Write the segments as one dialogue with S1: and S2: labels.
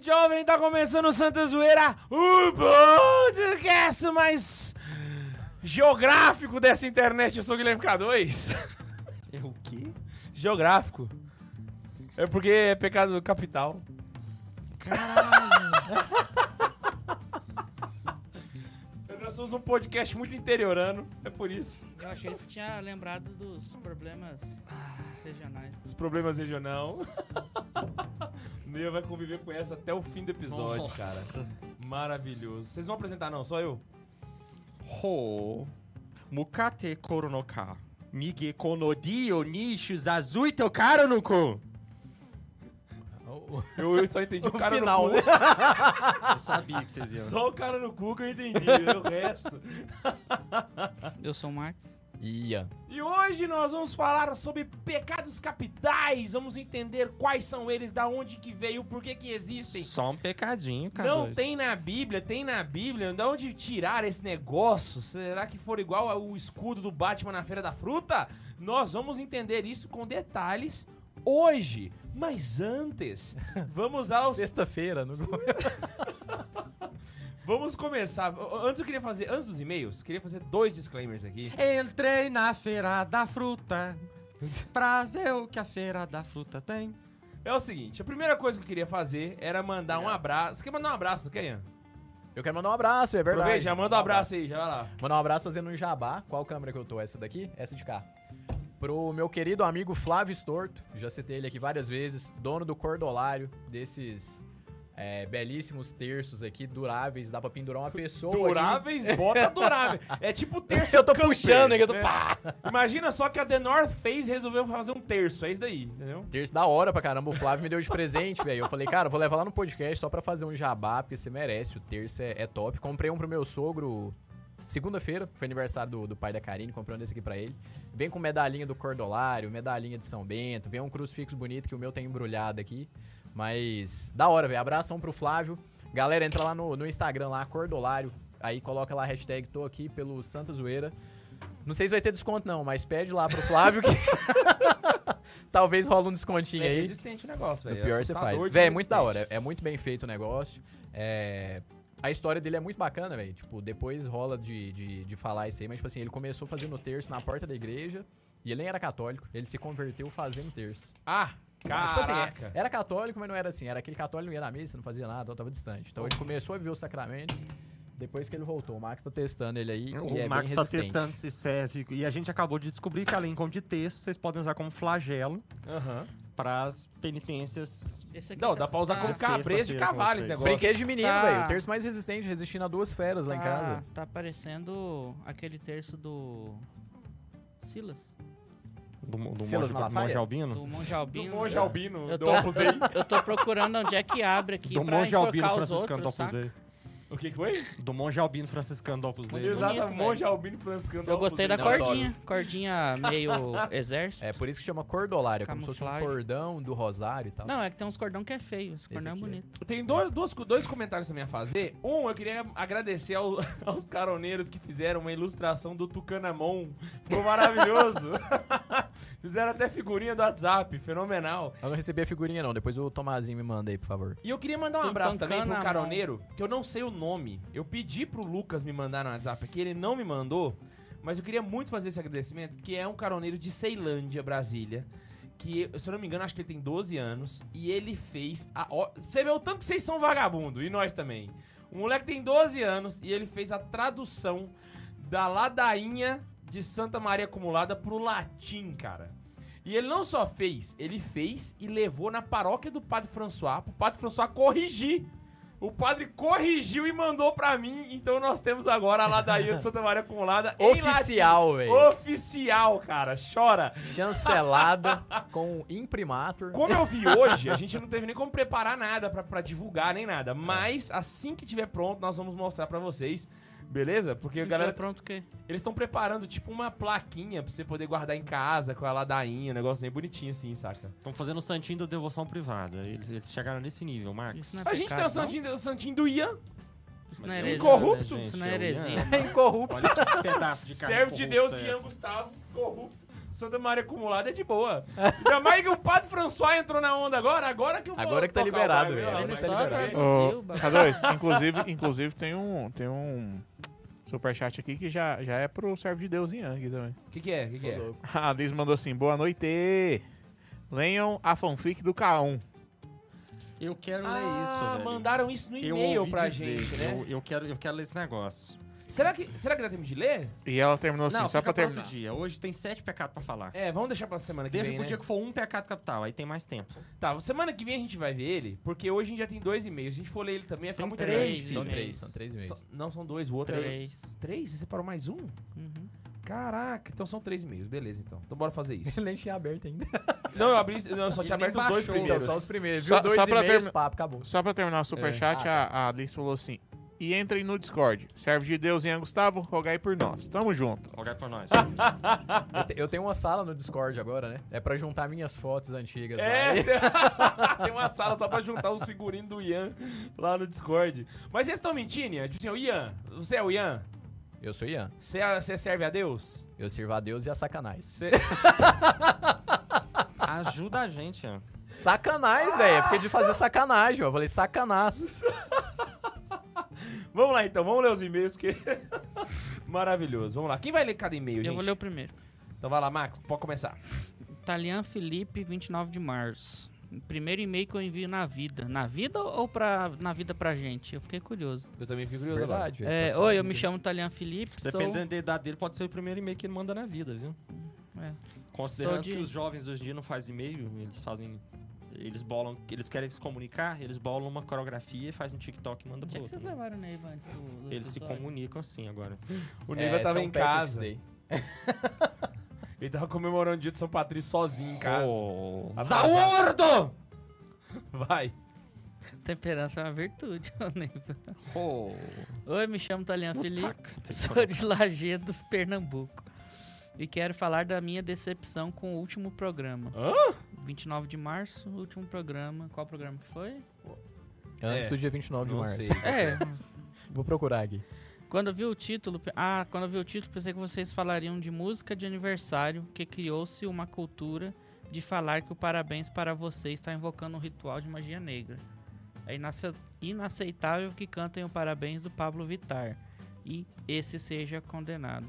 S1: jovem, tá começando o Santa Zoeira, o podcast mais geográfico dessa internet. Eu sou o Guilherme K2.
S2: É o quê?
S1: Geográfico. É porque é pecado capital.
S2: Caralho!
S1: Nós somos um podcast muito interiorano, é por isso.
S3: Eu achei que tu tinha lembrado dos problemas regionais.
S1: Os problemas regional. Meu vai conviver com essa até o fim do episódio, cara. Maravilhoso. Vocês vão apresentar não, só eu?
S2: Ho. Mukate koronoka. Nige konodio nishu zazuito karonuku.
S1: Eu, eu só entendi o, cara
S4: final,
S1: no cu.
S2: Eu sabia que vocês iam.
S1: Só o cara no cu que eu entendi, o resto.
S3: Eu sou o Max.
S4: Ia.
S1: E hoje nós vamos falar sobre pecados capitais, vamos entender quais são eles, da onde que veio, por que que existem.
S2: Só um pecadinho, cara.
S1: Não tem na Bíblia, tem na Bíblia, da onde tirar esse negócio? Será que for igual ao escudo do Batman na Feira da Fruta? Nós vamos entender isso com detalhes hoje. Mas antes, vamos aos
S4: Sexta-feira, no
S1: Vamos começar. Antes eu queria fazer, antes dos e-mails, queria fazer dois disclaimers aqui.
S2: Entrei na feira da fruta pra ver o que a feira da fruta tem.
S1: É o seguinte, a primeira coisa que eu queria fazer era mandar um abraço. Você quer mandar um abraço, não quer, Ian?
S4: Eu quero mandar um abraço, é verdade.
S1: Aproveita, já manda um abraço aí, já vai lá.
S4: Mandar um abraço fazendo um jabá. Qual câmera que eu tô? Essa daqui? Essa de cá. Pro meu querido amigo Flávio Storto, já citei ele aqui várias vezes, dono do cordolário, desses é, belíssimos terços aqui, duráveis, dá pra pendurar uma pessoa. aqui.
S1: Duráveis, bota durável. É tipo o terço
S4: Eu tô
S1: camper,
S4: puxando aqui, eu tô.
S1: né?
S4: Pá!
S1: Imagina só que a The North fez resolveu fazer um terço, é isso daí, entendeu?
S4: Terço da hora pra caramba, o Flávio me deu de presente, velho. Eu falei, cara, eu vou levar lá no podcast só pra fazer um jabá, porque você merece, o terço é, é top. Comprei um pro meu sogro segunda-feira, foi aniversário do, do pai da Karine, comprei um desse aqui pra ele. Vem com medalhinha do Cordolário, medalhinha de São Bento, vem um crucifixo bonito que o meu tem embrulhado aqui. Mas da hora, velho. Abração pro Flávio. Galera, entra lá no, no Instagram, lá, Cordolário. Aí coloca lá a hashtag tô aqui pelo Santa Zoeira. Não sei se vai ter desconto, não, mas pede lá pro Flávio que. Talvez rola um descontinho
S1: é
S4: aí.
S1: resistente o negócio,
S4: Do
S1: velho.
S4: pior você
S1: você
S4: faz. Véi, é muito da hora. É muito bem feito o negócio. É, A história dele é muito bacana, velho. Tipo, depois rola de, de, de falar isso aí, mas, tipo assim, ele começou fazendo terço na porta da igreja. E ele nem era católico. Ele se converteu fazendo terço.
S1: Ah,
S4: Mas, tipo assim, é-
S1: caraca.
S4: era católico, mas não era assim. Era aquele católico que ia na missa, não fazia nada, tava distante. Então ele começou a viver os sacramentos depois que ele voltou. O Max tá testando ele aí. e é
S2: o Max
S4: bem
S2: tá
S4: resistente.
S2: testando se serve. E a gente acabou de descobrir que além como de texto, vocês podem usar como flagelo
S4: é-
S1: Aham.
S2: pras penitências.
S3: Esse
S1: Não, dá pra usar
S4: Ah,
S1: como
S2: Sexta-feira
S1: cabresto de
S2: com
S1: cavalo esse
S2: vocês.
S1: negócio.
S4: Brinquedo de menino,
S3: Tá.
S4: velho. O terço mais resistente, resistindo a duas feras lá em casa.
S3: Tá parecendo aquele terço do. Silas.
S2: Do, mo- do
S4: Silas
S2: monge,
S4: Malafaia?
S2: monge albino?
S3: Do Monge
S1: Do
S3: Albino.
S4: né?
S1: monge albino,
S3: Eu
S1: do
S3: tô-
S1: Opus Dei.
S3: Eu tô procurando onde é que abre aqui
S2: Do
S3: pra
S2: monge albino
S3: enforcar os
S2: franciscano do
S3: outros,
S2: Opus
S3: tá?
S2: Dei.
S1: O que que foi?
S2: Do monge albino franciscano do Opus Dei.
S3: Exato.
S1: Exato,
S3: velho.
S1: monge albino franciscano. do
S3: Eu
S1: Opus
S3: gostei
S1: Dei.
S3: da
S4: Não,
S3: cordinha. Cordinha meio exército.
S4: É por isso que chama cordolário, é como se fosse um
S3: Camuflagem.
S4: cordão do rosário e tal.
S3: Não, é que tem uns cordão que é feio. Esse cordão é
S4: aqui é.
S3: bonito.
S1: Tem dois, duas- dois comentários também a fazer. Um, eu queria agradecer ao- aos caroneiros que fizeram uma ilustração do Tucanamon. Ficou maravilhoso. fizeram até figurinha do WhatsApp, fenomenal.
S4: Eu não recebi a figurinha, não. Depois o Tomazinho me manda aí, por favor.
S1: E eu queria mandar um abraço também pro
S3: Tucanamon.
S1: caroneiro, que eu não sei o nome. Eu pedi pro Lucas me mandar no WhatsApp aqui, ele não me mandou. Mas eu queria muito fazer esse agradecimento, que é um caroneiro de Ceilândia, Brasília. Que, se eu não me engano, acho que ele tem 12 anos. E ele fez. A, ó, você vê o tanto que vocês são vagabundo, e nós também. O moleque tem 12 anos e ele fez a tradução da ladainha de Santa Maria Acumulada pro latim, cara. E ele não só fez, ele fez e levou na paróquia do Padre François, pro Padre François corrigir. O padre corrigiu e mandou pra mim, então nós temos agora a ladainha de Santa Maria Acumulada em
S4: Oficial,
S1: latim.
S4: velho.
S1: Oficial, cara, chora.
S4: Chancelada com um imprimatur.
S1: Como eu vi hoje, a gente não teve nem como preparar nada pra, pra divulgar nem nada, mas assim que tiver pronto, nós vamos mostrar pra vocês. Beleza? Porque a
S3: Se
S1: galera
S3: tiver pronto o quê?
S4: tá-
S1: Eles estão preparando tipo uma plaquinha pra você poder guardar em casa com a ladainha, um negócio bem bonitinho assim, saca?
S2: Estão fazendo o santinho da devoção privada. Eles, eles chegaram nesse nível, Max.
S3: Isso não é
S1: A gente tem
S3: pecado,
S1: o
S3: não?
S1: santinho, o santinho do Ian,
S3: Isso não é
S2: Mas um
S3: heresia.
S1: corrupto.
S2: né, gente?
S3: Isso não
S2: É
S3: é
S2: o Ian.
S3: heresia.
S4: Incorrupto.
S2: Olha que pedaço de carne
S1: servo de
S2: corrupta
S1: Deus,
S2: é
S1: Ian
S2: essa.
S1: Gustavo, corrupto. Santa Maria acumulada é de boa. Ainda mais que o Padre François entrou na onda agora, agora que eu vou
S4: Agora que tá
S1: tocar o
S4: liberado,
S1: barco,
S4: velho.
S1: pelo
S4: Agora
S1: amor
S4: que tá
S1: de
S4: liberado.
S1: Deus.
S5: Ô,
S3: Silva.
S5: K2, inclusive, inclusive tem um, tem um superchat aqui que já, já é pro servo de Deus em Yang também.
S1: O que, que é? O que, que é?
S5: A Liz mandou assim, boa noite. Leiam a fanfic do K1.
S2: Eu quero ler isso,
S1: Ah,
S2: velho.
S1: mandaram isso no
S3: um
S2: Eu
S1: e-mail
S2: ouvi
S1: pra
S2: dizer,
S1: gente, né?
S2: Eu, eu quero, eu quero ler esse negócio.
S1: Será que, será que dá tempo de ler?
S5: E ela terminou assim,
S2: não,
S5: só
S2: fica
S5: pra
S2: pra outro
S5: terminar.
S2: dia. Hoje tem sete pecados pra falar.
S1: É, vamos deixar pra semana que
S2: Deixa
S1: vem,
S2: pro
S1: né?
S2: dia que for um pecado capital, aí tem mais tempo.
S1: Tá, semana que vem a gente vai ver ele, porque hoje a gente já tem dois e-mails. Se a gente for ler ele também, vai ficar
S2: Tem
S1: muito
S2: três,
S1: grande.
S3: filho.
S4: São
S3: Sim.
S4: três, são três meses.
S1: São- não, são dois, o outro
S3: Três.
S1: é... Três? Você separou mais um?
S3: Uhum.
S1: Caraca, então são três e-mails, beleza então. Então bora fazer isso.
S4: Ele tinha aberto ainda.
S1: não, eu abri, não, eu só
S2: E
S1: tinha
S2: nem
S1: aberto os dois
S2: baixou.
S1: primeiros.
S4: Então, só os primeiros.
S5: Só-
S4: Viu? Dois
S5: só
S4: só
S5: pra
S4: pra
S5: termi-
S4: papo, acabou.
S5: Só pra terminar o
S2: Ah,
S5: superchat,
S2: tá.
S4: É.
S5: a, a Liz falou assim, e entrem no Discord. Servo de Deus em Gustavo, rogai por nós. Tamo junto.
S2: Olha por nós.
S4: Eu, te- eu tenho uma sala no Discord agora, né? É pra juntar minhas fotos antigas. lá.
S1: É, tem uma sala só pra juntar os figurinos do Ian lá no Discord. Mas vocês estão mentindo, Ian? Tipo assim, o Ian, você é o Ian?
S4: Eu sou Ian.
S1: Você é- você serve a Deus?
S4: Eu sirvo a Deus e a sacanais.
S1: Você...
S2: Ajuda a gente, ó.
S4: Sacanais, velho. É porque de fazer sacanagem, ó. Eu falei sacanás.
S1: Vamos lá então, vamos ler os e-mails que. Maravilhoso, vamos lá. Quem vai ler cada e-mail, gente?
S3: Eu vou ler o primeiro.
S1: Então vai lá, Max, pode começar.
S3: Italian Felipe, 29 de março. Primeiro e-mail que eu envio na vida. Na vida ou pra, na vida pra gente? Eu fiquei curioso.
S1: Eu também fiquei curioso agora.
S4: Verdade.
S3: É, oi, eu me chamo Italian Felipe.
S2: Dependendo da idade dele, pode ser o primeiro e-mail que ele manda na vida, viu?
S3: Sou, é.
S2: Considerando
S3: Sou de-
S2: que os jovens hoje em dia não fazem e-mail, eles fazem. Eles bolam. Eles querem se comunicar, eles bolam uma coreografia, fazem um TikTok e mandam
S3: Onde é
S2: pro
S3: que vocês
S2: outro. né?
S3: levaram o Neiva antes do- do
S2: Eles se
S3: episódio?
S2: comunicam assim agora.
S1: O Neiva
S4: É,
S1: tava
S4: São
S1: em
S4: Patrick's
S1: casa.
S4: Day.
S1: Ele tava comemorando o dia de São Patrício sozinho em casa.
S2: Oh.
S1: Atrasado.
S2: Zaurdo!
S1: Vai.
S3: Temperança é uma virtude, ô Neiva.
S2: Oh.
S3: Oi, me chamo Italian Felipe.
S2: Taca.
S3: Sou de Lagedo, Pernambuco. E quero falar da minha decepção com o último programa.
S1: Hã?
S3: 29 de março, último programa. Qual programa que foi?
S4: Antes
S1: É.
S4: do dia 29 de
S1: Não
S4: março.
S1: sei.
S3: É.
S4: Vou procurar aqui.
S3: Quando eu vi o título, pe- ah, quando eu vi o título, pensei que vocês falariam de música de aniversário, que criou-se uma cultura de falar que o parabéns para você está invocando um ritual de magia negra. É inace- inaceitável que cantem o parabéns do Pablo Vittar e esse seja condenado.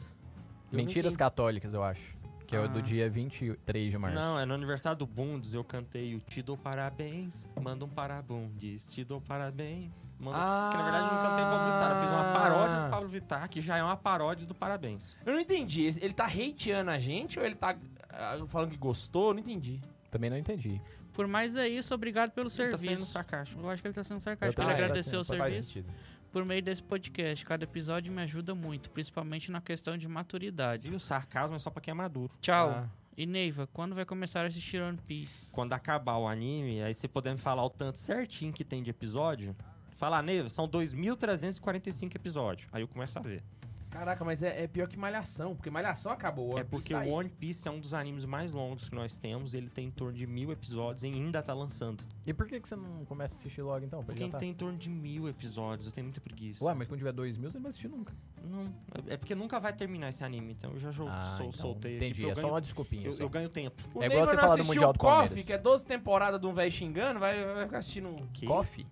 S1: Eu
S4: Mentiras
S1: não
S4: católicas, eu acho. Que é o
S3: Ah.
S4: do dia 23 de março.
S2: Não, é no aniversário do Bundes, eu cantei o Te dou parabéns, manda um parabundes, te dou parabéns, manda um-" Que na verdade eu não cantei o Pablo Vittar, eu fiz uma
S3: Ah.
S2: paródia do Pablo Vittar, que já é uma paródia do parabéns.
S1: Eu não entendi. Ele tá hateando a gente ou ele tá ah, falando que gostou? Eu não entendi.
S4: Também não entendi.
S3: Por mais é isso, obrigado pelo
S2: Ele tá
S3: serviço.
S2: sendo sarcástico.
S3: Eu acho que ele tá sendo sarcástico.
S4: Eu
S3: Ele
S4: também.
S3: agradeceu o
S4: Tá sendo,
S1: Faz
S3: serviço
S1: sentido.
S3: por meio desse podcast. Cada episódio me ajuda muito, principalmente na questão de maturidade.
S2: Viu? Sarcasmo é só pra quem é maduro.
S3: Tchau.
S1: Ah.
S3: E Neiva, quando vai começar a assistir One Piece?
S2: Quando acabar o anime, aí você puder me falar o tanto certinho que tem de episódio, falar, Neiva, são 2.345 episódios. Aí eu começo a ver.
S1: Caraca, mas é, é pior que Malhação, porque Malhação acabou.
S2: é porque
S4: tá
S1: o
S2: o One Piece é um dos animes mais longos que nós temos, ele tem em torno de mil episódios e ainda tá lançando.
S4: E por que, que você não começa a assistir logo então? Pra
S2: Porque ele
S4: adiantar?
S2: tem em torno de mil episódios, eu tenho muita preguiça.
S4: Ué, mas quando tiver 2 mil, você não vai assistir nunca.
S2: Não, é porque nunca vai terminar esse anime, então eu já jo-
S4: Ah,
S2: sou,
S4: então,
S2: soltei
S4: Entendi,
S2: aqui.
S4: é
S2: porque
S4: só
S2: eu,
S4: uma
S2: ganho,
S4: desculpinha.
S2: eu,
S4: só.
S2: eu ganho tempo.
S1: O
S4: É
S1: Neiva
S4: igual você
S1: não
S4: falar do
S1: assistiu
S4: Mundial
S1: o
S4: do
S1: Coffee,
S4: Palmeiras.
S1: que é 12 temporadas de um velho xingando, vai, vai ficar assistindo um...
S2: Que?
S4: Coffee?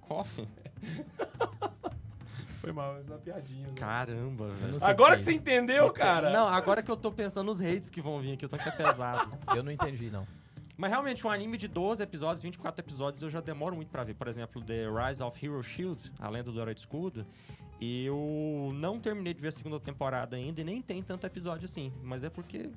S2: Coffee?
S1: Foi mal, é uma piadinha.
S2: Caramba,
S4: Eu
S2: velho.
S4: não sei o
S1: Agora
S4: é
S1: que você entendeu, cara.
S2: Não, agora que eu tô pensando nos hates que vão vir aqui, eu tô que é pesado.
S4: isso. Eu não entendi, não.
S2: Mas realmente, um anime de 12 episódios, 24 episódios, eu já demoro muito pra ver. Por exemplo, The Rise of Hero Shield, a lenda do herói de escudo. Eu não terminei de ver a segunda temporada ainda e nem tem tanto episódio assim. Mas é porque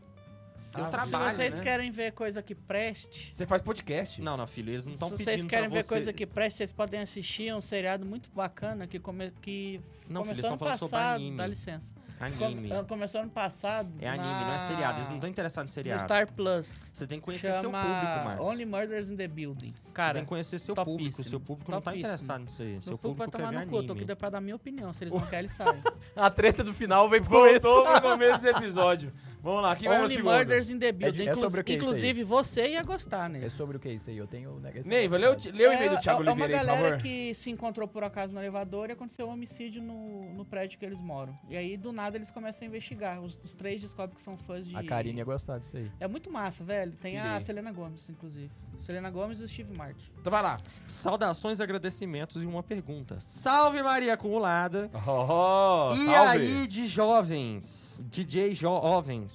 S2: eu
S4: Ah,
S3: Se
S2: trabalho,
S3: vocês
S2: né?
S3: querem ver coisa que preste,
S1: Você faz podcast.
S2: Não, não, filho, eles não estão
S3: se
S2: pedindo
S3: vocês querem
S2: pra
S3: ver
S2: você-
S3: coisa que preste, vocês podem assistir um seriado muito bacana que, come... que
S2: Não, filho, eles
S3: começou
S2: estão
S3: ano
S2: falando
S3: passado.
S2: sobre anime. É
S3: Dá licença.
S2: Anime.
S3: Come- ah, Começou ano passado.
S2: É anime,
S3: na-
S2: não é seriado. Eles não estão interessados em
S3: No
S2: seriado.
S3: Star Plus.
S2: Você tem que conhecer
S3: Chama
S2: seu público, Marcos.
S3: Only Murders in the Building.
S2: Você
S3: Cara,
S2: tem que conhecer seu
S3: topíssimo,
S2: público. Seu público não tá
S3: topíssimo.
S2: interessado nisso aí. Seu
S3: meu público
S2: público
S3: vai
S2: quer
S3: tomar
S2: ver
S3: no cu. Eu tô aqui
S2: anime.
S3: pra dar minha opinião. Se eles não querem, eles saem.
S4: A treta do final veio pro
S1: Voltou
S4: começo.
S1: pro começo do episódio. Vamos lá, quem vai no
S3: Only
S1: segundo?
S3: Murders in the Building.
S4: de- é
S3: Inclu-
S4: sobre o que isso aí?
S3: inclusive, você ia gostar, né?
S4: É sobre o que isso aí? Eu tenho um negação.
S1: Neiva, lê o, lê o e-mail do Thiago
S3: é, é uma
S1: Oliveira aí, por
S3: galera
S1: favor.
S3: que se encontrou por acaso no elevador e aconteceu um homicídio no, no prédio que eles moram. E aí, do nada, eles começam a investigar. Os, os três descobrem que são fãs de...
S4: A Karine ia gostar disso aí.
S3: É muito massa, velho. Tem a
S1: Irei.
S3: Selena Gomes, inclusive. Selena Gomes e o Steve Martin.
S1: Então vai lá.
S2: Saudações, agradecimentos e uma pergunta. Salve Maria acumulada.
S1: Oh,
S2: e aí, de jovens, DJ jovens.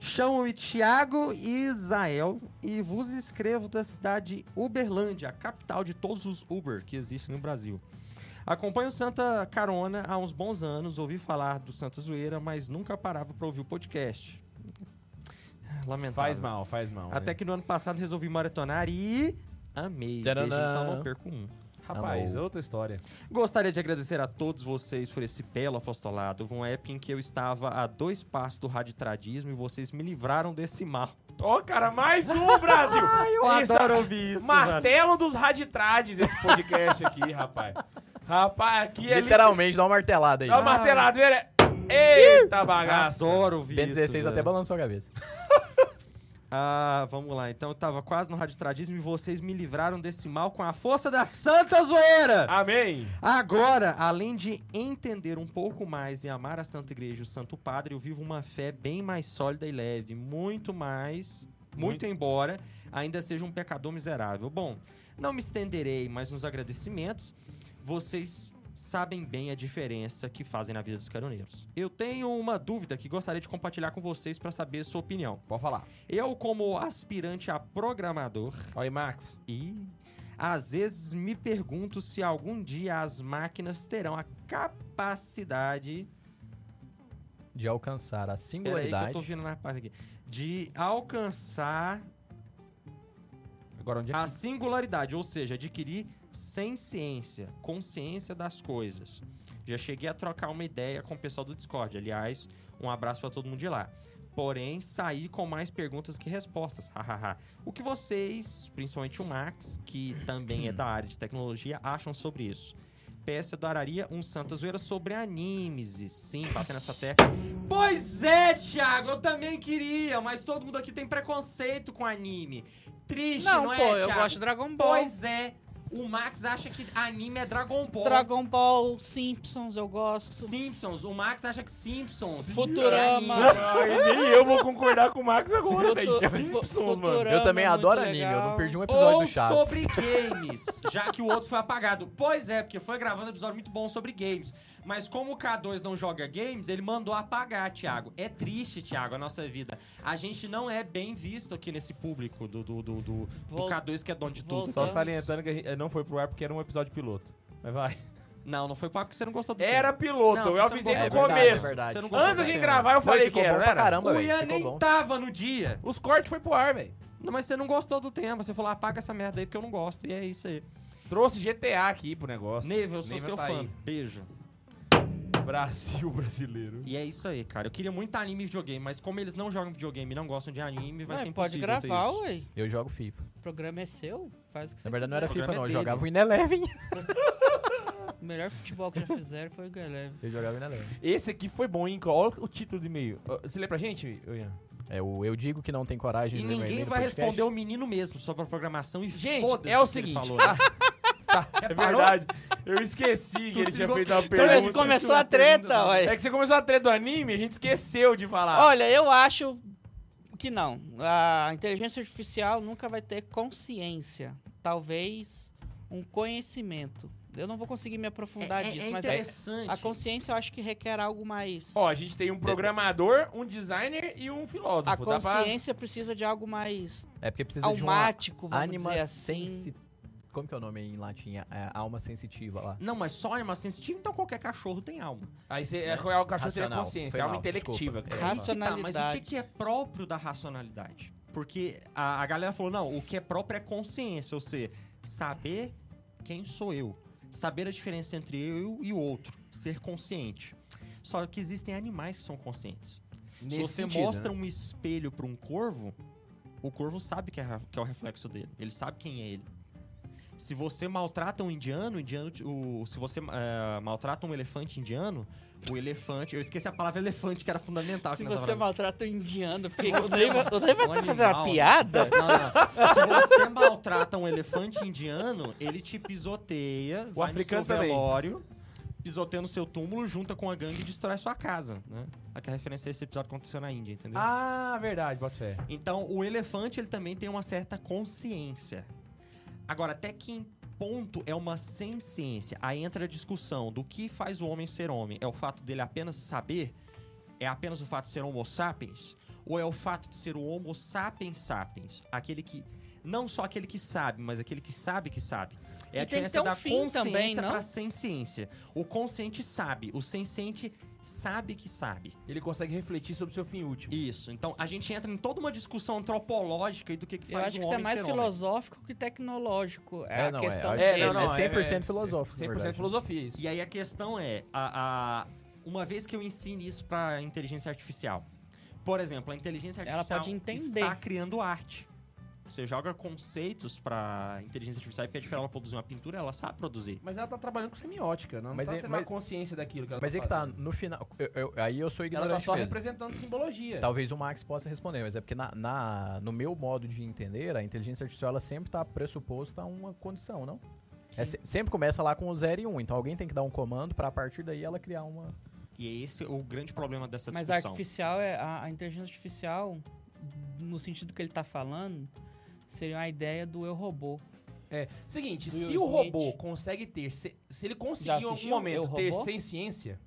S2: Chamo-me Tiago Isael e vos escrevo da cidade Uberlândia, a capital de todos os Uber que existem no Brasil. Acompanho Santa Carona há uns bons anos, ouvi falar do Santa Zoeira, mas nunca parava para ouvir o podcast. Lamentável.
S1: Faz mal, faz mal.
S2: Até
S1: né?
S2: que no ano passado resolvi maratonar e amei. Desde
S1: Tcharanã.
S2: então não perco um.
S1: Rapaz,
S4: Amor.
S1: outra história.
S2: Gostaria de agradecer a todos vocês por esse belo apostolado. Houve uma época em que eu estava a dois passos do raditradismo e vocês me livraram desse mal.
S1: Ô, cara, mais um, Brasil!
S2: Eu
S1: Isso,
S2: adoro ouvir isso, mano.
S1: Martelo dos raditrades esse podcast aqui, rapaz. Rapaz, aqui é
S4: Literalmente, dá uma martelada aí.
S1: Dá uma martelada, velho. Eita bagaça.
S2: Adoro ouvir
S4: Ben 16
S2: isso, é.
S4: até
S2: velho.
S4: balançou a cabeça.
S2: Ah, vamos lá. Então eu tava quase no raditradismo e vocês me livraram desse mal com a força da santa zoeira.
S1: Amém.
S2: Agora, além de entender um pouco mais e amar a Santa Igreja e o Santo Padre, eu vivo uma fé bem mais sólida e leve, muito mais, muito,
S1: Muito.
S2: embora ainda seja um pecador miserável. Bom, não me estenderei mais nos agradecimentos. Vocês sabem bem a diferença que fazem na vida dos caroneiros. Eu tenho uma dúvida que gostaria de compartilhar com vocês para saber sua opinião.
S1: Pode falar.
S2: Eu, como aspirante a programador,
S1: Oi, Max.
S2: e às vezes me pergunto se algum dia as máquinas terão a capacidade.
S4: De alcançar a
S2: Peraí, que eu
S4: singularidade.
S2: tô vindo na parte aqui. De alcançar
S1: Agora onde é que...
S2: a singularidade, ou seja, adquirir sem ciência, consciência das coisas. Já cheguei a trocar uma ideia com o pessoal do Discord. Aliás, um abraço pra todo mundo de lá. Porém, saí com mais perguntas que respostas. Hahaha. o que vocês, principalmente o Max, que também é da área de tecnologia, acham sobre isso? PS eu daria um Santa Zoeira sobre animes. E sim, batendo essa tecla. Pois é, Thiago, eu também queria, mas todo mundo aqui tem preconceito com anime. Triste, não,
S3: não,
S2: é,
S3: pô, eu
S2: Thiago?
S3: gosto de Dragon Ball.
S2: Pois é, o Max acha que anime é Dragon Ball.
S3: Dragon Ball, Simpsons, eu gosto.
S2: Simpsons, o Max acha que Simpsons.
S3: Futurama.
S2: é anime.
S1: Ai, nem eu vou concordar com o Max agora,
S3: Futu-
S1: velho.
S3: fu-
S1: Simpsons, mano.
S3: Futurama
S4: Eu também
S3: é muito
S4: adoro anime, eu
S3: legal.
S4: não perdi um episódio
S2: Ou
S4: do Chaves.
S2: sobre games, já que o outro foi apagado. Pois é, porque foi gravando um episódio muito bom sobre games. Mas como o K2 não joga games, ele mandou apagar, Thiago. É triste, Thiago, a nossa vida. A gente não é bem visto aqui nesse público do, do, do, do- do
S3: Vol-
S2: K2, que é dono de tudo.
S1: Só
S3: Voltamos.
S1: salientando que a gente- não foi pro ar porque era um episódio piloto. Mas vai.
S2: Não, não foi pago porque você não gostou do
S1: Era
S2: tema.
S1: piloto,
S2: Não,
S1: eu
S2: você
S1: avisei
S2: não
S1: no
S4: é
S2: gostou do tema.
S1: começo.
S4: é verdade.
S2: Você não gostou
S1: Antes da
S2: do
S1: gente
S2: tema.
S1: gravar, eu falei que
S4: ficou
S1: era, né? não
S4: bom pra
S1: era?
S4: caramba,
S2: O
S4: velho.
S2: Ian
S4: ficou
S2: nem
S4: bom.
S2: tava no dia.
S1: Os cortes foi pro ar, velho.
S2: Não, mas você não gostou do tema. Você falou, "Ah, apaga essa merda aí porque eu não gosto. E é isso aí.
S1: Trouxe GTA aqui pro negócio.
S2: Neve, eu sou
S1: Neiva
S2: seu
S1: tá
S2: fã.
S1: aí.
S2: Beijo.
S1: Brasil brasileiro.
S2: E é isso aí, cara. Eu queria muito anime e videogame, mas como eles não jogam videogame e não gostam de anime, vai
S3: Ué,
S2: ser
S3: pode
S2: impossível ter
S3: gravar,
S2: isso.
S3: ué.
S4: Eu jogo FIFA.
S3: O programa é seu, faz o que você
S4: Na verdade, não era
S2: O
S4: FIFA,
S2: programa
S4: não.
S2: é
S4: Eu
S2: dele.
S4: jogava o Ineleven.
S3: O melhor futebol que já fizeram foi o Galeve.
S4: Eu jogava o Ineleven.
S1: Esse aqui foi bom, hein? Olha o título do e-mail. Ó, Você lê pra gente, ô Ian?
S4: É o Eu Digo Que Não Tem Coragem
S2: E
S4: de Ler Meu
S2: ninguém
S4: E-mail no
S2: vai
S4: podcast.
S2: responder o menino mesmo sobre a programação e
S1: Gente,
S2: foda-se
S1: é o
S2: que ele
S1: seguinte.
S2: falou. né?
S1: É
S2: Reparou?
S1: verdade. Eu esqueci
S2: Tu
S1: que ele
S2: se
S1: tinha
S2: ligou?
S1: feito uma
S2: Então
S1: pergunta.
S2: esse come-
S3: começou a treta, ué.
S1: É que você começou a treta do anime, a gente esqueceu de falar.
S3: Olha, eu acho que não. A inteligência artificial nunca vai ter consciência. Talvez um conhecimento. Eu não vou conseguir me aprofundar
S2: É, é-
S3: disso,
S2: é
S3: mas a-
S2: interessante.
S3: a consciência eu acho que requer algo mais.
S1: Ó, a gente tem um programador, um designer e um
S3: a
S1: filósofo. Dá pra...
S3: consciência precisa de algo mais
S4: É porque precisa de uma
S3: almático, vamos
S4: anima
S3: dizer assim.
S4: sensitiva. Como que é o nome em latim? É, alma sensitiva lá.
S2: Não, mas só alma sensitiva, então qualquer cachorro tem alma.
S1: Aí você, é, qual é o cachorro teria
S4: Racional.
S1: consciência,
S4: Foi
S1: é alma
S4: mal,
S1: intelectiva. É.
S4: desculpa.
S2: Aí que tá, mas o que
S3: Racionalidade.
S2: que é próprio da racionalidade? Porque a, a galera falou, não, o que é próprio é consciência, ou seja, saber quem sou eu. Saber a diferença entre eu e o outro. Ser consciente. Só que existem animais que são conscientes.
S1: Nesse
S2: Se você
S1: sentido,
S2: mostra
S1: né?
S2: um espelho pra um corvo, o corvo sabe que é, ra- que é o reflexo dele. Ele sabe quem é ele. Se você maltrata um indiano, o indiano te- o, se você eh, maltrata um elefante indiano, o elefante. Eu esqueci a palavra elefante, que era fundamental.
S3: Se
S2: aqui nessa
S3: você
S2: palavra.
S3: maltrata o indiano, porque
S2: você-
S3: o Leiva o Leiva
S2: um
S3: tá fazendo uma
S2: animal.
S3: piada?
S2: Não, não. Se você maltrata um elefante indiano, ele te pisoteia,
S1: O
S2: vai
S1: africano
S2: no seu
S1: também.
S2: velório, pisoteia no seu túmulo, junta com a gangue e destrói sua casa, né? Aqui a referência a esse episódio que aconteceu na Índia, entendeu?
S1: Ah, verdade, bota fé.
S2: Então, o elefante, ele também tem uma certa consciência. Agora, até que ponto é uma senciência? Aí entra a discussão do que faz o homem ser homem. É o fato dele apenas saber? É apenas o fato de ser homo sapiens? Ou é o fato de ser o homo sapiens sapiens? Aquele que... Não só aquele que sabe, mas aquele que sabe que sabe. É
S3: E
S2: a
S3: tem que
S2: diferença
S3: ter um
S2: da
S3: fim
S2: consciência
S3: também, não?
S2: pra senciência. O consciente sabe, o senciente sabe que sabe.
S1: Ele consegue refletir sobre o seu fim último.
S2: Isso. Então a gente entra em toda uma discussão antropológica e do que, que
S3: Eu
S2: faz
S3: acho
S2: um
S3: que isso é
S2: homem
S3: mais
S2: ser homem.
S3: filosófico que tecnológico. É,
S4: É,
S3: a
S4: não, é.
S3: questão
S4: É,
S3: de-
S4: não,
S1: né?
S4: não, 100% filosófico, na
S1: 100%
S4: verdade.
S1: filosofia, isso.
S2: E aí a questão é, a, a- uma vez que eu ensine isso pra inteligência artificial, por exemplo, a inteligência
S3: Ela
S2: artificial
S3: pode entender.
S2: está criando arte. Você joga conceitos pra inteligência artificial e pede pra ela produzir uma pintura, ela sabe produzir.
S1: Mas ela tá trabalhando com semiótica, não
S4: Mas
S1: tá
S4: é-
S1: tendo
S4: mas-
S1: a consciência daquilo que ela
S4: Mas
S1: tá
S4: é que tá,
S1: fazendo.
S4: no final. eu- eu- aí eu sou
S1: Ela tá
S4: ignorante
S1: só
S4: mesmo.
S1: representando simbologia.
S4: Talvez o Max possa responder, mas é porque na, na- no meu modo de entender, a inteligência artificial ela sempre está pressuposta a uma condição, não? É se- sempre começa lá com o 0 e 1, um, então alguém tem que dar um comando para a partir daí ela criar uma.
S2: E esse é o grande problema dessa
S3: Mas a
S2: discussão.
S3: artificial é a, a inteligência artificial, no sentido que ele tá falando, seria a ideia do eu robô.
S1: Seguinte,
S3: Will
S1: se o robô
S3: Smith.
S1: consegue ter. Se, se ele
S3: Já
S1: conseguir em algum
S3: assistiu Eu,
S1: momento ter
S3: Robô?
S1: sem ciência,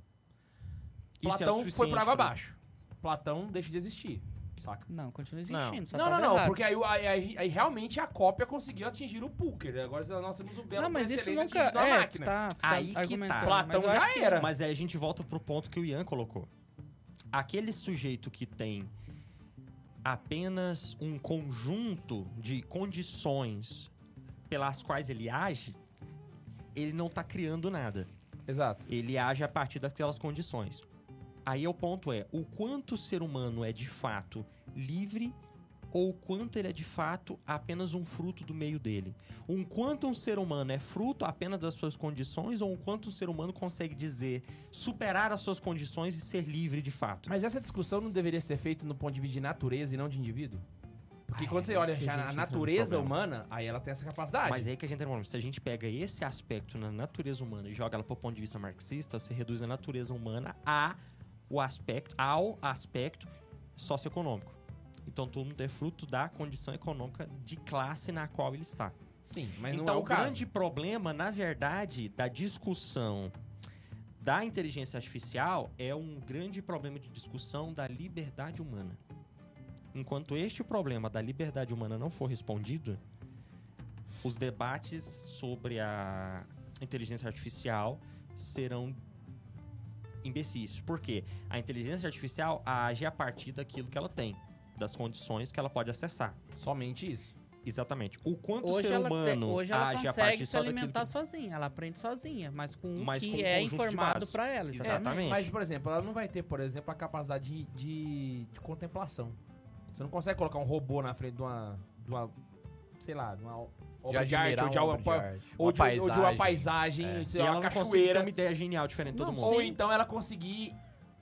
S2: Isso é o
S1: Platão foi
S2: suficiente
S1: pra água
S2: pra-
S1: abaixo. Platão deixa de existir, saca?
S3: Não, continua existindo. Só é
S1: não, não,
S3: tava
S1: não,
S3: errado.
S1: porque aí, o- aí- aí- aí realmente a cópia conseguiu atingir o Pooker. Agora nós temos o Belo
S3: Não, mas
S1: por
S3: isso
S1: excelência
S3: nunca.
S1: atingido na
S3: É, tu
S1: máquina.
S3: tá, tu tá
S2: Aí que tá.
S3: argumentando,
S1: Platão
S3: mas eu
S1: já
S3: acho que-
S1: era.
S2: Mas aí a gente volta pro ponto que o Ian colocou. Aquele sujeito que tem apenas um conjunto de condições pelas quais ele age, ele não tá criando nada.
S1: Exato.
S2: Ele age a partir daquelas condições. Aí o ponto é, o quanto o ser humano é de fato livre ou o quanto ele é de fato apenas um fruto do meio dele. Um quanto um ser humano é fruto apenas das suas condições ou um quanto um ser humano consegue dizer superar as suas condições e ser livre de fato.
S1: Mas essa discussão não deveria ser feita no ponto de vista de natureza e não de indivíduo? Porque
S2: Ai,
S1: quando você
S2: é
S1: olha
S2: que a
S1: já
S2: gente
S1: na
S2: entra no
S1: natureza
S2: problema.
S1: humana, aí ela tem essa capacidade.
S2: Mas é aí que a gente entra no problema. Se a gente pega esse aspecto na natureza humana e joga ela pro ponto de vista marxista, você reduz a natureza humana a o aspecto, ao aspecto socioeconômico. Então todo mundo é fruto da condição econômica de classe na qual ele está.
S1: Sim, mas
S2: então
S1: não é o,
S2: o
S1: caso.
S2: grande problema, na verdade, da discussão da inteligência artificial é um grande problema de discussão da liberdade humana. Enquanto este problema da liberdade humana não for respondido, os debates sobre a inteligência artificial serão imbecis. Por quê? A inteligência artificial age a partir daquilo que ela tem, das condições que ela pode acessar.
S1: Somente isso.
S2: Exatamente. O quanto o
S3: Hoje
S2: ser
S3: ela, tem-
S2: humano
S3: hoje ela
S2: age a
S3: consegue
S2: partir
S3: se
S2: só daquilo
S3: alimentar
S2: que...
S3: sozinha, ela aprende sozinha, mas com o
S2: Mas
S3: que
S2: com um
S3: é
S2: conjunto de
S3: informado
S2: bases.
S3: pra ela. exatamente.
S2: Exatamente.
S1: Mas, por exemplo, ela não vai ter, por exemplo, a capacidade de, de- de contemplação. Você não consegue colocar um robô na frente de uma. De uma sei lá, de uma obra de arte,
S4: admirar
S1: ou de,
S4: uma
S1: algo-
S4: obra de arte,
S1: ou de- ou de uma paisagem,
S2: E
S1: sei lá,
S2: ela
S1: uma
S2: não consegue ter
S1: cachoeira.
S2: uma ideia genial diferente de todo
S3: Não,
S2: mundo.
S1: Ou
S3: Sim.
S1: então ela conseguir.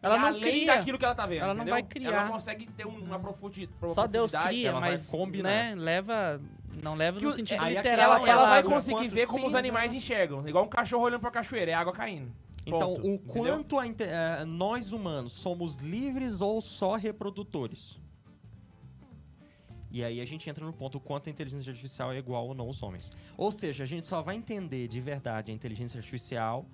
S3: Ela
S1: ir
S3: não
S1: além
S3: cria.
S1: daquilo que ela tá vendo.
S3: Ela não
S1: entendeu?
S3: vai criar.
S1: Ela consegue ter um- uma profundi- profundidade.
S3: Só Deus cria,
S2: ela vai
S3: mas
S2: combinar.
S3: né, leva, não leva
S1: Que
S3: no
S1: o-
S3: sentido
S2: aí a
S3: literal.
S1: Ela,
S2: Ela-
S1: ela
S2: ela
S1: vai
S2: abre um
S1: conseguir
S2: quanto-
S1: ver como
S2: sim,
S1: os animais enxergam. Igual um cachorro olhando pra cachoeira, é água caindo.
S2: Então,
S1: Ponto.
S2: o
S1: Entendeu?
S2: quanto a inte- eh, nós humanos somos livres ou só reprodutores? E aí a gente entra no ponto o quanto a inteligência artificial é igual ou não aos homens. Ou seja, a gente só vai entender de verdade a inteligência artificial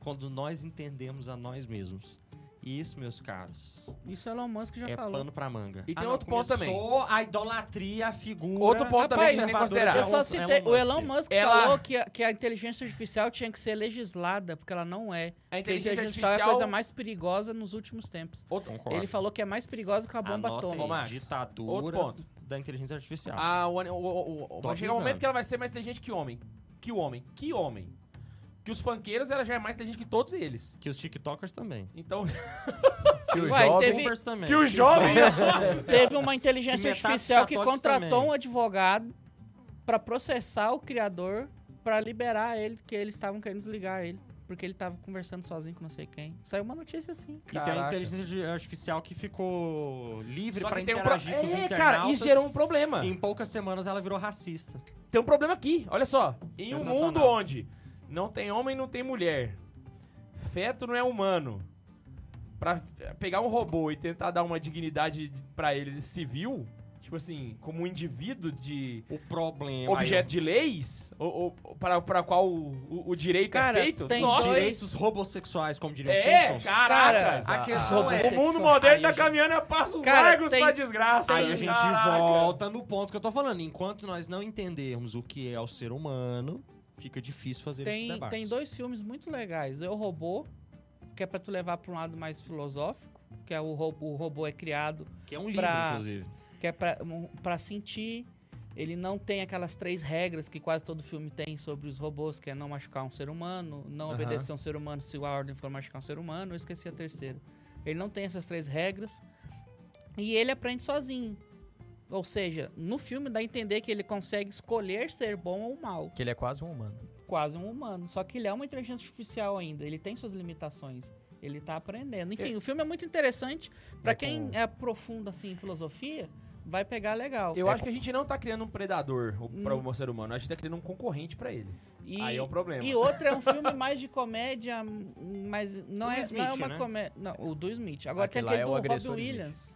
S2: quando nós entendemos a nós mesmos. E isso, meus caros,
S3: Isso Elon Musk já
S2: é
S3: falou.
S2: pano pra manga.
S1: E tem
S2: não,
S1: outro ponto também.
S2: começou a idolatria, a figura...
S1: Outro ponto também que você tem que
S2: conservadora
S1: considerar.
S2: de
S3: Eu só
S2: Elon- é um
S3: citei, o Elon Musk
S1: Ela-
S3: falou que a, que a inteligência artificial tinha que ser legislada, porque ela não é.
S1: A
S3: Porque A
S1: inteligência
S3: inteligência
S1: artificial.
S3: artificial é a coisa mais perigosa nos últimos tempos.
S1: Outro,
S2: Concordo.
S3: Ele falou que é mais perigosa que a bomba
S2: Anota aí,
S1: Ô,
S3: atômica.
S1: Max,
S2: ditadura
S1: outro ponto. Ah.
S2: da inteligência artificial.
S1: a- o- o- o- o-
S2: Tô
S1: vai chegar um
S2: avisando.
S1: momento que ela vai ser mais inteligente que homem. Que o homem. Que homem. Que os funkeiros, ela já é mais inteligente que todos eles.
S2: Que os tiktokers também.
S1: Então,
S4: Que o
S3: Uai,
S4: jovem.
S3: teve-
S2: Youtubers também.
S1: que um- o jovem...
S3: Teve uma
S2: Que
S3: inteligência
S2: metade
S3: artificial que um
S2: católicos
S3: contratou
S2: também.
S3: um advogado pra processar o criador pra liberar ele, que eles estavam querendo desligar ele. Porque ele tava conversando sozinho com não sei quem. Saiu uma notícia assim.
S2: E tem a
S1: Caraca.
S2: inteligência de- artificial que ficou livre
S1: Só
S2: pra
S1: que tem um
S2: interagir
S1: pro-
S2: com os
S1: É,
S2: internautas.
S1: cara, isso gerou um problema.
S2: Em poucas semanas ela virou racista.
S1: Tem um problema aqui, olha só. Em um
S2: Sensacional.
S1: mundo onde não tem homem, não tem mulher, feto não é humano, pra pegar um robô e tentar dar uma dignidade pra ele civil, tipo assim, como um indivíduo de
S2: O problema...
S1: objeto de leis, ou, ou para, para qual o, o- o direito
S3: Cara,
S1: é feito,
S3: tem
S2: Aí,
S1: nossa,
S3: dois-
S2: direitos robossexuais, como diriam os
S1: é,
S2: Simpsons.
S1: caraca.
S2: A questão
S3: a-
S2: é...
S1: o mundo
S2: Aí
S1: moderno tá
S2: a gente-
S1: caminhando a passos
S3: Cara,
S1: largos
S3: tem-
S1: pra desgraça.
S2: Aí a gente
S1: Caraca.
S2: volta no ponto que eu tô falando. Enquanto nós não entendermos o que é o ser humano, fica difícil fazer esse
S3: Tem,
S2: debate.
S3: tem dois filmes muito legais. Eu Robô, que é pra tu levar pra um lado mais filosófico, que é o robô, o robô é criado,
S2: Que é um livro,
S3: pra-
S2: inclusive.
S3: que é pra, um- pra sentir. Ele não tem aquelas três regras que quase todo filme tem sobre os robôs, que é não machucar um ser humano, não
S1: Aham.
S3: obedecer a um ser humano se a ordem for machucar um ser humano, eu esqueci a terceira. Ele não tem essas três regras. E ele aprende sozinho. Ou seja, no filme dá a entender que ele consegue escolher ser bom ou mal
S4: Que ele é quase um humano.
S3: quase um humano. Só que ele é uma inteligência artificial ainda. Ele tem suas limitações. Ele tá aprendendo. Enfim, o filme é muito interessante. Pra
S4: É
S3: quem
S4: com-
S3: é profundo assim em filosofia, vai pegar legal.
S1: Eu
S4: É
S1: acho que a gente não tá criando um predador o- pra um ser humano, a gente tá criando um concorrente pra ele.
S3: Hum. E,
S1: Aí é o problema.
S3: e outro é um filme mais de comédia, mas não,
S2: O do
S3: é, não é
S2: Smith,
S3: uma
S2: né?
S3: comédia. Não, o do Smith.
S1: Ah,
S3: Agora
S4: Aquele lá
S3: tem aquele
S4: é o
S3: do Robin
S4: agressor Smith.
S3: Williams.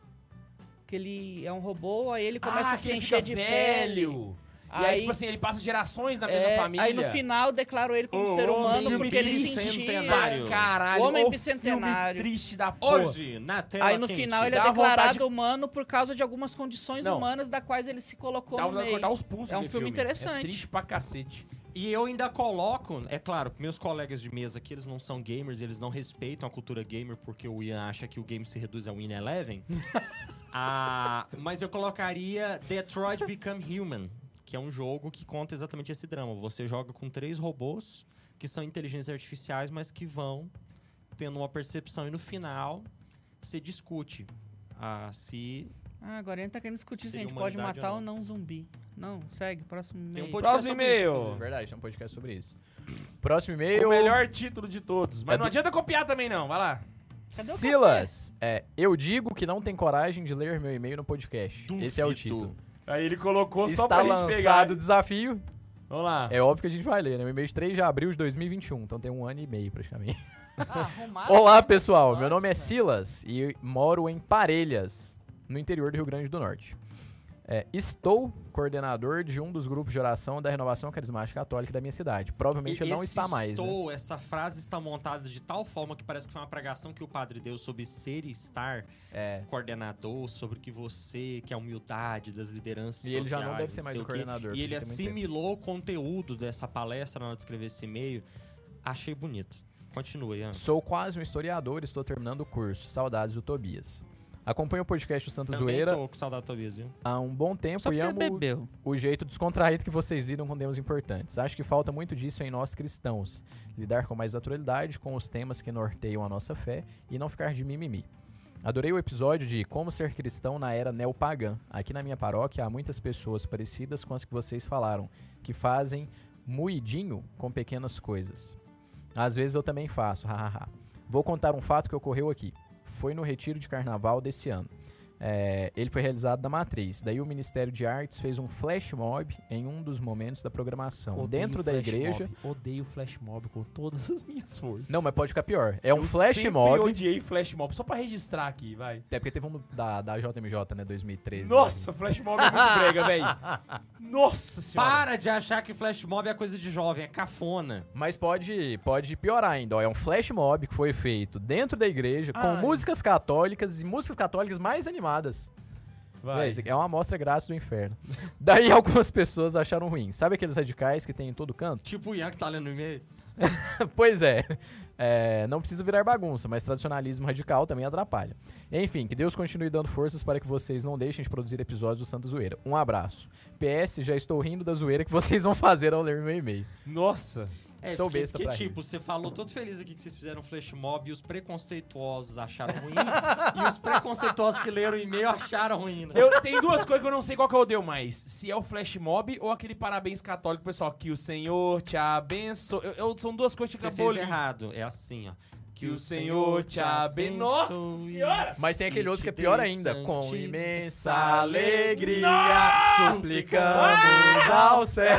S3: Que ele é um robô, aí ele começa
S1: Ah,
S3: a se
S1: que ele fica
S3: encher de pele.
S1: velho.
S3: Aí,
S1: e aí, tipo assim, ele passa gerações na mesma
S3: é,
S1: família.
S3: aí no final declarou ele como
S2: O
S3: ser
S2: homem
S3: humano
S1: filme
S3: porque ele
S1: triste,
S3: sentia.
S2: centenário.
S1: Pra caralho,
S3: é. Homem
S1: ô
S3: Bicentenário.
S1: Filme triste da porra.
S2: Hoje, na tela
S3: Aí no
S2: quente.
S3: final ele é
S1: Dá vontade
S3: declarado
S1: de-
S3: humano por causa de algumas condições
S1: Não.
S3: humanas da quais ele se colocou
S1: Dá
S3: no
S1: vontade de
S3: meio.
S1: cortar tá os pulsos
S3: É um
S1: aquele
S3: filme interessante.
S1: É triste pra cacete.
S2: E eu ainda coloco, é claro, meus colegas de mesa aqui, eles não são gamers, eles não respeitam a cultura gamer porque o Ian acha que o game se reduz a Win Eleven. ah, mas eu colocaria Detroit Become Human, que é um jogo que conta exatamente esse drama. Você joga com três robôs que são inteligências artificiais, mas que vão tendo uma percepção e no final se discute ah, se
S3: Ah, agora ele tá querendo discutir se a
S2: Seria
S3: gente pode
S2: humanidade
S3: matar
S2: ou
S3: ou não um zumbi. Não, segue, próximo
S2: Tem
S3: meio.
S2: um podcast
S1: Próximo
S2: sobre isso,
S1: e-mail.
S4: É verdade, tem um podcast sobre isso. Próximo e-mail.
S1: O melhor título de todos. Mas
S4: É
S1: não
S4: do-
S1: adianta copiar também, não. Vai lá.
S3: Cadê o
S4: Silas, é, eu digo que não tem coragem de ler meu e-mail no podcast. Esse é o
S2: Duvido.
S4: título.
S1: Aí ele colocou só pra
S4: Está
S1: gente pegar.
S4: lançado o desafio.
S1: Vamos lá.
S4: É óbvio que a gente vai ler, né? O e-mail de 3 de abril de 2021, então tem um ano e meio praticamente.
S3: Ah, arrumado.
S4: Olá, pessoal. Meu nome é
S3: né?
S4: Silas e moro em Parelhas, no interior do Rio Grande do Norte. É, estou coordenador de um dos grupos de oração da Renovação Carismática Católica da minha cidade. Provavelmente
S2: E
S4: não
S2: esse
S4: está mais. né?
S2: Estou, essa frase está montada de tal forma que parece que foi uma pregação que o padre deu sobre ser e estar
S4: É.
S2: coordenador, sobre que você, que é a humildade das lideranças.
S4: E ele já não
S2: paroquiais,
S4: deve ser mais
S2: sei
S4: o
S2: quê.
S4: coordenador.
S2: E ele
S4: porque tem muito tempo.
S2: assimilou o conteúdo dessa palestra na hora de escrever esse e-mail. Achei bonito. Continue, Ian.
S4: Sou quase um historiador e estou terminando o curso. Saudades do Tobias. Acompanho o podcast do Santa
S2: Também
S4: Zoeira
S2: tô com saudade, Tobias, viu?
S4: há um bom tempo
S3: Só
S4: e
S3: porque ele
S4: amo
S3: bebeu.
S4: o jeito descontraído que vocês lidam com temas importantes. Acho que falta muito disso em nós cristãos. Lidar com mais naturalidade com os temas que norteiam a nossa fé e não ficar de mimimi. Adorei o episódio de Como Ser Cristão na Era Neopagã. Aqui na minha paróquia há muitas pessoas parecidas com as que vocês falaram, que fazem muidinho com pequenas coisas. Às vezes eu também faço, hahaha. Vou contar um fato que ocorreu aqui. Foi no retiro de carnaval desse ano. É, ele foi realizado na Matriz. Daí o Ministério de Artes fez um flash mob em um dos momentos da programação. dentro da igreja.
S1: Odeio flash mob com todas as minhas forças.
S4: Não, mas pode ficar pior. É um flash
S1: sempre
S4: mob.
S1: odiei flash mob. Só pra registrar aqui, vai.
S4: É porque teve um da, da JMJ, né? 2013.
S1: Nossa, flash mob é muito brega, velho. Nossa senhora.
S2: Para de achar que flash mob é coisa de jovem, é cafona.
S4: Mas pode, pode piorar ainda. ó. É um flash mob que foi feito dentro da igreja com
S1: Ai.
S4: músicas católicas e músicas católicas mais animadas.
S1: Vai.
S4: Véi, isso aqui É uma amostra grátis do inferno. Daí algumas pessoas acharam ruim. Sabe aqueles radicais que tem em todo canto?
S2: Tipo o Ian que tá lendo o e-mail.
S4: pois é. É, Não precisa virar bagunça, mas tradicionalismo radical também atrapalha. Enfim, que Deus continue dando forças para que vocês não deixem de produzir episódios do Santa Zoeira. Um abraço. PS, já estou rindo da zoeira que vocês vão fazer ao ler meu e-mail.
S1: Nossa.
S2: É,
S4: Sou
S2: porque,
S4: besta
S2: porque,
S4: pra rir.
S2: tipo, você falou todo feliz aqui que vocês fizeram um flash mob e os preconceituosos acharam ruim. e os preconceituosos que leram o e-mail acharam ruim, né?
S1: Eu, tem duas coisas que eu não sei qual que eu odeio mais. Se é o flash mob ou aquele parabéns católico, pessoal. Que o Senhor te abençoe. Eu, eu- são duas coisas que
S2: Você
S1: eu
S2: fez
S1: aboli.
S2: errado. É assim, ó.
S1: Que o Senhor te abençoe. Nossa senhora!
S4: Mas tem aquele
S2: E
S4: outro que é
S2: te
S4: pior
S2: dê
S4: ainda. Com
S2: santi-
S4: imensa
S2: alegria,
S4: alegria, suplicamos ao céu.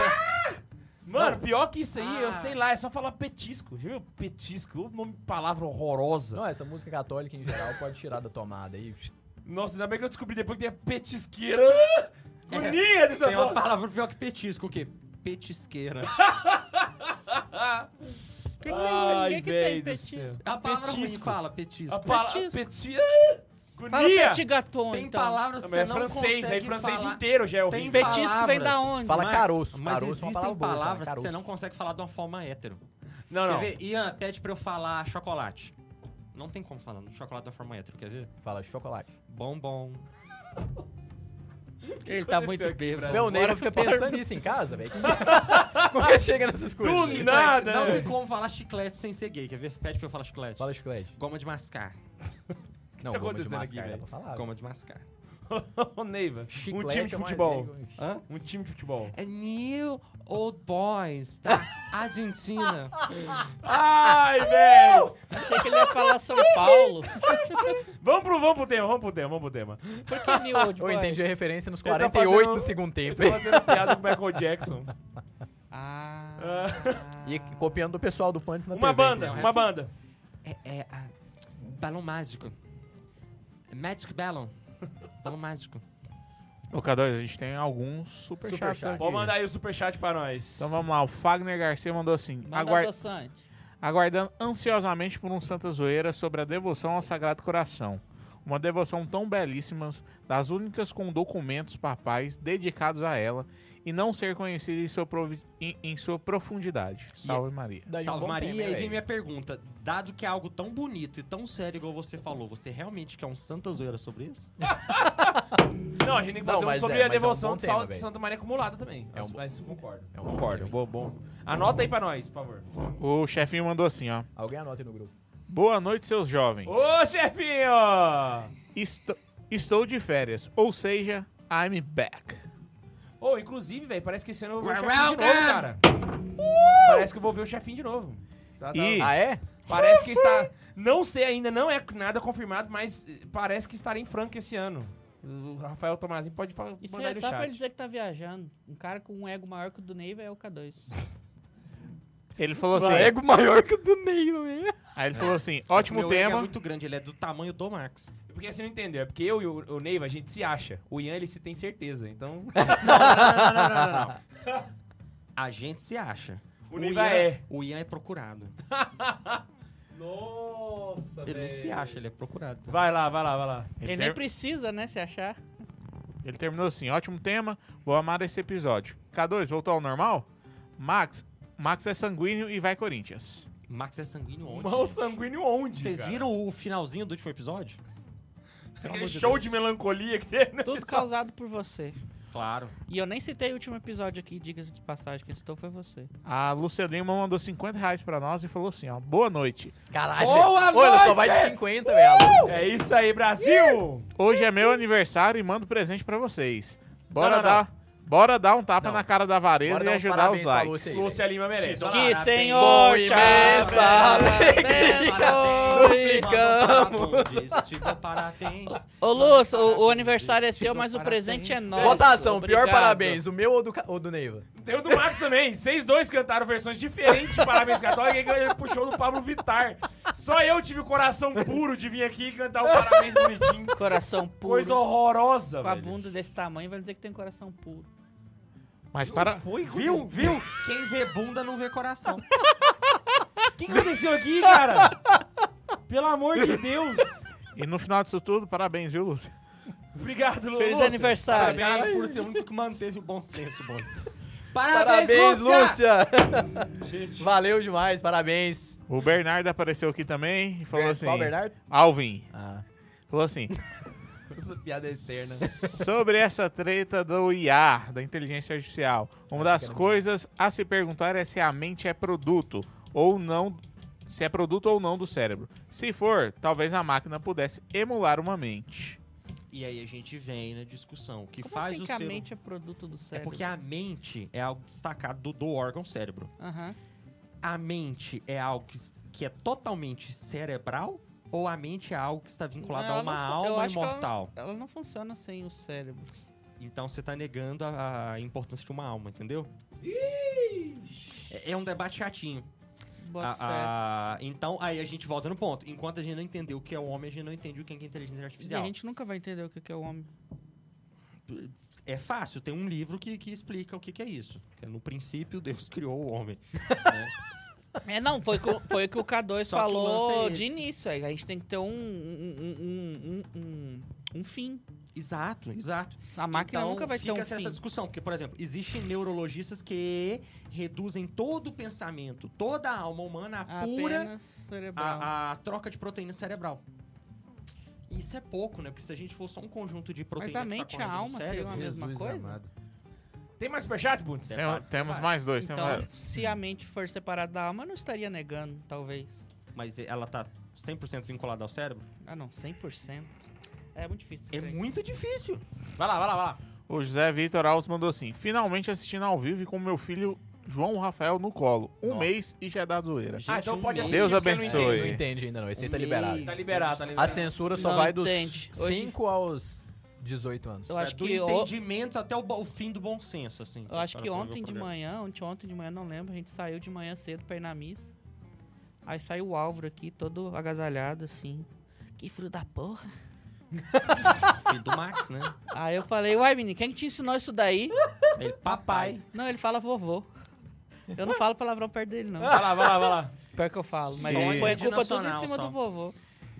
S1: Mano, pior que isso aí, eu
S2: Ah.
S1: sei lá, é só falar petisco. Já viu? Petisco, ô nome palavra horrorosa.
S4: Não, essa música católica em geral pode tirar da tomada aí.
S1: Nossa, ainda bem que eu descobri depois que tem a petisqueira. Agonia dessa
S2: É. Tem uma
S1: palavra.
S2: palavra pior que petisco, o quê? Petisqueira.
S3: Que
S1: Ai,
S3: que- que
S1: velho do
S3: petisco?
S1: céu.
S2: A palavra ruim
S1: Petisco.
S2: fala
S1: A
S2: petisco.
S1: palavra
S3: Petisco.
S1: petisco.
S3: Fala
S1: Agonia.
S3: petit gâteau,
S2: Tem
S3: então.
S2: palavras
S1: Mas
S2: que você
S1: É
S2: não
S1: francês,
S2: consegue
S1: aí francês
S2: falar.
S1: inteiro já é horrível.
S2: Tem
S3: Petisco vem da
S2: palavras.
S3: onde?
S4: Fala
S2: Mas-
S4: caroço.
S2: Mas
S4: caroço é uma
S2: existem
S4: palavra boa, fala
S2: palavras que você
S4: caroço.
S2: não consegue falar de uma forma hétero.
S1: Não,
S2: Quer
S1: não.
S2: ver? Ian, pede pra eu falar chocolate. Não tem como falar no chocolate da forma hétero, quer ver?
S4: Fala chocolate.
S2: Bombom.
S3: Ele tá
S1: aconteceu
S3: muito
S1: aqui,
S3: bêbado.
S4: Meu, o nego fica pensando nisso em casa, velho. Como é que chega nessas coisas?
S1: Tudo.
S2: Chiclete.
S1: nada,
S2: Não
S1: né?
S2: tem como falar chiclete sem ser gay, quer ver? Pede pra eu falar chiclete.
S4: Fala chiclete.
S2: Goma de mascar.
S4: Não,
S1: tá
S4: goma de
S1: acontecendo
S4: mascar,
S1: aqui,
S4: dá
S1: velho?
S4: pra falar.
S2: Goma de mascar.
S1: Ô, Neiva, um
S4: Chiclete
S1: time de
S4: é mais
S1: futebol.
S4: velho.
S2: Hã?
S1: Um time de futebol.
S2: É New Old Boys, tá? Argentina.
S1: Ai, velho!
S3: Achei que ele ia falar São Paulo.
S1: Vamos pro, vamos pro tema, vamos pro tema, vamos pro tema.
S3: Por que New Old
S4: Eu
S3: Boy?
S4: entendi a referência nos
S1: Ele tá
S4: 48
S1: fazendo-
S4: do segundo
S1: Eu
S4: tempo.
S1: tô fazendo piada com o Michael Jackson.
S3: Ah.
S4: E copiando o pessoal do Pânico na
S1: Uma
S4: TV,
S1: banda,
S4: inclusive.
S1: uma banda.
S2: é, é a... Balão mágico. Magic Balloon. Balão mágico.
S5: Ô, Cadu, a gente tem alguns superchats
S4: Superchat.
S5: aqui.
S1: Pode mandar aí o superchat pra nós.
S5: Então vamos lá, o Fagner Garcia mandou assim:
S3: Manda
S5: aguar-
S3: adoçante.
S5: aguardando ansiosamente por um Santa Zoeira sobre a devoção ao Sagrado Coração. Uma devoção tão belíssima, das únicas com documentos papais dedicados a ela e não ser conhecida em sua, provi- em- em sua profundidade. Salve Maria.
S4: Daí um
S2: Salve
S4: bom
S2: Maria, e
S4: tema,
S2: aí
S4: velho.
S2: vem minha pergunta. Dado que é algo tão bonito e tão sério igual você falou, você realmente quer um santa zoeira sobre isso?
S1: Não, a gente tem que
S4: Não,
S1: fazer um
S4: mas
S1: sobre
S4: é-
S1: a
S4: mas é um
S1: devoção
S4: bom
S1: de,
S4: tema,
S1: Sal- de
S4: velho.
S1: Santa Maria Acumulada também.
S4: É um bom-
S1: mas concordo.
S4: É um bom
S1: concordo,
S4: tema,
S1: bom, bom. Anota aí pra nós, por favor.
S5: O chefinho mandou assim, ó.
S4: Alguém anota aí no grupo.
S5: Boa noite, seus jovens.
S1: Ô, chefinho!
S5: Esto- estou de férias, ou seja, I'm back.
S1: Ô, inclusive, velho, parece que esse ano eu vou ver o
S2: We're
S1: chefinho de novo, cara. Parece que eu vou ver o chefinho de novo. Tá, tá-
S5: E-
S4: Ah, é?
S1: Parece que está. Não sei ainda, não é nada confirmado, mas eh, parece que estará em Franca esse ano. O Rafael Tomazinho pode fa-
S3: Isso
S1: mandar
S3: é
S1: aí no
S3: só pra ele
S1: chat.
S3: dizer que tá viajando. Um cara com um ego maior que o do Neiva é o K2.
S5: Ele falou assim.
S4: ego maior que o do Ney, velho.
S5: Aí ele falou assim: ótimo
S2: Meu ego
S5: tema.
S2: é muito grande, ele é do tamanho do Max.
S1: Porque você não entendeu, é porque eu e o, o Neiva, a gente se acha. O Ian, ele se tem certeza. Então,
S2: não, não, não, não, não. A gente se acha.
S1: O Neiva
S2: Ian-
S1: é.
S2: O Ian é procurado.
S1: Nossa,
S2: Ele não se acha, ele é procurado.
S1: Vai lá, vai lá, vai lá.
S5: Ele,
S3: Ele nem
S5: ter-
S3: precisa, né, se achar.
S5: ele terminou assim: ótimo tema, vou amar esse episódio. K2, voltou ao normal? Max, Max é sanguíneo e vai Corinthians.
S2: Max é sanguíneo onde?
S1: Mal
S2: gente?
S1: sanguíneo onde?
S2: Vocês
S1: cara?
S2: viram o finalzinho do último episódio? Pelo amor
S1: Aquele
S2: de
S1: show
S2: Deus.
S1: de melancolia que teve? né?
S3: Tudo causado por você.
S2: Claro.
S3: E eu nem citei o último episódio aqui, diga-se de passagem, quem citou foi você.
S5: A Lúcia Lima mandou 50 reais pra nós e falou assim: ó, boa noite.
S4: Caralho.
S2: Boa
S4: velho. Ô, ela só
S2: noite!
S4: vai de 50,
S2: Uh!
S4: velho.
S1: É isso aí, Brasil!
S5: Hoje é
S4: Uhum.
S5: meu aniversário e mando presente pra vocês. Bora
S1: Não, não,
S5: dar. Bora dar um tapa
S4: Não.
S5: na cara da vareza
S4: Bora
S5: e
S4: dar uns
S5: ajudar os
S4: parabéns pra Lúcia
S5: likes.
S4: aí, velho.
S1: Lúcia Lima merece. Vai lá.
S3: Que
S2: Parabéns.
S3: senhor te abençoe.
S2: Parabéns.
S3: Ô, Lúcio, o, o aniversário é seu, mas o presente é nosso.
S4: Votação, pior
S3: Obrigado.
S4: parabéns, o meu ou do, Ca- ou do Neiva?
S1: Tem o do Marcos também. Vocês dois cantaram versões diferentes de Parabéns Católica e ele puxou do Pablo Vittar. Só eu tive o coração puro de vir aqui e cantar o Parabéns Bonitinho.
S3: Coração
S1: Coisa
S3: puro.
S1: horrorosa,
S3: Com a
S1: velho.
S3: bunda desse tamanho, vai dizer que tem um coração puro.
S5: Mas para.
S1: Foi?
S2: Viu? Viu? Quem vê bunda não vê coração.
S1: O que aconteceu aqui, cara? Pelo amor de Deus.
S5: E no final disso tudo, parabéns, viu, Lúcia?
S1: Obrigado, Lu-
S3: Feliz
S1: Lúcia.
S3: aniversário.
S2: Parabéns por ser o único que manteve o bom senso, bom. Parabéns, Lúcia!
S4: Lúcia! Valeu demais, parabéns.
S5: O Bernardo apareceu aqui também e falou assim:
S4: Qual, Bernardo?
S5: Alvin.
S4: Ah.
S5: Falou assim:
S1: Essa piada é eterna.
S5: Sobre essa treta do IA, da inteligência artificial. Uma das coisas a se perguntar é se a mente é produto ou não, se é produto ou não do cérebro. Se for, talvez a máquina pudesse emular uma mente.
S2: E aí a gente vem na discussão. O que
S3: Como
S2: faz
S3: assim
S2: o
S3: que a
S2: ser-
S3: mente é produto do
S2: É
S3: cérebro?
S2: porque a mente é algo destacado do, do órgão cérebro.
S3: Aham.
S2: A mente é algo que, s- que é totalmente cerebral ou a mente é algo que está vinculado
S3: Não,
S2: a
S3: ela
S2: uma
S3: não fu- eu
S2: alma
S3: acho que ela-
S2: imortal?
S3: Ela não funciona sem o cérebro.
S2: Então você está negando a, a importância de uma alma, entendeu? É, é um debate chatinho.
S3: Bota fé.
S2: A- a- então aí a gente volta no ponto. Enquanto a gente não entender o que é o homem, a gente não entende o que é inteligência
S3: E a
S2: artificial.
S3: gente nunca vai entender o que que é o homem.
S2: É fácil, tem um livro que, que explica o que, que é isso. Que é, no princípio, Deus criou o homem.
S3: É, não, foi co- foi o que o K2
S2: Só que o lance
S3: falou
S2: é
S3: de
S2: esse.
S3: início. aí A gente tem que ter um, um, um, um, um, um fim.
S2: Exato, exato.
S3: A máquina
S2: então,
S3: nunca vai ter
S2: fica
S3: um
S2: essa
S3: fim.
S2: discussão, porque, por exemplo, existem neurologistas que reduzem todo o pensamento, toda a alma humana a pura
S3: Apenas cerebral.
S2: a, a troca de proteína cerebral. Isso é pouco, né? Porque se a gente for só um conjunto de proteína
S3: a
S2: que tá
S3: mente e a
S2: correndo no
S3: alma seria
S2: cérebro,
S3: uma mesma coisa?
S1: Tem mais superchat, Bundes?
S5: Tem- um-
S2: Debates,
S1: é
S5: temos
S2: debates.
S5: mais dois. temos
S3: Então,
S5: mais...
S3: se a mente for separada da alma, eu não estaria negando, talvez.
S2: mas ela tá 100% vinculada ao cérebro,
S3: Ah, não, 100%. É muito difícil.
S2: é
S3: crer.
S2: muito difícil.
S1: Vai lá, vai lá, vai lá.
S5: O José Vitor Alves mandou assim: finalmente assistindo ao vivo e com meu filho João Rafael no colo. Um
S4: Nossa.
S5: mês e já dá zoeira.
S2: Gente,
S1: Ah, então
S2: um
S1: pode
S2: mês.
S1: assistir.
S5: Deus
S1: porque eu não
S5: abençoe.
S1: entendo.
S4: Não entende ainda não, esse aí tá
S2: Um
S4: liberado.
S2: mês.
S1: Tá liberado, tá liberado.
S4: A censura só
S3: Não
S4: vai dos
S3: entende. Hoje-
S4: 5 aos 18 anos.
S3: Eu acho
S2: É, do
S3: que, o-
S2: entendimento até o, bo- o fim do bom senso, assim.
S3: eu acho que
S2: para- para ver o
S3: ontem de
S2: programa.
S3: manhã, ontem, ontem de manhã, não lembro, a gente saiu de manhã cedo pra ir na missa. Aí saiu o Álvaro aqui, todo agasalhado, assim. Que frio da porra.
S2: Filho do Max, né?
S3: Aí eu falei, uai, menino, quem que te ensinou isso daí?
S2: Ele, papai.
S3: Não, ele fala vovô. Eu não falo palavrão perto dele, não.
S2: Ah!
S1: Vai lá, vai lá, vai lá.
S3: Pior que eu falo. Mas
S5: Sim.
S3: ele põe a culpa tudo em
S2: Nacional
S3: cima
S2: só.
S3: do vovô.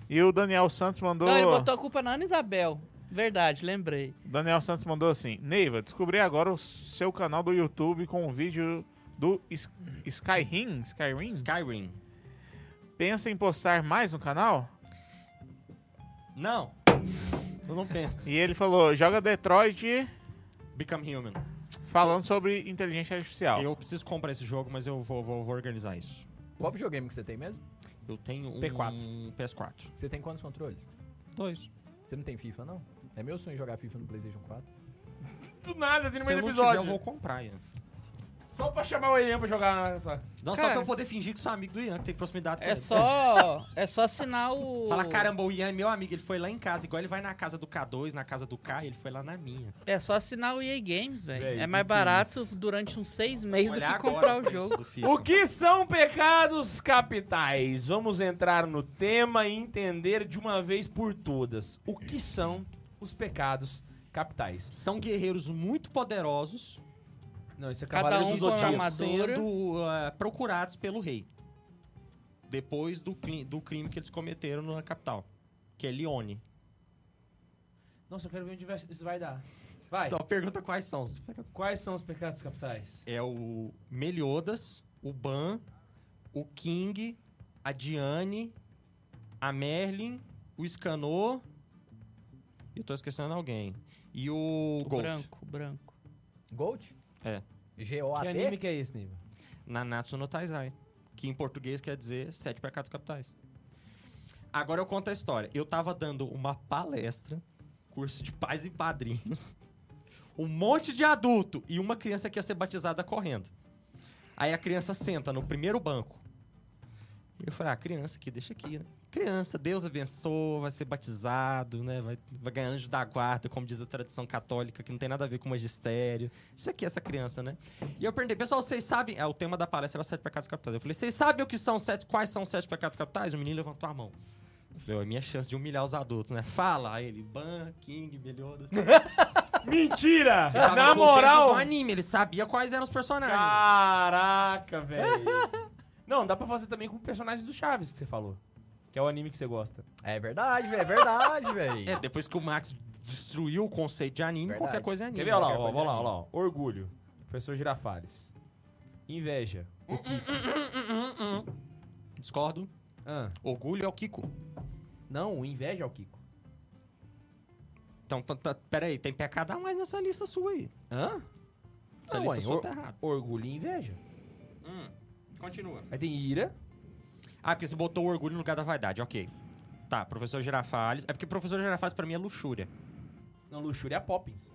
S5: E o Daniel Santos mandou.
S3: Não, ele botou a culpa na Ana Isabel. Verdade, lembrei.
S5: Daniel Santos mandou assim: Neiva, descobri agora o seu canal do YouTube com um vídeo do Is- Skyrim. Skyrim?
S2: Skyrim.
S5: Pensa em postar mais no canal?
S2: Não. Eu não penso.
S5: E ele falou: joga Detroit
S2: Become Human.
S5: falando sobre inteligência artificial.
S2: Eu preciso comprar esse jogo, mas eu vou, vou- vou organizar isso.
S4: Qual videogame que você tem mesmo?
S2: Eu tenho um
S4: P4.
S2: PS4.
S4: Você tem quantos controles?
S2: Dois.
S4: Você não tem FIFA, não? É meu sonho jogar FIFA no PlayStation 4.
S1: Do nada, assim, no
S2: Se eu
S1: meio
S2: não
S1: do
S2: tiver,
S1: episódio.
S2: eu vou comprar, Ian.
S1: Só pra chamar o Elian pra jogar. Só.
S2: Não, só
S3: Cara.
S2: pra eu poder fingir que sou amigo do Ian, que tem proximidade com
S3: É
S2: ele.
S3: só, é só assinar o.
S2: Fala, caramba, o Ian é meu amigo, ele foi lá em casa. Igual ele vai na casa do K2, na casa do K, ele foi lá na minha.
S3: É só assinar o EA Games, velho.
S1: Véi,
S3: É mais
S1: que
S3: barato
S1: isso.
S3: durante uns seis meses
S2: Olha
S3: do que
S2: agora
S3: comprar o
S2: preço
S3: jogo.
S2: do FIFA.
S1: O que são pecados capitais? Vamos entrar no tema e entender de uma vez por todas o que são os pecados capitais.
S2: São guerreiros muito poderosos,
S1: Não, isso é
S3: Cada
S1: Cavaleiros do
S3: um com uma
S1: Zodíaco.
S3: armadura.
S2: sendo ah, procurados pelo rei. Depois do, cli- do crime que eles cometeram na capital, que é Lione.
S1: Nossa, eu quero ver onde vai- isso vai dar. Vai.
S2: Então pergunta quais são. Você fica
S1: Quais são os pecados capitais?
S2: é o Meliodas, o Ban, o King, a Diane, a Merlin, o Scanor. Eu tô esquecendo alguém. E o,
S3: O
S2: Gold.
S3: branco, o branco.
S4: Gold?
S2: É.
S1: que
S4: G-O-A-T?
S1: anime que é esse, Nível?
S2: Nanatsu no Taizai. Que em português quer dizer Sete Pecados Capitais. Agora eu conto a história. Eu tava dando uma palestra, curso de pais e padrinhos. Um monte de adulto e uma criança que ia ser batizada correndo. Aí a criança senta no primeiro banco. Eu falei, ah, criança aqui, deixa aqui, né? Criança, Deus abençoa, vai ser batizado, né? Vai, vai ganhar anjo da guarda, como diz a tradição católica, que não tem nada a ver com magistério. Isso aqui é essa criança, né? E eu perguntei, pessoal, vocês sabem. É, o tema da palestra era os sete pecados capitais. Eu falei, vocês sabem o que são sete, quais são os sete pecados capitais? O menino levantou a mão. Eu falei, ó, é minha chance de humilhar os adultos, né? Fala. Aí ele, Ban, King, Meliodas.
S1: Mentira!
S2: Ele tava
S1: Na
S2: por dentro
S1: moral!
S2: Do anime, ele sabia quais eram os personagens.
S1: Caraca, velho. Não, dá pra fazer também com personagens do Chaves que você falou. Que é o anime que você gosta.
S4: É verdade, velho. É verdade,
S2: É,
S4: velho.
S2: depois que o Max destruiu o conceito de anime,
S4: Verdade.
S2: qualquer coisa é anime.
S1: Quer ver? Olha lá,
S2: Qualquer
S1: ó,
S2: coisa
S1: vamos
S2: é
S1: lá,
S2: anime.
S1: olha lá. ó. Orgulho. Professor Girafales. Inveja. O Kiko.
S2: Hum, Discordo.
S1: Ah,
S2: Orgulho é o Kiko.
S1: não, o inveja é o Kiko.
S2: Então, tá, tá, peraí, tem pecado a mais nessa lista sua aí.
S1: Hã?
S2: Essa
S1: Não,
S2: lista
S1: ué,
S2: sua
S1: or-
S2: tá errada.
S1: Orgulho e inveja.
S2: Continua.
S1: Aí tem ira.
S2: Ah, porque você botou o orgulho no lugar da vaidade, ok. Tá, professor Girafales. É porque professor Girafales pra mim é luxúria.
S1: Não, luxúria é a Poppins.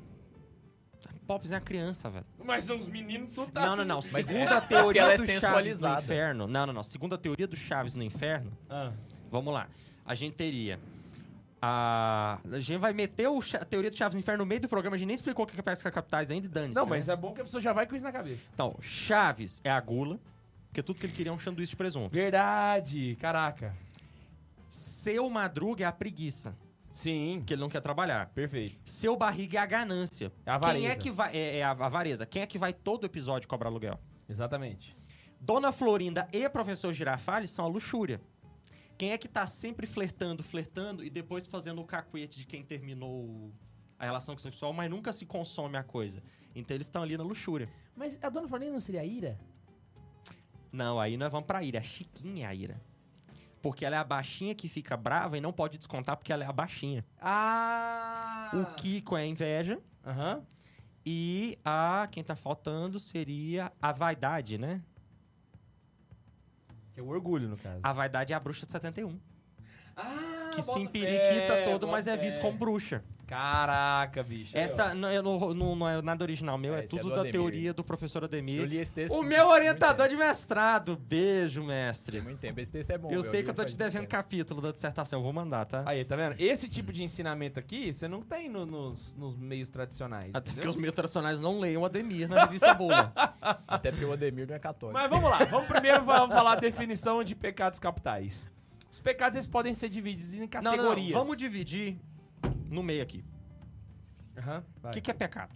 S2: Pops é a criança, velho.
S1: Mas os meninos tudo tá
S2: não, não, não.
S1: afim de-
S4: Mas
S2: Segundo
S4: é-
S2: a teoria
S4: ela é
S2: do Chaves no
S4: sensualizada.
S2: inferno. Não, não, não. Segundo a teoria do Chaves no inferno,
S1: Ah,
S2: Vamos lá. A gente teria. A, a gente vai meter o Cha- a teoria do Chaves no Inferno no meio do programa. A gente nem explicou o que é pesca capitais ainda e dane-se.
S1: Não,
S2: né?
S1: mas é bom que a pessoa já vai com isso na cabeça.
S2: Então, Chaves é a gula, porque tudo que ele queria é um sanduíche de presunto.
S1: Verdade, caraca.
S2: Seu madruga é a preguiça,
S1: Sim,
S2: que ele não quer trabalhar.
S1: perfeito.
S2: Seu barriga é a ganância.
S1: É a
S2: Quem
S1: avareza.
S2: é que vai. É, é a avareza. Quem é que vai todo episódio cobrar aluguel?
S1: Exatamente.
S2: Dona Florinda e professor Girafales são a luxúria. Quem é que tá sempre flertando, flertando e depois fazendo o cacuete de quem terminou a relação sexual, mas nunca se consome a coisa? Então eles estão ali na luxúria.
S1: Mas a dona Florinda não seria a ira?
S2: Não, aí nós vamos pra ira. A Chiquinha é a ira. Porque ela é a baixinha que fica brava e não pode descontar porque ela é a baixinha.
S1: Ah!
S2: O Kiko é a inveja
S1: Aham.
S2: e a. Quem tá faltando seria a vaidade, né?
S1: Que é o orgulho, no caso.
S2: A vaidade é a bruxa de 71.
S1: Ah,
S2: Que se
S1: bota
S2: empiriquita
S1: fé,
S2: todo,
S1: bota
S2: mas é visto
S1: fé.
S2: como bruxa.
S1: Caraca, bicho.
S2: Essa não, eu não, não, não é nada original meu,
S4: É,
S2: é,
S4: esse é
S2: tudo
S4: do
S2: da
S4: Ademir.
S2: teoria do professor
S4: Eu
S2: Ademir.
S4: li esse texto.
S2: O
S4: muito-
S2: meu orientador
S4: muito
S2: de mestrado. Beijo, mestre.
S4: tempo, Muito tempo. Esse texto é bom.
S2: eu sei
S4: li
S2: que eu tô
S4: faz
S2: te
S4: muito
S2: devendo
S4: tempo.
S2: capítulo da dissertação, eu vou mandar, tá?
S1: Aí, tá vendo? Esse tipo de ensinamento aqui, você não tem no- nos, nos meios tradicionais.
S2: Até porque
S1: entendeu?
S2: os meus tradicionais não leiam o Ademir na revista boa.
S4: Até porque o Ademir não é católico.
S1: Mas vamos lá, vamos primeiro fa- falar a definição de pecados capitais. Os pecados eles podem ser divididos em
S2: não, não,
S1: categorias.
S2: não, vamos dividir no meio aqui.
S1: Aham,
S2: O
S1: vai.
S2: que, que é pecado?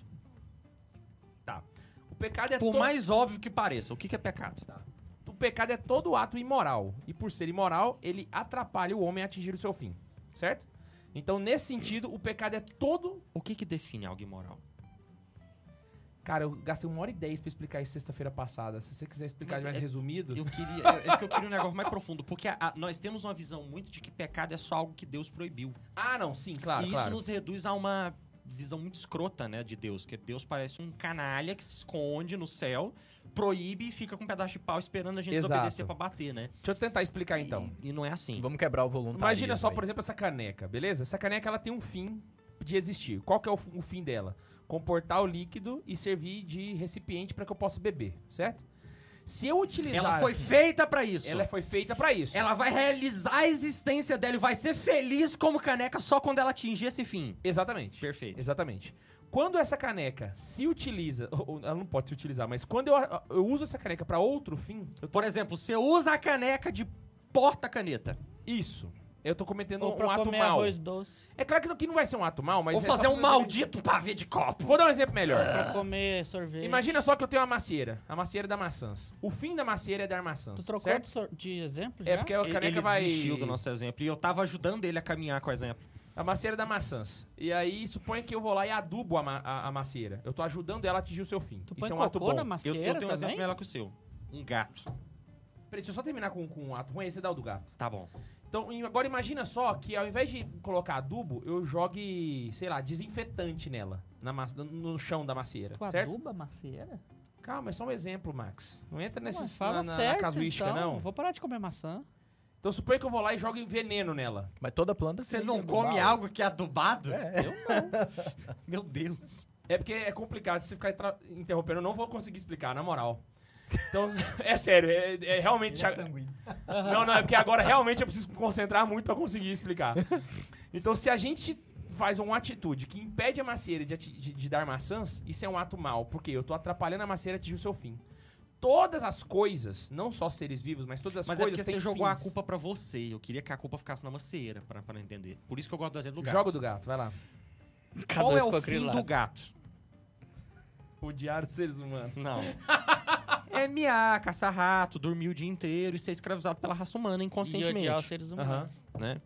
S1: Tá. O pecado é
S2: Por
S1: todo...
S2: mais óbvio que pareça, o que, que é pecado?
S4: Tá.
S1: O pecado é todo ato imoral. E por ser imoral, ele atrapalha o homem a atingir o seu fim. Certo? Então, nesse sentido, o pecado é todo.
S2: O que, que define algo imoral?
S1: Cara, eu gastei uma hora e dez pra explicar isso sexta-feira passada. Se você quiser explicar
S2: Mas
S1: mais
S2: é-
S1: resumido.
S2: Eu queria, é, é que eu queria um negócio mais profundo, porque a- a- nós temos uma visão muito de que pecado é só algo que Deus proibiu.
S1: Ah, não, sim, claro.
S2: e isso
S1: claro.
S2: nos reduz a uma visão muito escrota, né, de Deus, que Deus parece um canalha que se esconde no céu, proíbe e fica com um pedaço de pau esperando a gente
S1: Exato.
S2: desobedecer pra bater, né?
S1: Deixa eu tentar explicar então.
S2: E, e não é assim.
S4: Vamos quebrar o voluntário.
S1: Imagina
S2: tá
S1: só, por exemplo, essa caneca, beleza? Essa caneca ela tem um fim de existir. Qual que é o, f- o fim dela? Comportar o líquido e servir de recipiente para que eu possa beber, certo? Se eu utilizar,
S2: Ela foi feita pra isso.
S1: ela é foi feita para isso.
S2: Ela vai realizar a existência dela e vai ser feliz como caneca só quando ela atingir esse fim.
S1: Exatamente.
S2: Perfeito.
S1: Exatamente. Quando essa caneca se utiliza, ou- ou ela não pode se utilizar, mas quando eu, eu uso essa caneca para outro fim,
S2: Por exemplo, você usa a caneca de porta-caneta.
S1: isso, eu tô cometendo
S3: Ou
S1: um,
S3: pra
S1: ato
S3: comer
S1: mal.
S3: arroz doce,
S1: É claro que não, que não vai ser um ato mal, mas
S2: Ou
S1: é só
S2: fazer um
S1: pra-
S2: maldito pavê de copo.
S1: Vou dar um exemplo melhor.
S3: É. pra comer sorvete.
S1: Imagina só que eu tenho uma macieira, a macieira da maçãs. O fim da macieira é dar
S3: Tu
S1: maçãs.
S3: trocou
S1: certo?
S3: de, sor- de exemplo
S1: É
S3: já?
S1: porque a caneca
S2: ele
S1: vai.
S2: desistiu do nosso exemplo. E eu tava ajudando ele a caminhar com o exemplo.
S1: A macieira da maçãs. E aí, suponha que eu vou lá e adubo a, ma- a, a macieira. Eu tô ajudando ela a atingir o seu fim.
S3: Tu põe
S1: Isso é um ato
S3: cocô
S1: bom.
S3: na
S2: Eu,
S3: macieira
S2: eu tenho um exemplo
S3: também?
S2: melhor que o seu. Um gato.
S1: Peraí, deixa eu só terminar com, com um ato ruim, aí você dá o do gato.
S2: Tá bom.
S1: Então, e agora imagina só que ao invés de colocar adubo, eu jogue, sei lá, desinfetante nela. Na ma- no chão da macieira.
S3: Tu
S1: certo?
S3: aduba a macieira?
S1: Calma, é só um exemplo, Max. Não entra
S3: Ué,
S1: nesses,
S3: fala
S1: na, na- na
S3: certo,
S1: casuística,
S3: então.
S1: não.
S3: Vou parar de comer maçã.
S1: Então, suponha que eu vou lá e jogo veneno nela.
S4: Mas toda planta. um
S2: Você
S4: tem
S2: não
S4: que
S2: come
S4: adubar.
S2: algo que é adubado? Eu não. Meu Deus.
S1: É porque é complicado, se ficar tra- interrompendo, eu não vou conseguir explicar, na moral. Então, é sério, é, é realmente.
S4: Ele é
S1: Thiago-
S4: sanguíneo.
S1: Não, não, é porque agora realmente eu preciso me concentrar muito pra conseguir explicar. Então, se a gente faz uma atitude que impede a macieira de, ati- de- de dar maçãs, isso é um ato mal, porque eu tô atrapalhando a macieira atingir o seu fim. Todas as coisas, não só seres vivos, mas todas as
S2: Mas é
S1: coisas
S2: porque você
S1: têm
S2: jogou a
S1: fins.
S2: culpa pra você. Eu queria que a culpa ficasse na macieira, pra, pra entender. Por isso que eu gosto do exemplo do gato.
S1: Joga do gato, vai lá.
S3: Cada
S2: Qual
S3: dois
S2: é o
S3: com a
S2: fim
S3: grilada.
S2: do gato?
S1: Odiar os seres humanos.
S2: Não. é miar, caçar rato, dormir o dia inteiro e ser escravizado pela raça humana
S3: E odiar os
S2: inconscientemente.
S3: seres humanos.
S1: Aham.
S2: né?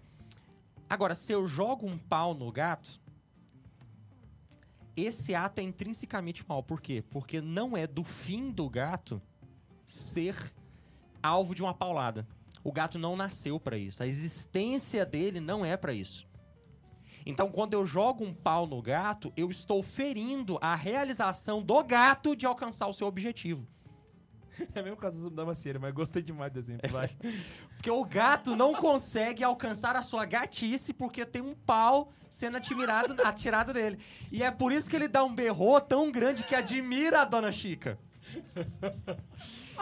S2: Agora, se eu jogo um pau no gato, esse ato é intrinsecamente mal. Por quê? Porque não é do fim do gato ser alvo de uma paulada. O gato não nasceu pra isso. A existência dele não é pra isso. Então, quando eu jogo um pau no gato, eu estou ferindo a realização do gato de alcançar o seu objetivo.
S1: É mesmo caso da macieira, mas gostei demais do exemplo, vai.
S2: Porque o gato não consegue alcançar a sua gatice porque tem um pau sendo atirado, atirado nele. E é por isso que ele dá um berro tão grande que admira a dona Chica.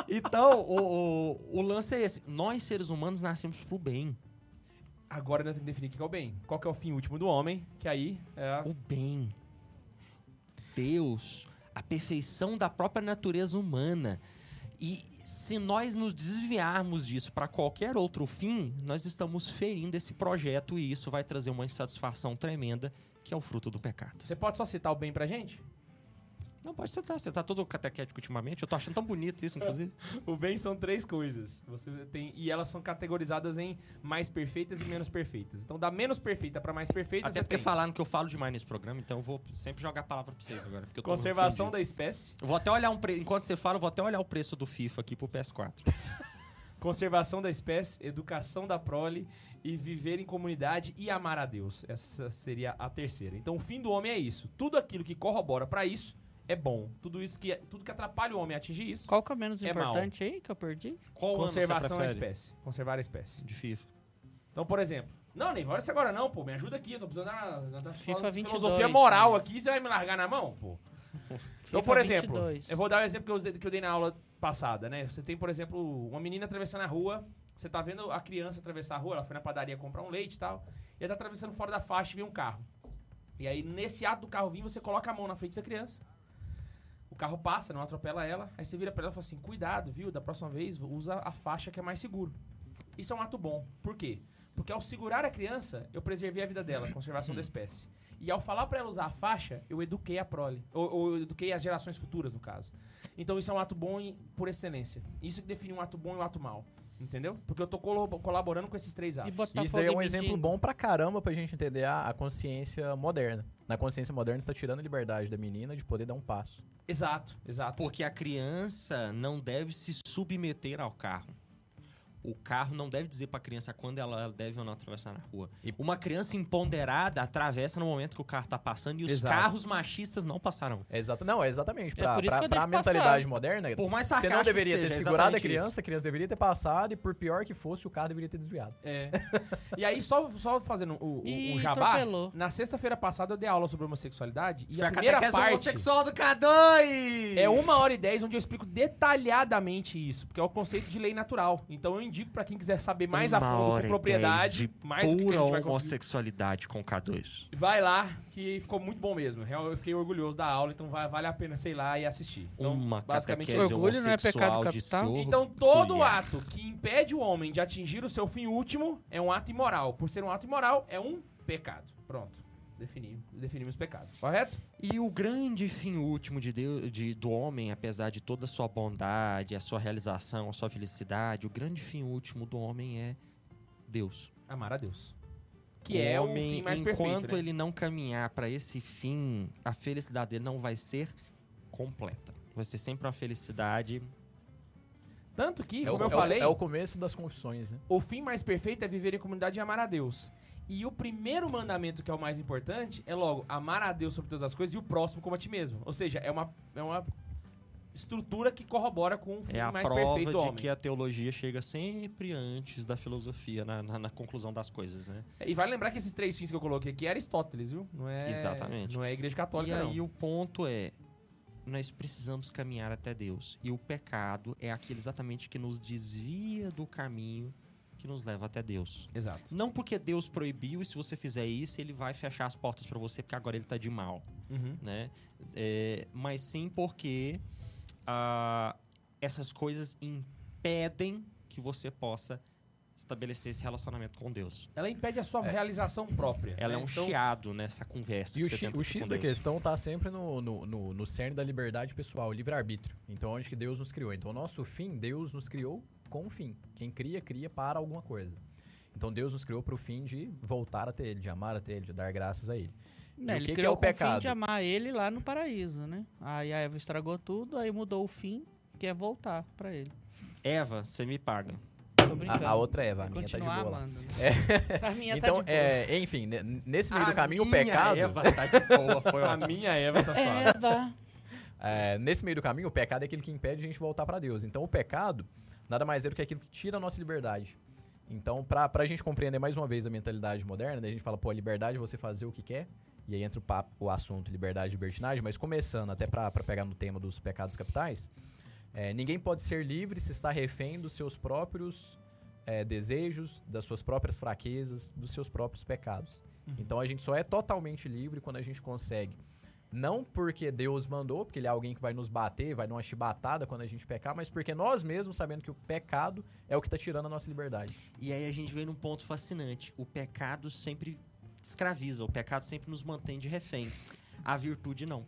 S2: Então, o, o, o lance é esse. Nós, seres humanos, nascemos pro bem.
S1: Agora nós temos que definir o que é o bem. Qual que é o fim último do homem, que aí é a...
S2: O bem. Deus. A perfeição da própria natureza humana. E se nós nos desviarmos disso para qualquer outro fim, nós estamos ferindo esse projeto e isso vai trazer uma insatisfação tremenda, que é o fruto do pecado.
S1: Você pode só citar o bem pra gente?
S2: Não, pode sentar. Você tá todo catequético ultimamente. Eu tô achando tão bonito isso, inclusive.
S1: O bem são três coisas. Você tem e elas são categorizadas em mais perfeitas e menos perfeitas. Então, da menos perfeita pra mais perfeita,
S2: Até
S1: você
S2: porque
S1: tem
S2: falaram que eu falo demais nesse programa, então eu vou sempre jogar a palavra pra vocês agora. porque eu tô
S1: conservação
S2: ofendido.
S1: da espécie,
S2: Eu vou até olhar um pre... Enquanto você fala, eu vou até olhar o preço do FIFA aqui pro PS4.
S1: conservação da espécie, educação da prole e viver em comunidade e amar a Deus. Essa seria a terceira. Então, o fim do homem é isso. Tudo aquilo que corrobora pra isso é bom. Tudo isso que tudo que atrapalha o homem a atingir isso.
S3: Qual que é o menos
S1: É mau.
S3: importante aí que eu perdi?
S2: Qual ano você
S1: conservação é da
S2: prefere?
S1: espécie. Conservar a espécie.
S2: De FIFA.
S1: Então, por exemplo, não, nem olha isso agora não, pô. Me ajuda aqui, eu tô precisando da, da, da
S3: FIFA
S1: falando de
S3: 22,
S1: filosofia moral
S3: né?
S1: aqui, você vai me largar na mão, pô. Então,
S3: FIFA
S1: por exemplo,
S3: 22.
S1: eu vou dar o exemplo que eu, usei- que eu dei na aula passada, né? Você tem, por exemplo, uma menina atravessando a rua, você tá vendo a criança atravessar a rua, ela foi na padaria comprar um leite e tal, e ela tá atravessando fora da faixa e vem um carro. E aí, nesse ato do carro vir, você coloca a mão na frente da criança. O carro passa, não atropela ela. Aí você vira pra ela e fala assim: cuidado, viu? Da próxima vez, usa a faixa que é mais seguro. Isso é um ato bom. Por quê? Porque ao segurar a criança, eu preservei a vida dela, a conservação
S2: Uhum.
S1: da espécie. E ao falar pra ela usar a faixa, eu eduquei a prole. Ou, ou eu eduquei as gerações futuras, no caso. Então isso é um ato bom em- por excelência. Isso que define um ato bom e um ato mau. Entendeu? Porque eu tô colo- colaborando com esses três atos.
S2: Tá
S3: botar
S4: Isso daí é
S3: fogo
S4: um
S3: em
S4: exemplo
S3: mendigo.
S4: bom pra caramba pra gente entender a, a consciência moderna. Na consciência moderna, você tá tirando a liberdade da menina de poder dar um passo.
S1: Exato, exato.
S2: Porque a criança não deve se submeter ao carro. O carro não deve dizer pra criança quando ela deve ou não atravessar na rua.
S4: E-
S2: Uma criança empoderada atravessa no momento que o carro tá passando e os
S1: Exato.
S2: carros machistas não passarão.
S4: É exata, não, é exatamente. Pra,
S3: por isso que
S4: pra,
S3: eu
S4: pra
S3: devo
S4: mentalidade
S3: passar.
S4: moderna,
S2: Por mais
S4: você
S2: sarcástico
S4: não deveria
S2: que
S4: ter
S2: seja, é
S4: segurado a
S2: exatamente
S4: criança,
S2: isso.
S4: a criança deveria ter passado, e por pior que fosse, o carro deveria ter desviado.
S1: É. e aí, só, só fazendo o, o, o
S3: Ih,
S1: jabá,
S3: atropelou.
S1: na sexta-feira passada eu dei aula sobre homossexualidade e
S2: Foi
S1: a primeira
S2: catequese
S1: parte
S2: homossexual do K2!
S1: é uma hora e dez onde eu explico detalhadamente isso, porque é o conceito de lei natural. Então eu indico pra quem quiser saber mais a
S2: Uma
S1: fundo
S2: hora
S1: com
S2: e
S1: propriedade,
S2: dez de
S1: mais do que que a gente vai conseguir.
S2: homossexualidade com o K2.
S1: Vai lá, que ficou muito bom mesmo. Real, Eu fiquei orgulhoso da aula, então vai- vale a pena, sei lá, e assistir. Então,
S2: Uma
S1: basicamente
S2: basicamente
S1: é isso.
S3: Orgulho não é pecado capital?
S1: Então, todo ato que impede o homem de atingir o seu fim último é um ato imoral. Por ser um ato imoral, é um pecado. Pronto. Defini, definimos pecado. Correto?
S2: E o grande fim último de Deus, de- do homem, apesar de toda a sua bondade, a sua realização, a sua felicidade, o grande fim último do homem é Deus.
S1: Amar a Deus. Que é o
S2: homem,
S1: fim mais
S2: enquanto
S1: perfeito. né?
S2: ele não caminhar para esse fim, a felicidade dele não vai ser completa. Vai ser sempre uma felicidade.
S1: Tanto que,
S4: é, o,
S1: como eu
S4: é o-
S1: falei,
S4: é o começo das confissões, né?
S1: o fim mais perfeito é viver em comunidade e amar a Deus. E o primeiro mandamento, que é o mais importante, é logo amar a Deus sobre todas as coisas e o próximo como a ti mesmo. Ou seja, é uma, é uma estrutura que corrobora com o fim
S2: É a
S1: mais
S2: prova
S1: perfeito
S2: de
S1: do homem.
S2: que a teologia chega sempre antes da filosofia na- na- na conclusão das coisas, né?
S1: E vale lembrar que esses três fins que eu coloquei aqui é Aristóteles, viu? Não é,
S2: Exatamente.
S1: Não é igreja católica,
S2: e
S1: não.
S2: aí o ponto é, nós precisamos caminhar até Deus. E o pecado é aquele exatamente que nos desvia do caminho que nos leva até Deus.
S1: Exato.
S2: Não porque Deus proibiu e se você fizer isso, ele vai fechar as portas pra você porque agora ele tá de mal,
S1: Uhum.
S2: né? É, mas sim porque ah, essas coisas impedem que você possa estabelecer esse relacionamento com Deus.
S1: Ela impede a sua realização própria.
S2: É. Ela é
S1: né?
S2: um
S1: Então,
S2: chiado nessa conversa
S4: E
S2: que
S4: o,
S2: você
S4: X,
S2: tenta
S4: o
S2: ter
S4: X
S2: com
S4: da
S2: Deus.
S4: questão tá sempre no, no, no, no cerne da liberdade pessoal, o livre-arbítrio. Então, onde que Deus nos criou. Então, o nosso fim, Deus nos criou com o fim. Quem cria, cria para alguma coisa. Então, Deus nos criou para o fim de voltar até Ele, de amar até Ele, de dar graças a Ele.
S3: Não,
S4: E o
S3: ele
S4: que que é
S3: criou
S4: o
S3: com fim
S4: pecado?
S3: de amar ele lá no paraíso, né? Aí a Eva estragou tudo, aí mudou o fim, que é voltar pra ele.
S2: Eva, você me paga.
S3: tô brincando.
S4: A, a outra Eva, a minha tá de
S3: Continuar
S4: boa. lá.
S3: amando.
S4: É.
S3: A minha
S4: então,
S3: tá de boa.
S4: é, enfim, né, nesse meio do
S2: A
S4: caminho, o
S2: minha
S4: pecado.
S2: Eva tá de boa, foi
S1: A
S2: ótimo.
S1: minha Eva tá suave.
S3: Eva.
S4: É, nesse meio do caminho, o pecado é aquele que impede a gente voltar pra Deus. Então, o pecado nada mais é do que aquilo que tira a nossa liberdade. Então, pra, pra gente compreender mais uma vez a mentalidade moderna, né, a gente fala, pô, a liberdade é você fazer o que quer. E aí entra o, papo, o assunto liberdade e libertinagem. Mas começando, até pra, pra pegar no tema dos pecados capitais, é, ninguém pode ser livre se está refém dos seus próprios é, desejos, das suas próprias fraquezas, dos seus próprios pecados. Então, a gente só é totalmente livre quando a gente consegue não porque Deus mandou, porque ele é alguém que vai nos bater, vai dar uma chibatada quando a gente pecar, mas porque nós mesmos sabendo que o pecado é o que tá tirando a nossa liberdade.
S2: E aí a gente vem num ponto fascinante. O pecado sempre escraviza, o pecado sempre nos mantém de refém. A virtude não.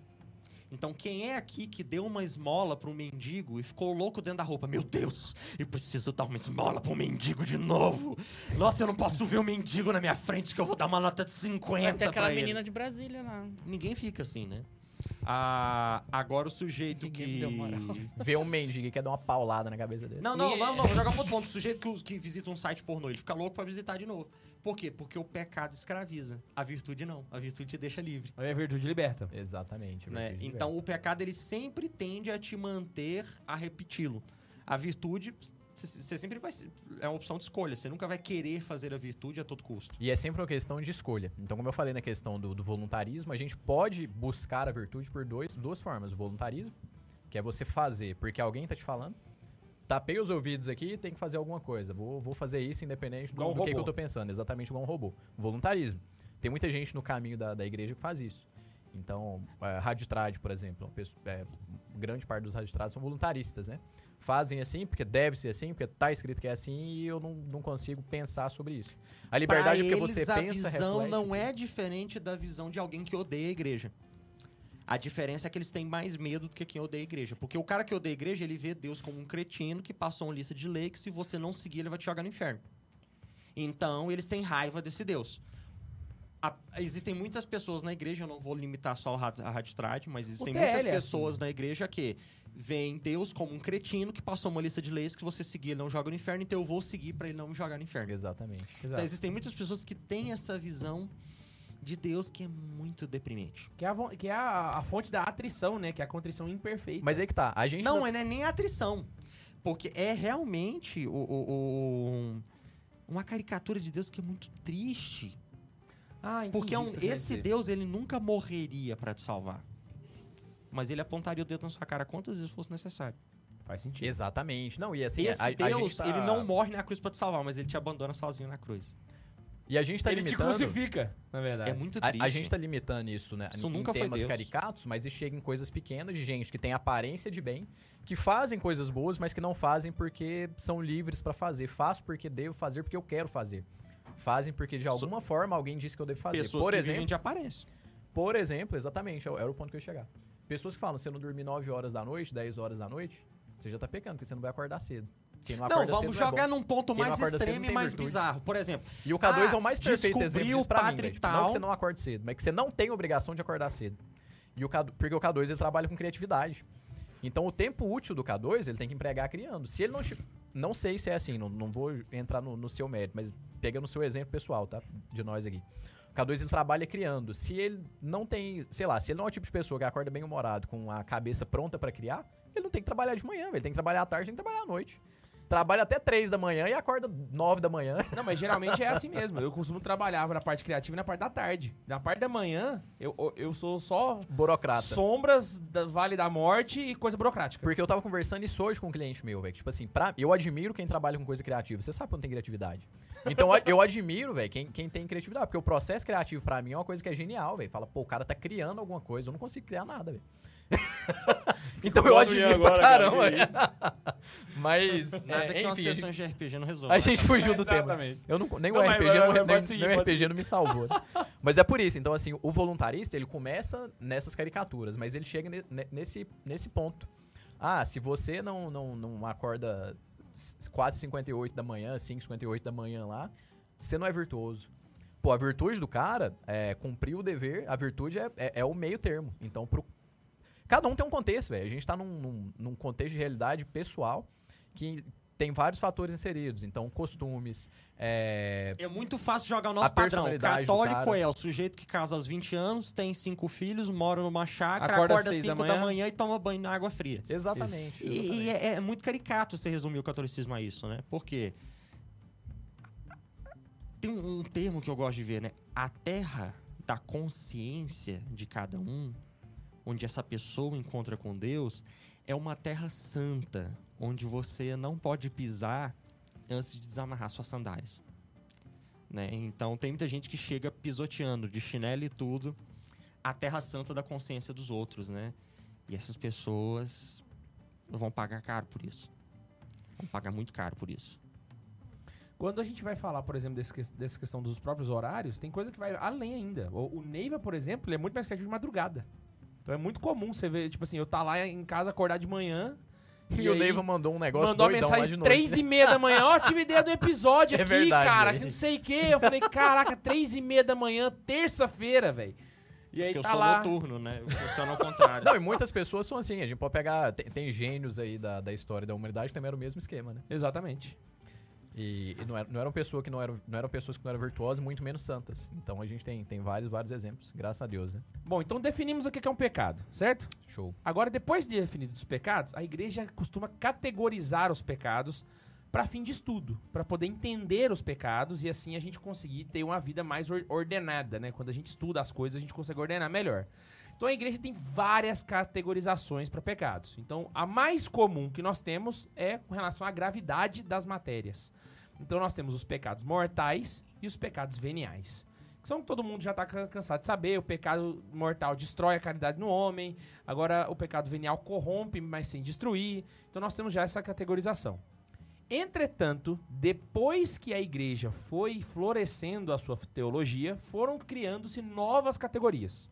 S2: Então, quem é aqui que deu uma esmola para um mendigo e ficou louco dentro da roupa? Meu Deus, eu preciso dar uma esmola para um mendigo de novo. Nossa, eu não posso ver um mendigo na minha frente que eu vou dar uma nota de
S3: Vai
S2: 50
S3: ter aquela
S2: pra ele.
S3: menina de Brasília lá.
S2: Ninguém fica assim, né? Ah, agora o sujeito
S3: Ninguém
S2: que...
S3: me deu moral.
S4: Ver um mendigo e quer dar uma paulada na cabeça dele.
S2: Não, não,
S1: Ninguém-
S2: não, não. Joga um outro ponto. O sujeito que, os- que visita um site pornô, ele fica louco pra visitar de novo. Por quê? Porque o pecado escraviza. A virtude não. A virtude te deixa livre.
S1: A é virtude liberta.
S4: Exatamente. é
S2: né?
S4: Virtude liberta.
S2: Então o pecado ele sempre tende a te manter a repeti-lo. A virtude, você sempre vai. se- É uma opção de escolha. Você nunca vai querer fazer a virtude a todo custo.
S4: E é sempre uma questão de escolha. Então, como eu falei na questão do, do voluntarismo, a gente pode buscar a virtude por dois, duas formas. O voluntarismo, que é você fazer porque alguém tá te falando. Tapei os ouvidos aqui e tem que fazer alguma coisa. Vou, vou fazer isso independente do,
S1: Igual um
S4: do que, que eu
S1: robô.
S4: tô pensando. Exatamente igual um robô. Voluntarismo. Tem muita gente no caminho da, da igreja que faz isso. Então, é, radiotrade, por exemplo. uma pessoa- é, grande parte dos radiotrados são voluntaristas, né? Fazem assim porque deve ser assim, porque tá escrito que é assim e eu não, não consigo pensar sobre isso. A liberdade é
S2: Pra
S4: porque você
S2: eles,
S4: pensa,
S2: a visão
S4: reflete.
S2: não é diferente da visão de alguém que odeia a igreja. A diferença é que eles têm mais medo do que quem odeia a igreja. Porque o cara que odeia a igreja, ele vê Deus como um cretino que passou uma lista de lei que se você não seguir, ele vai te jogar no inferno. Então, eles têm raiva desse Deus. A- existem muitas pessoas na igreja, eu não vou limitar só o ra- a Radistrade, mas existem
S1: TL é
S2: muitas
S1: assim.
S2: pessoas na igreja que veem Deus como um cretino que passou uma lista de leis que se você seguir, ele não joga no inferno, então eu vou seguir pra ele não me jogar no inferno.
S4: Exatamente.
S2: Então,
S4: Exato.
S2: existem muitas pessoas que têm essa visão de Deus que é muito deprimente.
S1: Que é, a, vo- que é a, a fonte da atrição, né? Que é a contrição imperfeita.
S4: Mas aí que tá. A gente
S2: Não, não é nem atrição. Porque é realmente o- o- o- um- uma caricatura de Deus que é muito triste.
S1: Ah, entendi
S2: Porque é um-
S1: o que você quer
S2: esse
S1: dizer.
S2: Deus, ele nunca morreria pra te salvar. Mas ele apontaria o dedo na sua cara quantas vezes fosse necessário.
S1: Faz sentido.
S4: Exatamente. Não, e assim,
S2: Esse
S4: a, a gente
S2: Deus,
S4: tá...
S2: ele não morre na cruz pra te salvar, mas ele te abandona sozinho na cruz.
S4: E a gente tá
S1: Ele te
S4: limitando...
S1: crucifica, na verdade.
S2: É muito
S4: A,
S2: triste.
S4: a gente tá limitando isso, né?
S2: Isso
S4: em
S2: nunca foi
S4: temas
S2: Deus.
S4: caricatos, mas isso chega em coisas pequenas de gente que tem aparência de bem, que fazem coisas boas, mas que não fazem porque são livres pra fazer. Faço porque devo fazer, porque eu quero fazer. Fazem porque de alguma forma alguém disse que eu devo fazer.
S2: Pessoas
S4: por
S2: que
S4: exemplo,
S2: vivem de aparência.
S4: Por exemplo, exatamente, era o ponto que eu ia chegar. Pessoas que falam, se eu não dormir 9 horas da noite, 10 horas da noite, você já tá pecando, porque você não vai acordar cedo. Quem não
S2: Não,
S4: acorda
S2: vamos
S4: cedo
S2: jogar
S4: não é bom.
S2: num ponto
S4: Quem não
S2: mais
S4: acorda cedo
S2: extremo e
S4: não tem
S2: mais
S4: virtude.
S2: bizarro. Por exemplo,
S4: E o K2 é
S2: Ah,
S4: o mais perfeito
S2: descobri
S4: exemplo
S2: o
S4: disso pra mim,
S2: padre
S4: velho. Tipo, não
S2: tal.
S4: que você não acorde cedo, mas que você não tem obrigação de acordar cedo. E o K2, porque o K2 ele trabalha com criatividade. Então o tempo útil do K2 ele tem que empregar criando. Se ele não. che- Não sei se é assim, não, não vou entrar no, no seu mérito, mas pegando o seu exemplo pessoal, tá? De nós aqui. O K2 ele trabalha criando. Se ele não tem, sei lá, se ele não é o tipo de pessoa que acorda bem humorado, com a cabeça pronta pra criar, ele não tem que trabalhar de manhã, velho. Ele tem que trabalhar à tarde, tem que trabalhar à noite. Trabalha até 3 da manhã e acorda 9 da manhã.
S1: Não, mas geralmente é assim mesmo. Eu costumo trabalhar na parte criativa e na parte da tarde. Na parte da manhã, eu, eu- eu sou só
S4: Burocrata.
S1: sombras da Vale da Morte e coisa burocrática.
S4: Porque eu tava conversando isso hoje com um cliente meu, velho. que, Tipo assim, pra, eu admiro quem trabalha com coisa criativa. Você sabe que eu não tenho criatividade. Então a- eu admiro, velho, quem, quem tem criatividade. Porque o processo criativo pra mim é uma coisa que é genial, velho. Fala, pô, o cara tá criando alguma coisa. Eu não consigo criar nada, velho. então eu
S1: bom,
S4: admiro
S1: Ian, agora,
S4: pra
S1: cara,
S4: caramba.
S1: que
S4: velho. Mas,
S2: nada
S4: é,
S2: que uma
S4: enfim, a gente,
S2: sessão de RPG não resolva. né?
S4: a gente fugiu do tema.
S1: Exatamente.
S4: Eu não, nem
S1: Não,
S4: o
S1: mas-
S4: RPG,
S1: mas-
S4: não,
S1: mas
S4: nem-
S1: pode seguir,
S4: nem o
S1: pode
S4: RPG não me salvou. né? mas é por isso. Então, assim, o voluntarista, ele começa nessas caricaturas, mas ele chega ne- ne- nesse, nesse ponto. Ah, se você não, não, não acorda s- 4h58 da manhã, 5h58 da manhã lá, você não é virtuoso. Pô, a virtude do cara é cumprir o dever, a virtude é, é, é o meio termo. Então, pro... cada um tem um contexto, velho. A gente tá num, num, num contexto de realidade pessoal que tem vários fatores inseridos. Então, costumes, é,
S2: É muito fácil jogar o nosso
S4: A
S2: padrão.
S4: personalidade do
S2: Católico
S4: cara.
S2: é o sujeito que casa aos 20 anos, tem cinco filhos, mora numa chácara,
S1: Acorda
S2: acorda,
S1: às seis
S2: 5 da
S1: da
S2: manhã.
S1: manhã
S2: e toma banho na água fria.
S4: Exatamente. exatamente.
S2: E, e é, é muito caricato você resumir o catolicismo a isso, né? Por quê? Tem um, um termo que eu gosto de ver, né? A terra da consciência de cada um, onde essa pessoa encontra com Deus, é uma terra santa, onde você não pode pisar antes de desamarrar suas sandálias. Né? Então tem muita gente que chega pisoteando de chinelo e tudo a terra santa da consciência dos outros, né? E essas pessoas vão pagar caro por isso. Vão pagar muito caro por isso.
S1: Quando a gente vai falar, por exemplo, desse ques- dessa questão dos próprios horários, tem coisa que vai além ainda. O, o Neiva, por exemplo, ele é muito mais criativo de madrugada. Então é muito comum você ver, tipo assim, eu tá lá em casa acordar de manhã.
S4: E, o
S1: aí
S4: Leiva mandou um negócio
S1: mandou uma
S4: doidão lá de
S1: mensagem
S4: noite.
S1: 3 e meia da manhã. Ó, tive ideia do episódio
S4: É
S1: aqui,
S4: verdade,
S1: cara.
S4: velho.
S1: Que não sei o quê. Eu falei, caraca, 3 e meia da manhã, terça-feira, velho. E aí
S2: Porque eu
S1: tá
S2: sou
S1: lá.
S2: noturno, né? Eu funciono ao contrário.
S4: Não, e muitas pessoas são assim. A gente pode pegar. Tem, tem gênios aí da, da história da humanidade que também era o mesmo esquema, né?
S1: Exatamente.
S4: E, e não, era, não eram pessoas que não eram, não eram pessoas que não eram virtuosas, muito menos santas. Então a gente tem, tem vários, vários exemplos, graças a Deus, né?
S1: Bom, então definimos o que que é um pecado, certo?
S4: Show.
S1: Agora, depois de definidos os pecados, a igreja costuma categorizar os pecados para fim de estudo, para poder entender os pecados e assim a gente conseguir ter uma vida mais or- ordenada, né? Quando a gente estuda as coisas, a gente consegue ordenar melhor. Então a igreja tem várias categorizações para pecados. Então a mais comum que nós temos é com relação à gravidade das matérias. Então nós temos os pecados mortais e os pecados veniais. Que são que todo mundo já está cansado de saber, o pecado mortal destrói a caridade no homem, Agora, o pecado venial corrompe, mas sem destruir. Então, nós temos já essa categorização. Entretanto, depois que a igreja foi florescendo a sua teologia, foram criando-se novas categorias.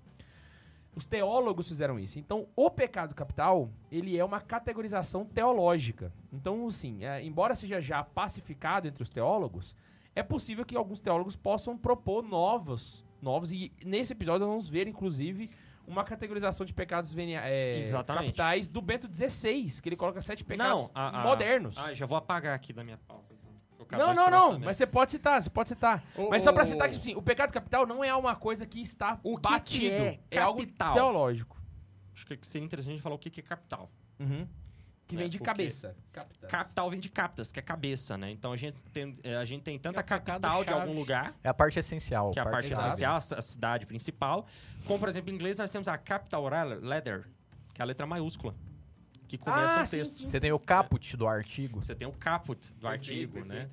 S1: Os teólogos fizeram isso. Então, o pecado capital, ele é uma categorização teológica. Então, sim, é, embora seja já pacificado entre os teólogos, é possível que alguns teólogos possam propor novos, novos e nesse episódio nós vamos ver, inclusive, uma categorização de pecados venia, é,
S2: Exatamente.
S1: capitais do Bento XVI, que ele coloca sete pecados
S2: a- a-
S1: modernos.
S2: Ah, já vou apagar aqui da minha pauta. então. Eu acabo
S1: Não,
S2: esse
S1: não,
S2: troço
S1: não.
S2: também.
S1: Mas você pode citar, você pode citar.
S2: Ô,
S1: mas só pra
S2: ô,
S1: citar
S2: ô.
S1: que assim, o pecado capital não é uma coisa que está
S2: O que que
S1: batido.
S2: é
S1: algo
S2: capital?
S1: teológico.
S2: Acho que seria interessante a gente falar o que que é capital.
S1: Uhum. Que
S2: É,
S1: vem de
S2: porque-
S1: cabeça. Capital.
S2: Capital vem de captas, que é cabeça, né? Então a gente tem, eh, a gente tem tanta
S3: É o pecado
S2: capital de
S3: chave.
S2: algum lugar,
S4: É a parte essencial.
S2: que é a parte
S1: chave.
S2: essencial, a c- a cidade principal. Como, por exemplo, em inglês nós temos a capital le- letter, que é a letra maiúscula, que
S1: Ah,
S2: começa um
S1: sim,
S2: texto.
S1: sim.
S4: Você tem o caput do artigo.
S2: Você tem o caput do artigo, né?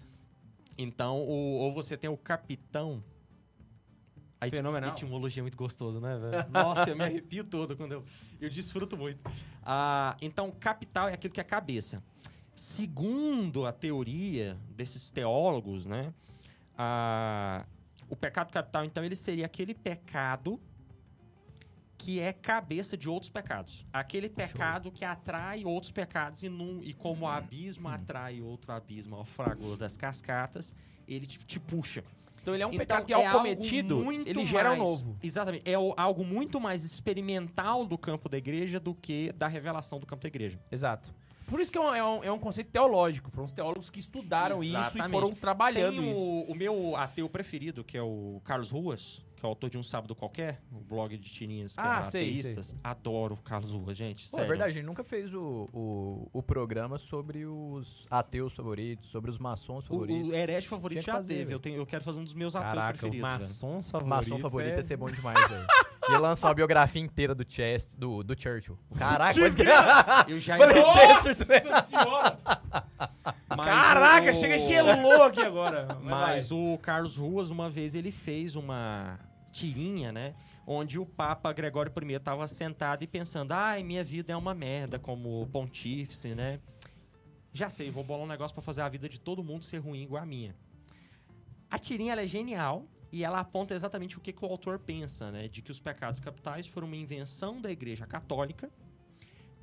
S2: Então, o- ou você tem o capitão. A eti-
S1: Fenomenal.
S2: etimologia é muito gostoso, né, velho? Nossa, eu me arrepio todo quando eu. Eu desfruto muito. Ah, então, capital é aquilo que é cabeça. Segundo a teoria desses teólogos, né? ah, o pecado capital, então, ele seria aquele pecado que é cabeça de outros pecados. Aquele pecado que atrai outros pecados e, num, e como o abismo atrai outro abismo ao fragor das cascatas, ele te, te puxa.
S1: Então ele é um
S2: Então,
S1: pecado que ao
S2: algo
S1: cometido,
S2: muito
S1: ele gera um
S2: mais-
S1: novo.
S2: Exatamente. É o- algo muito mais experimental do campo da igreja do que da revelação do campo da igreja.
S1: Exato. Por isso que é um, é um- é um conceito teológico. Foram os teólogos que estudaram isso e
S2: Exatamente.
S1: foram trabalhando
S2: Tem
S1: isso.
S2: o, o meu ateu preferido, que é o Carlos Ruas, que é o autor de Um Sábado Qualquer, o blog de tirinhas que
S1: Ah,
S2: é
S1: sei,
S2: ateístas. Adoro o Carlos Ruas, gente.
S4: Pô, é
S2: sério.
S4: verdade, a gente nunca fez o, o, o programa sobre os ateus favoritos, sobre os maçons
S2: O,
S4: favoritos.
S2: o herege favorito
S4: Tinha que
S2: já
S4: fazer,
S2: teve.
S4: velho.
S2: Eu, tenho- eu quero fazer um dos meus ateus
S1: Caraca, o
S2: preferidos. né? velho.
S1: maçom favorito.
S4: Maçom favorito
S1: é-
S4: ia ser bom demais, velho. E lançou uma biografia inteira do, Chest, do, do Churchill. Caraca, mas que...
S2: Eu já
S4: Falei,
S2: Mas
S1: Nossa senhora!
S2: o-
S1: Caraca, chega gelou aqui agora.
S2: Mas o Carlos Ruas, uma vez, ele fez uma tirinha, né? Onde o Papa Gregório I estava sentado e pensando: ai, minha vida é uma merda, como pontífice, né? Já sei, vou bolar um negócio pra fazer a vida de todo mundo ser ruim igual a minha. A tirinha ela é genial e ela aponta exatamente o que, que o autor pensa, né? De que os pecados capitais foram uma invenção da Igreja Católica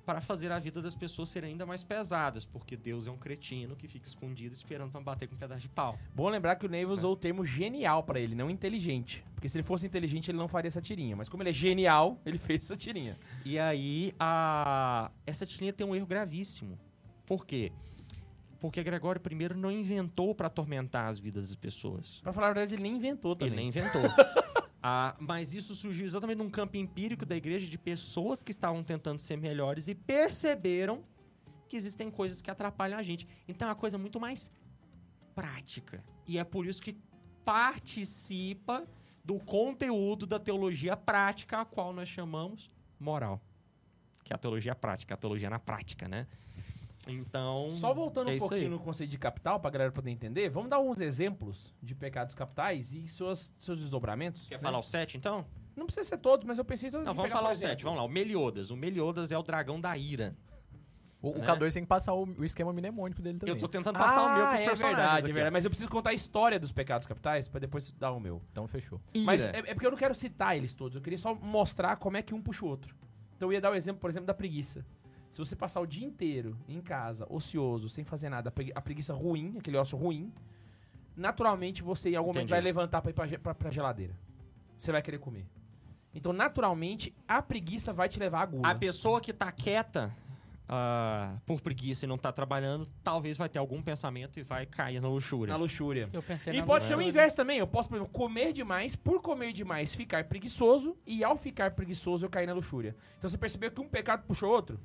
S2: para fazer a vida das pessoas serem ainda mais pesadas, porque Deus é um cretino que fica escondido esperando pra bater com um pedaço de pau.
S1: Bom lembrar que o Neiva
S2: É.
S1: usou o termo genial pra ele, não inteligente. Porque se ele fosse inteligente, ele não faria essa tirinha. Mas como ele é genial, ele fez essa tirinha.
S2: E aí, a... essa tirinha tem um erro gravíssimo. Por quê? Porque Gregório I não inventou para atormentar as vidas das pessoas.
S1: Pra falar a verdade, ele nem inventou também.
S2: Ele nem inventou. Ah, mas isso surgiu exatamente num campo empírico da igreja de pessoas que estavam tentando ser melhores e perceberam que existem coisas que atrapalham a gente. Então é uma coisa muito mais prática. E é por isso que participa do conteúdo da teologia prática, a qual nós chamamos moral. Que é a teologia prática, a teologia na prática, né? Então.
S1: Só voltando
S2: é
S1: um
S2: isso
S1: pouquinho
S2: aí.
S1: no conceito de capital, pra galera poder entender, vamos dar alguns exemplos de pecados capitais e suas, seus desdobramentos.
S2: Quer
S1: né?
S2: falar o 7, então?
S1: Não precisa ser todos, mas eu pensei em todos.
S2: Não,
S1: de
S2: vamos
S1: pegar,
S2: falar
S1: por
S2: o 7,
S1: exemplo,
S2: vamos lá. O Meliodas. O Meliodas é o dragão da ira.
S4: O, o
S2: É.
S4: K2 tem que passar o, o esquema mnemônico dele também.
S2: Eu tô tentando passar o meu pros
S1: ah, é
S2: personagens
S1: verdade,
S2: aqui.
S1: é verdade. Mas eu preciso contar a história dos pecados capitais pra depois dar o meu.
S4: Então fechou.
S2: Ira.
S1: Mas é, é porque eu não quero citar eles todos, eu queria só mostrar como é que um puxa o outro. Então eu ia dar o exemplo, por exemplo, da preguiça. Se você passar o dia inteiro em casa, ocioso, sem fazer nada, a pregui- a preguiça ruim, aquele ócio ruim, naturalmente você em algum momento
S2: Entendi.
S1: vai levantar pra ir pra, ge- pra, pra geladeira. Você vai querer comer. Então, naturalmente, a preguiça vai te levar à gula.
S2: A pessoa que tá quieta ah, por preguiça e não tá trabalhando, talvez vai ter algum pensamento e vai cair na luxúria.
S1: Na luxúria.
S3: Eu pensei
S1: E
S3: na
S1: pode ser um o
S3: luxúria.
S1: inverso também. Eu posso, por exemplo, comer demais, por comer demais, ficar preguiçoso, e ao ficar preguiçoso, eu cair na luxúria. Então você percebeu que um pecado puxou o outro?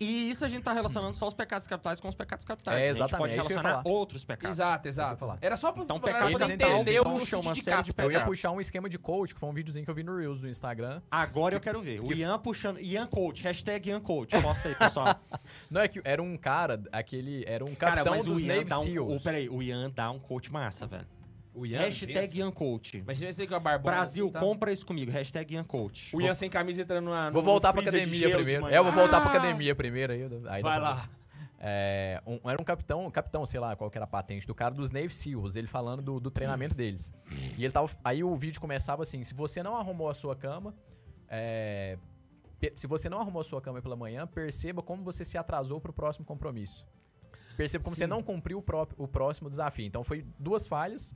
S2: E isso a gente tá relacionando só os pecados capitais com os pecados capitais.
S4: É,
S2: A gente pode
S4: exatamente, é isso que eu ia
S2: relacionar
S4: falar.
S2: outros pecados.
S1: Exato,
S4: eu
S1: exato.
S4: falar.
S1: Era só pra,
S2: Então,
S1: pra
S2: pecado
S1: galera
S2: capital,
S1: entender
S2: então,
S1: o
S2: puxa
S1: sentido
S2: uma
S1: de
S2: série de
S1: capa. É.
S4: Eu ia
S2: Pegados.
S4: puxar um esquema de coach, que foi um videozinho que eu vi no Reels do Instagram.
S2: Agora eu quero ver. O Ian puxando. Ian Coach, hashtag Ian Coach. Mostra aí, pessoal.
S4: Não, é que era um cara, aquele. Era um
S2: Cara,
S4: capitão
S2: mas o
S4: dos
S2: Ian
S4: Navy
S2: dá um.
S4: Seals.
S2: o- peraí, o Ian dá um coach massa, velho.
S1: O
S2: hashtag Ian Coach.
S1: Imagina você com a barbona.
S2: Brasil,
S1: assim, tá?
S2: compra isso comigo. Hashtag Ian Coach.
S1: O Ian sem camisa entrando numa.
S4: Vou
S1: num
S4: voltar pra
S1: freezer de
S4: academia
S1: gelo de
S4: primeiro.
S1: manhã.
S4: É, eu vou voltar pra
S2: Ah!
S4: academia primeiro aí. aí dá
S1: Vai
S4: pra-
S1: lá.
S4: É, um- era um capitão, capitão, sei lá qual que era a patente, do cara dos Navy Seals, ele falando do, do treinamento deles. E ele tava. Aí o vídeo começava assim: se você não arrumou a sua cama, é, pe- se você não arrumou a sua cama pela manhã, perceba como você se atrasou pro próximo compromisso. Perceba como você não cumpriu o, pró- o próximo desafio. Então foi duas falhas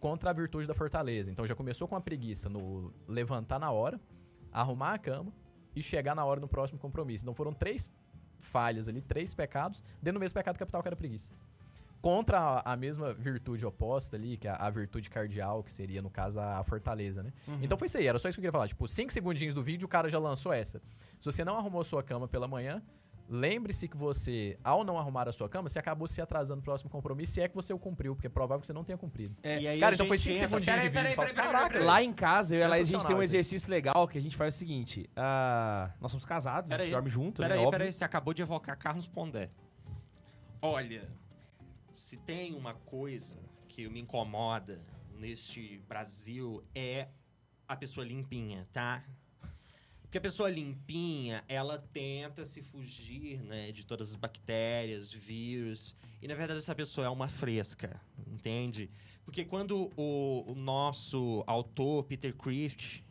S4: contra a virtude da fortaleza. Então já começou com a preguiça no levantar na hora, arrumar a cama e chegar na hora no próximo compromisso. Então foram três falhas ali, três pecados, dentro do mesmo pecado capital que era preguiça. Contra a, a mesma virtude oposta ali, que é a, a virtude cardial, que seria, no caso, a, a fortaleza, né?
S2: Uhum.
S4: Então foi isso aí, era só isso que eu queria falar. Tipo, cinco segundinhos do vídeo, o cara já lançou essa. Se você não arrumou sua cama pela manhã, lembre-se que você, ao não arrumar a sua cama, você acabou se atrasando no próximo compromisso, se é que você o cumpriu, porque é provável que você não tenha cumprido.
S1: É,
S2: E aí
S4: cara,
S2: a
S4: então foi
S2: gente
S4: cinco
S2: entra-
S4: segundinhos de
S2: Peraí, peraí,
S4: vídeo. fala,
S2: peraí, peraí,
S4: "Caraca,
S2: peraí,
S1: Lá em casa, eu e a Laís, a gente
S4: Sensacional
S1: tem um
S4: isso aí.
S1: exercício legal que a gente faz o seguinte: ah, nós somos casados, a
S2: Pera
S1: gente
S2: aí.
S1: dorme junto, né?
S2: Peraí,
S1: Óbvio.
S2: peraí, você acabou de evocar Carlos Pondé. Olha, se tem uma coisa que me incomoda neste Brasil é a pessoa limpinha, tá? Porque a pessoa limpinha, ela tenta se fugir, né, de todas as bactérias, vírus. E na verdade essa pessoa é uma fresca, entende? Porque quando o, o nosso autor Peter Crift,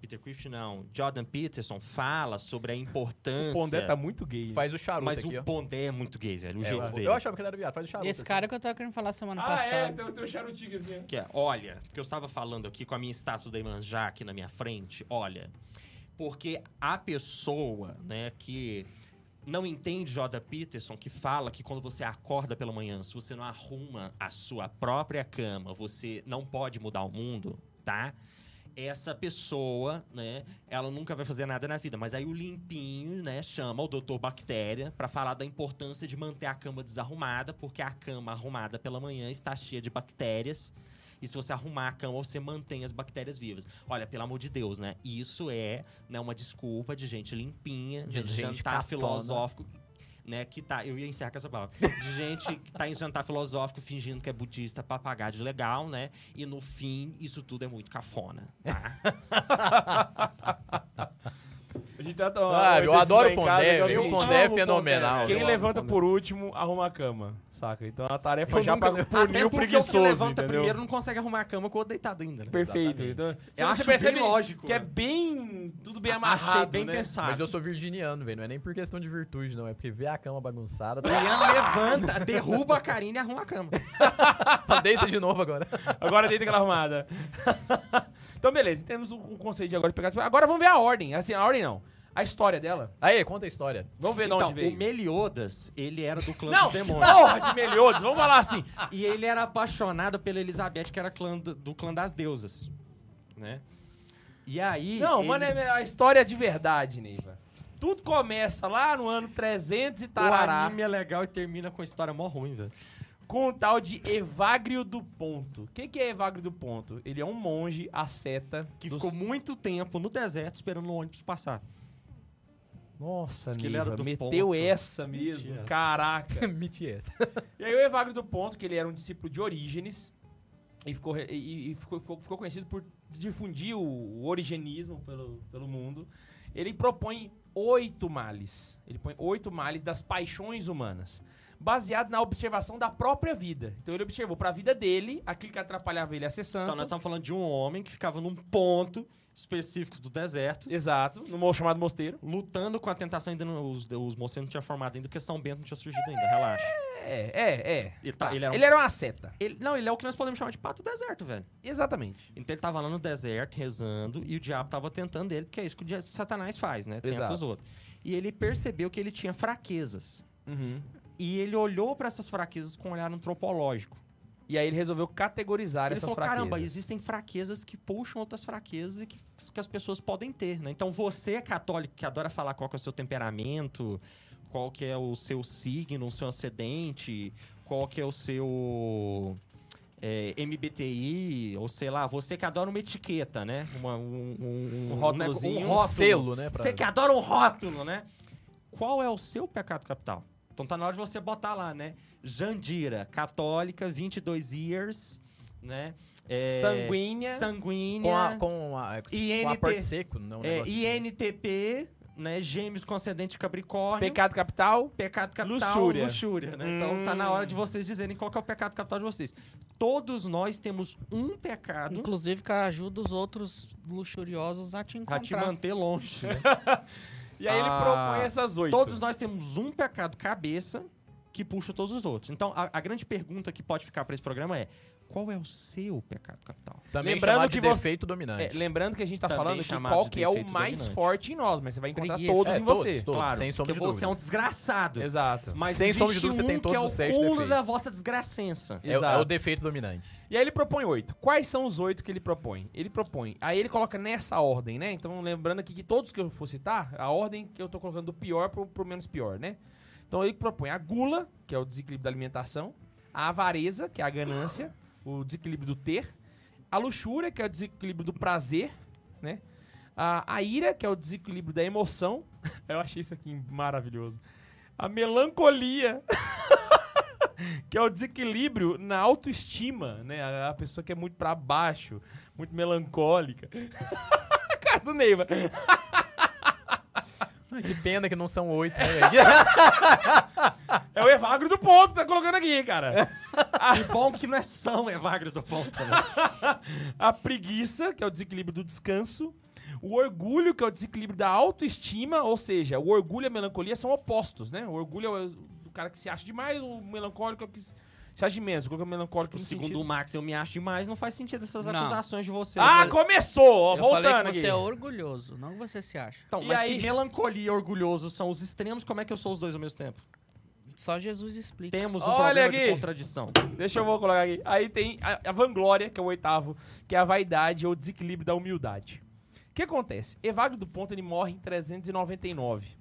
S2: Peter Crift não, Jordan Peterson fala sobre a importância.
S1: O Pondé tá muito gay.
S4: Faz o charuto
S2: Mas
S4: aqui,
S2: o
S4: ó.
S2: Pondé é muito gay, velho. O
S4: É,
S2: jeito
S4: eu-
S2: dele.
S4: Eu achava que ele era viado, faz o charuto.
S3: Esse
S4: assim.
S3: cara é que eu tava querendo falar semana passada.
S1: tem um charutinho assim.
S2: Que é, olha, porque eu estava falando aqui com a minha estátua da Imanjá aqui na minha frente, olha. Porque a pessoa, né, que não entende Jordan Peterson, que fala que quando você acorda pela manhã, se você não arruma a sua própria cama, você não pode mudar o mundo, tá? Essa pessoa, né, ela nunca vai fazer nada na vida. Mas aí o limpinho, né, chama o doutor Bactéria para falar da importância de manter a cama desarrumada, porque a cama arrumada pela manhã está cheia de bactérias. E se você arrumar a cama, você mantém as bactérias vivas. Olha, pelo amor de Deus, né? Isso é né, uma desculpa de gente limpinha, né, de
S4: De
S2: gente,
S4: gente
S2: jantar
S4: cafona.
S2: filosófico. Né, que tá, eu ia encerrar com essa palavra. De gente que tá em jantar filosófico fingindo que é budista pra pagar de legal, né? E no fim, isso tudo é muito cafona.
S1: A gente tá
S4: Ah, eu adoro o Pondé,
S2: negócio é
S4: viu? o
S2: o seguinte,
S4: Pondé é
S2: amo o Pondé,
S4: fenomenal.
S1: Quem
S4: eu amo
S1: levanta
S4: o Pondé.
S1: por último, arruma a cama, saca? Então a tarefa
S4: Eu
S1: já
S4: nunca-
S1: pra
S2: Até
S1: punir o
S2: porque o que
S1: preguiçoso,
S2: levanta
S1: entendeu?
S2: primeiro não consegue arrumar a cama com o outro deitado ainda, né?
S1: Perfeito.
S4: Exatamente.
S1: Então,
S2: Eu acho
S1: você
S2: bem
S1: percebe
S2: lógico,
S1: que é
S2: né?
S1: bem... Tudo bem
S2: Achei
S1: amarrado,
S2: bem
S1: né?
S2: pensado.
S4: Mas eu sou virginiano, velho. Não é nem por questão de virtude, não. É porque vê a cama bagunçada. tá
S2: O Ian levanta, derruba a Karine e arruma a cama.
S4: Deita de novo agora.
S1: Agora deita aquela arrumada. então, beleza. Temos um, um conceito de agora de pegar... Agora vamos ver a ordem. Assim, a ordem não. a história dela.
S4: Aí, conta a história.
S1: Vamos ver de
S2: Então,
S1: onde veio.
S2: o Meliodas, ele era do clã
S1: Não,
S2: dos demônios.
S1: porra de Meliodas, vamos falar assim.
S2: E ele era apaixonado pela Elizabeth, que era clã do, do clã das deusas, né? E aí...
S1: Não,
S2: eles-
S1: mano, é a história de verdade, Neiva. Tudo começa lá no ano 300 e
S2: O
S1: tarará,
S2: anime é legal e termina com a história mó ruim, velho.
S1: com o tal de Evagrio do Ponto. O que, que é Evagrio do Ponto? Ele é um monge, asceta.
S2: Que
S1: dos-
S2: ficou muito tempo no deserto esperando o ônibus passar.
S1: Nossa,
S2: Porque ele
S1: Neiva,
S2: era do
S1: meteu
S2: ponto.
S1: essa mesmo.
S2: Meti essa.
S1: Caraca.
S4: Miti essa.
S1: E aí o Evagrio do Ponto, que ele era um discípulo de Orígenes, e ficou, re- e- e ficou- ficou- ficou conhecido por difundir o, o origenismo pelo, pelo mundo, ele propõe oito males. Ele põe oito males das paixões humanas, baseado na observação da própria vida. Então ele observou para a vida dele aquilo que atrapalhava ele acessando.
S2: Então nós estamos falando de um homem que ficava num ponto específico do deserto,
S1: Exato, no mo- chamado mosteiro.
S2: lutando com a tentação, ainda não, os, os mocinhos não tinham formado ainda, porque São Bento não tinha surgido ainda, relaxa.
S1: É, é, é.
S2: Ele, tá- ele era um-
S1: Ele era um asceta.
S2: ele- não, ele é o que nós podemos chamar de pato deserto, velho.
S1: Exatamente.
S2: Então ele tava lá no deserto, rezando, e o diabo tava tentando ele, porque é isso que o dia- Satanás faz, né? Tenta
S1: Exato.
S2: os outros. E ele percebeu que ele tinha fraquezas.
S1: Uhum.
S2: E ele olhou para essas fraquezas com um olhar antropológico.
S1: E aí ele resolveu categorizar
S2: Ele
S1: essas
S2: falou,
S1: fraquezas.
S2: caramba, existem fraquezas que puxam outras fraquezas e que, que as pessoas podem ter, né? Então você, católico, que adora falar qual que é o seu temperamento, qual que é o seu signo, o seu acidente, qual que é o seu é, MBTI, ou sei lá, você que adora uma etiqueta, né? Uma- um, um,
S1: Um
S2: um
S1: rótulozinho,
S2: nego-
S1: um
S2: um
S4: Um
S2: rótulo.
S4: selo, né? pra-
S2: Você que adora um rótulo, né? Qual é o seu pecado capital? Então tá na hora de você botar lá, né? Jandira, católica, 22 years, né? É,
S1: Sanguínea.
S4: Com
S2: Sanguínea.
S4: a, com a, com a
S2: INT.
S4: parte seco, não um
S2: é,
S4: negócio assim.
S2: INTP, né? Gêmeos com ascendente capricórnio.
S1: Pecado capital,
S2: Pecado capital,
S1: Luxúria.
S2: luxúria. né? Então tá na hora
S4: Hum.
S2: de vocês dizerem qual que é o pecado capital de vocês. Todos nós temos um pecado
S3: Inclusive que ajuda os outros luxuriosos a te
S4: Tá
S2: pra te
S3: encontrar.
S2: manter longe, né?
S1: E aí ele
S2: Ah,
S1: propõe essas oito.
S2: Todos nós temos um pecado cabeça que puxa todos os outros. Então, a, a grande pergunta que pode ficar pra esse programa é: qual é o seu pecado capital?
S4: assim. Também
S1: Lembrando
S4: chamado de
S1: que você-
S4: defeito
S1: É,
S4: dominante.
S1: lembrando que a gente tá
S2: Também
S1: falando que
S2: chamado
S1: qual
S2: de
S1: que é o
S2: defeito
S1: mais
S2: dominante.
S1: forte em nós, mas você vai encontrar
S3: Preguiça.
S1: todos
S4: É,
S1: em você.
S4: todos,
S2: claro,
S4: sem sombra
S2: porque
S4: de
S2: você é um
S4: dúvidas.
S2: desgraçado.
S1: Exato.
S2: Mas
S4: Sem sombra de
S2: existe
S4: dúvida, você
S2: um
S4: tem todos
S2: que
S4: os
S2: é o
S4: seis
S2: cúmulo
S4: defeitos.
S2: da vossa desgracença.
S4: É, o- é
S1: Exato.
S4: o defeito dominante.
S1: E aí ele propõe oito. Quais são os oito que ele propõe? Ele propõe. Aí ele coloca nessa ordem, né? Então, lembrando aqui que todos que eu for citar, a ordem que eu tô colocando do pior pro, pro menos pior, né? Então ele propõe a gula, que é o desequilíbrio da alimentação, a avareza, que é a ganância, o desequilíbrio do ter, a luxúria, que é o desequilíbrio do prazer, né? A, a ira, que é o desequilíbrio da emoção. eu achei isso aqui maravilhoso. A melancolia, que é o desequilíbrio na autoestima, né? A, a pessoa que é muito pra baixo, muito melancólica. Cara do Neiva.
S4: Que pena que não são oito, né?
S1: É o Evagro do ponto que tá colocando aqui, cara.
S4: Ah.
S2: Que bom que não é São Evagro do Ponto, né?
S1: A preguiça, que é o desequilíbrio do descanso. O orgulho, que é o desequilíbrio da autoestima, ou seja, o orgulho e a melancolia são opostos, né? O orgulho é o, o cara que se acha demais, o melancólico é o que se se acha de menos. O melancólico
S2: O
S1: no
S2: segundo
S3: um,
S1: sentido-
S2: o Max, eu me acho demais, não faz sentido essas
S3: Não.
S2: acusações de você.
S1: Ah,
S2: Mas-
S1: começou! Ó,
S3: Eu falei
S1: voltando
S3: que você
S1: aqui.
S3: é orgulhoso, não que você se acha.
S2: Então,
S1: E
S2: mas
S1: aí?
S2: se melancolia e orgulhoso são os extremos, como é que eu sou os dois ao mesmo tempo?
S3: Só Jesus explica.
S2: Temos um
S1: Olha
S2: problema
S1: aqui.
S2: de contradição.
S1: Deixa eu vou colocar aqui. Aí tem a, a vanglória, que é o oitavo, que é a vaidade ou desequilíbrio da humildade. O que acontece? Evagrio do Ponto ele morre em 399.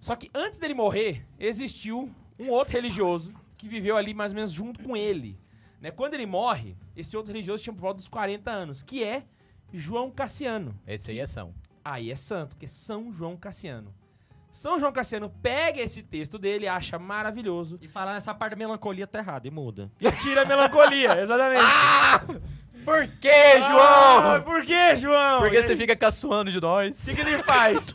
S1: Só que antes dele morrer, existiu um outro religioso que viveu ali mais ou menos junto com ele. Né? Quando ele morre, esse outro religioso tinha por volta dos 40 anos, que é João Cassiano.
S4: Esse aí é são.
S1: Aí é santo, que é São João Cassiano. São João Cassiano pega esse texto dele, acha maravilhoso
S2: E falar nessa parte da melancolia tá errada e muda.
S1: e tira a melancolia, exatamente.
S4: Por que,
S1: Ah, por que, João?
S4: Por que você
S1: Ele-
S4: fica caçoando de nós?
S1: O que, que ele faz?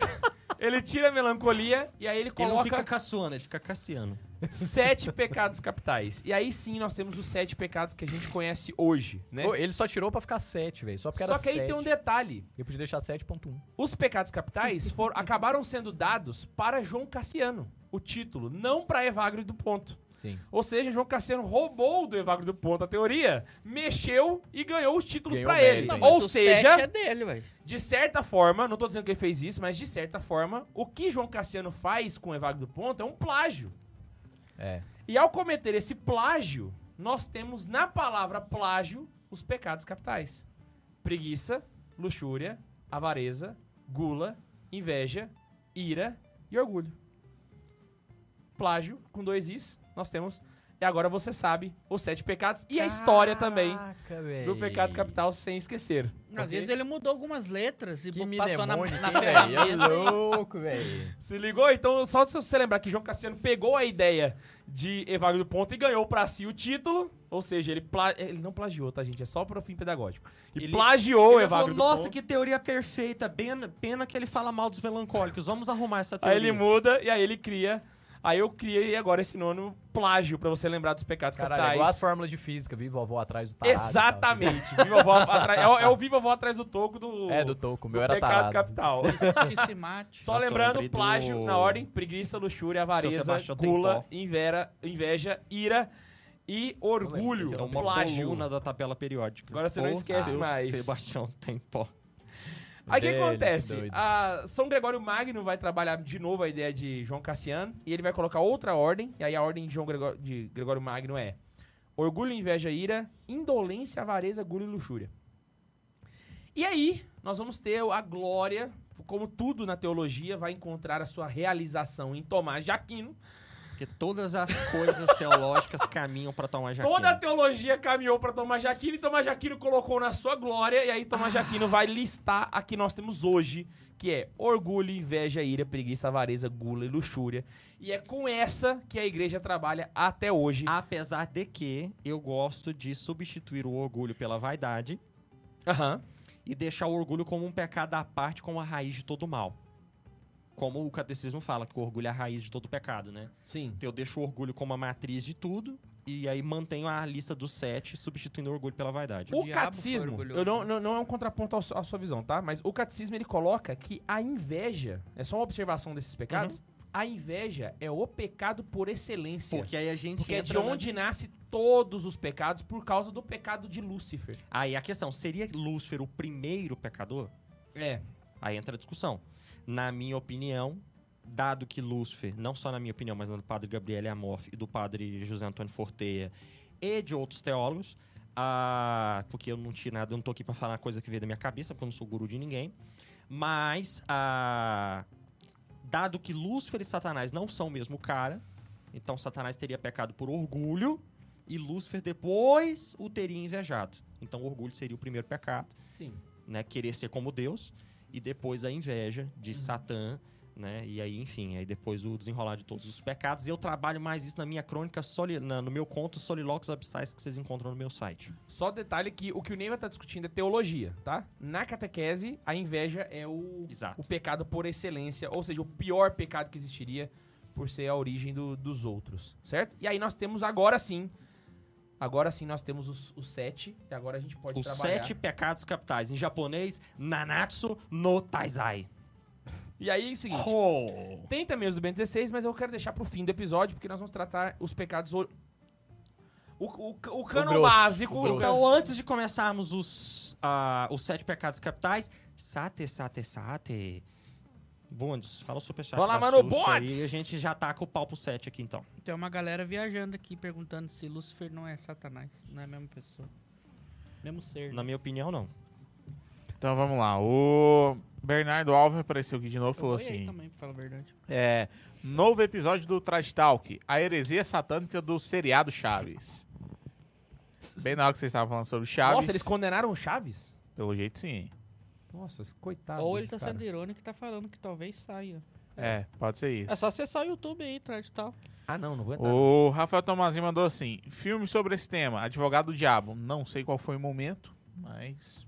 S1: ele tira a melancolia e aí ele
S2: Ele não
S1: coloca
S2: fica caçoando, ele fica cassiano.
S1: sete pecados capitais. E aí sim nós temos os sete pecados que a gente conhece hoje, né?
S4: Pô, ele só tirou pra ficar 7, velho. Só porque
S1: Só
S4: era
S1: que aí
S4: 7.
S1: tem um detalhe.
S4: Eu podia deixar 7.1.
S1: Os pecados capitais foram, acabaram sendo dados para João Cassiano, o título, não para Evagrio do Ponto.
S4: Sim.
S1: Ou seja, João Cassiano roubou do Evagro do Ponto a teoria, mexeu e ganhou os títulos
S4: Ganhou
S1: pra
S4: mérito
S1: ele.
S4: ainda.
S1: Ou
S3: o
S1: seja,
S3: sete é dele, velho.
S1: de certa forma, não tô dizendo que ele fez isso, mas de certa forma, o que João Cassiano faz com o Evagro do Ponto é um plágio.
S4: É.
S1: E ao cometer esse plágio, nós temos na palavra plágio os pecados capitais: preguiça, luxúria, avareza, gula, inveja, ira e orgulho. Plágio com dois is, nós temos. E agora você sabe os sete pecados e a história também
S4: Ah.
S1: do pecado capital sem esquecer.
S3: Às
S1: ok?
S3: vezes ele mudou algumas letras e
S4: Que me
S3: passou na,
S4: demônio,
S3: na
S4: que, velho. É
S3: ferramenta.
S4: louco, velho.
S1: Se ligou? Então, só se você lembrar que João Cassiano pegou a ideia de Evaldo Ponta e ganhou pra si o título. Ou seja, ele, pla- ele não plagiou, tá, gente? É só pro fim pedagógico. E
S2: Ele-
S1: plagiou o
S4: tá
S2: ele falou,
S1: Evaldo
S2: nossa,
S1: Ponta.
S2: que teoria perfeita. Pena, pena que ele fala mal dos melancólicos. Vamos arrumar essa teoria.
S1: Aí ele muda e aí ele cria. Aí eu criei agora esse nono plágio pra você lembrar dos pecados
S4: Caralho, é
S1: capitais.
S4: igual as fórmulas de física, viu? Vovó atrás do tarado. e tal.
S1: Exatamente. Viva a vó atrás- é, o- é o Viva a Vó atrás do toco do,
S4: É, do toco. O
S1: do
S4: meu era
S1: pecado
S4: tarado.
S1: capital.
S3: Santíssimate.
S1: Só
S2: Nossa, eu
S1: lembrando,
S2: lembrei do-
S1: plágio na ordem, preguiça, luxúria, avareza,
S2: Sebastião tem
S1: gula,
S2: pó.
S1: invera, inveja, ira e orgulho.
S4: esse
S2: É
S4: eu
S2: uma
S1: plágio.
S2: coluna da tabela periódica.
S1: Agora você não
S2: Ou
S1: esquece
S2: seu
S1: mais.
S2: Sebastião tem pó.
S1: Aí o que
S4: Velho, que
S1: acontece?
S4: doido.
S1: A São Gregório Magno vai trabalhar de novo a ideia de João Cassiano e ele vai colocar outra ordem. E aí a ordem de, João Gregório, de Gregório Magno é orgulho, inveja, ira, indolência, avareza, gula e luxúria. E aí nós vamos ter a glória, como tudo na teologia, vai encontrar a sua realização em Tomás de Aquino.
S2: Porque todas as coisas teológicas caminham pra Tomás de Aquino.
S1: Toda a teologia caminhou para Tomás de Aquino e Tomás de Aquino colocou na sua glória. E aí Tomás de Aquino vai listar a que nós temos hoje, que é orgulho, inveja, ira, preguiça, avareza, gula e luxúria. E é com essa que a igreja trabalha até hoje.
S2: Apesar de que eu gosto de substituir o orgulho pela vaidade
S1: Aham.
S2: e deixar o orgulho como um pecado à parte, como a raiz de todo mal. Como o catecismo fala, que o orgulho é a raiz de todo pecado, né?
S1: Sim.
S2: Então eu deixo o orgulho como a matriz de tudo e aí mantenho a lista dos sete, substituindo o orgulho pela vaidade.
S1: O
S3: diabo foi
S1: catecismo,
S3: orgulhoso.
S1: eu não, não, não é um contraponto ao su- à sua visão, tá? Mas o catecismo ele coloca que a inveja, é só uma observação desses pecados, a inveja é o pecado Uhum. por excelência.
S2: Porque aí a gente
S1: Porque é de
S2: entra na-
S1: onde nasce todos os pecados por causa do pecado de Lúcifer.
S2: Aí a questão, seria Lúcifer o primeiro pecador?
S1: É.
S2: Aí entra a discussão. Na minha opinião, dado que Lúcifer, não só na minha opinião, mas na do padre Gabriel Amorf e do padre José Antônio Forteia e de outros teólogos, ah, porque eu não tinha nada, eu não tô aqui pra falar coisa que veio da minha cabeça, porque eu não sou guru de ninguém, mas ah, dado que Lúcifer e Satanás não são o mesmo cara, então Satanás teria pecado por orgulho e Lúcifer depois o teria invejado. Então o orgulho seria o primeiro pecado
S1: Sim.
S2: né, querer ser como Deus e depois a inveja
S1: Uhum.
S2: de Satã, né? E aí, enfim, aí depois o desenrolar de todos os pecados. E eu trabalho mais isso na minha crônica, soli- na- no meu conto Soliloquios Abissais que vocês encontram no meu site.
S1: Só detalhe que o que o Neyma tá discutindo é teologia, tá? Na catequese, a inveja é o,
S2: Exato.
S1: o pecado por excelência, ou seja, o pior pecado que existiria por ser a origem do- dos outros, certo? E aí nós temos agora sim, agora sim nós temos os, os sete, e agora a gente pode
S2: Os
S1: trabalhar.
S2: sete pecados capitais em japonês, Nanatsu no Taizai.
S1: E aí, é o seguinte,
S2: Oh.
S1: tem também os do Ben 16, mas eu quero deixar pro fim do episódio, porque nós vamos tratar os pecados... or- O, o, o cano
S4: grosso,
S1: básico...
S4: o grosso.
S1: o cano-
S2: Então, antes de começarmos os, ah, os sete pecados capitais, sate, sate, sate. Bundes, fala o superchat.
S1: Vai lá,
S2: da
S1: mano,
S2: Xuxa
S1: bots!
S2: E a gente já taca o pau pro sete aqui, então.
S3: Tem uma galera viajando aqui perguntando se Lúcifer não é Satanás. Não é a mesma pessoa. Mesmo ser.
S2: Na minha opinião, não.
S5: Então vamos lá. O Bernardo Alves apareceu aqui de novo e
S3: Eu
S5: falou
S3: vou ir aí então.
S5: assim:
S3: também, pra falar a verdade.
S5: é, Novo episódio do Trash Talk, a heresia satânica do seriado Chaves. Bem na hora que vocês estavam falando sobre Chaves.
S1: Nossa, eles condenaram o Chaves?
S5: Pelo jeito, sim.
S1: Nossa,
S4: Ah,
S1: coitado.
S3: Ou ele
S1: desse
S3: tá
S1: cara.
S3: sendo irônico e tá falando que talvez saia.
S5: É, pode ser isso.
S3: É só acessar o YouTube aí, Trad tal.
S1: Ah, não, não vou entrar.
S5: O Rafael Tomazinho mandou assim: filme sobre esse tema, Advogado do Diabo. Não sei qual foi o momento, mas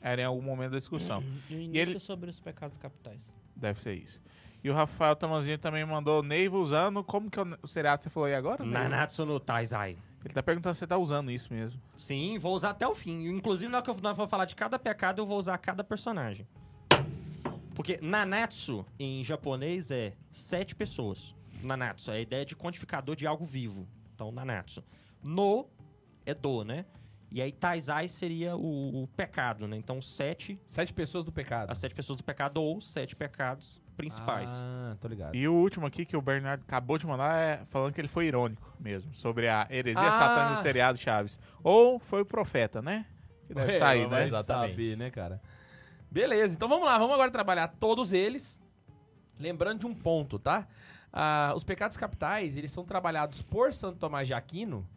S5: era em algum momento da discussão.
S3: E o
S5: ele-
S3: início sobre os pecados capitais.
S5: Deve ser isso. E o Rafael Tomazinho também mandou Neiva usando. Como que é o seriado que você falou aí agora? Neiva?
S2: Nanatsu no Taizai.
S5: Ele tá perguntando se você tá usando isso mesmo.
S2: Sim, vou usar até o fim. Inclusive, na hora que eu na hora que eu for falar de cada pecado, eu vou usar cada personagem. Porque Nanatsu, em japonês, é sete pessoas. Nanatsu é a ideia de quantificador de algo vivo. Então, Nanatsu. No é do, né? E aí, Taizai seria o, o pecado, né? Então, sete,
S1: Sete pessoas do pecado.
S2: as sete pessoas do pecado ou sete pecados principais.
S1: Ah, tô ligado.
S5: E o último aqui que o Bernardo acabou de mandar é falando que ele foi irônico mesmo, sobre a heresia
S1: Ah!
S5: satânica do seriado Chaves. Ou foi o profeta, né? Que deve
S1: É,
S5: sair,
S1: vai
S5: né?
S4: Exatamente.
S1: saber, né, cara? Beleza, então vamos lá, vamos agora trabalhar todos eles. Lembrando de um ponto, tá? Ah, os pecados capitais, eles são trabalhados por Santo Tomás de Aquino,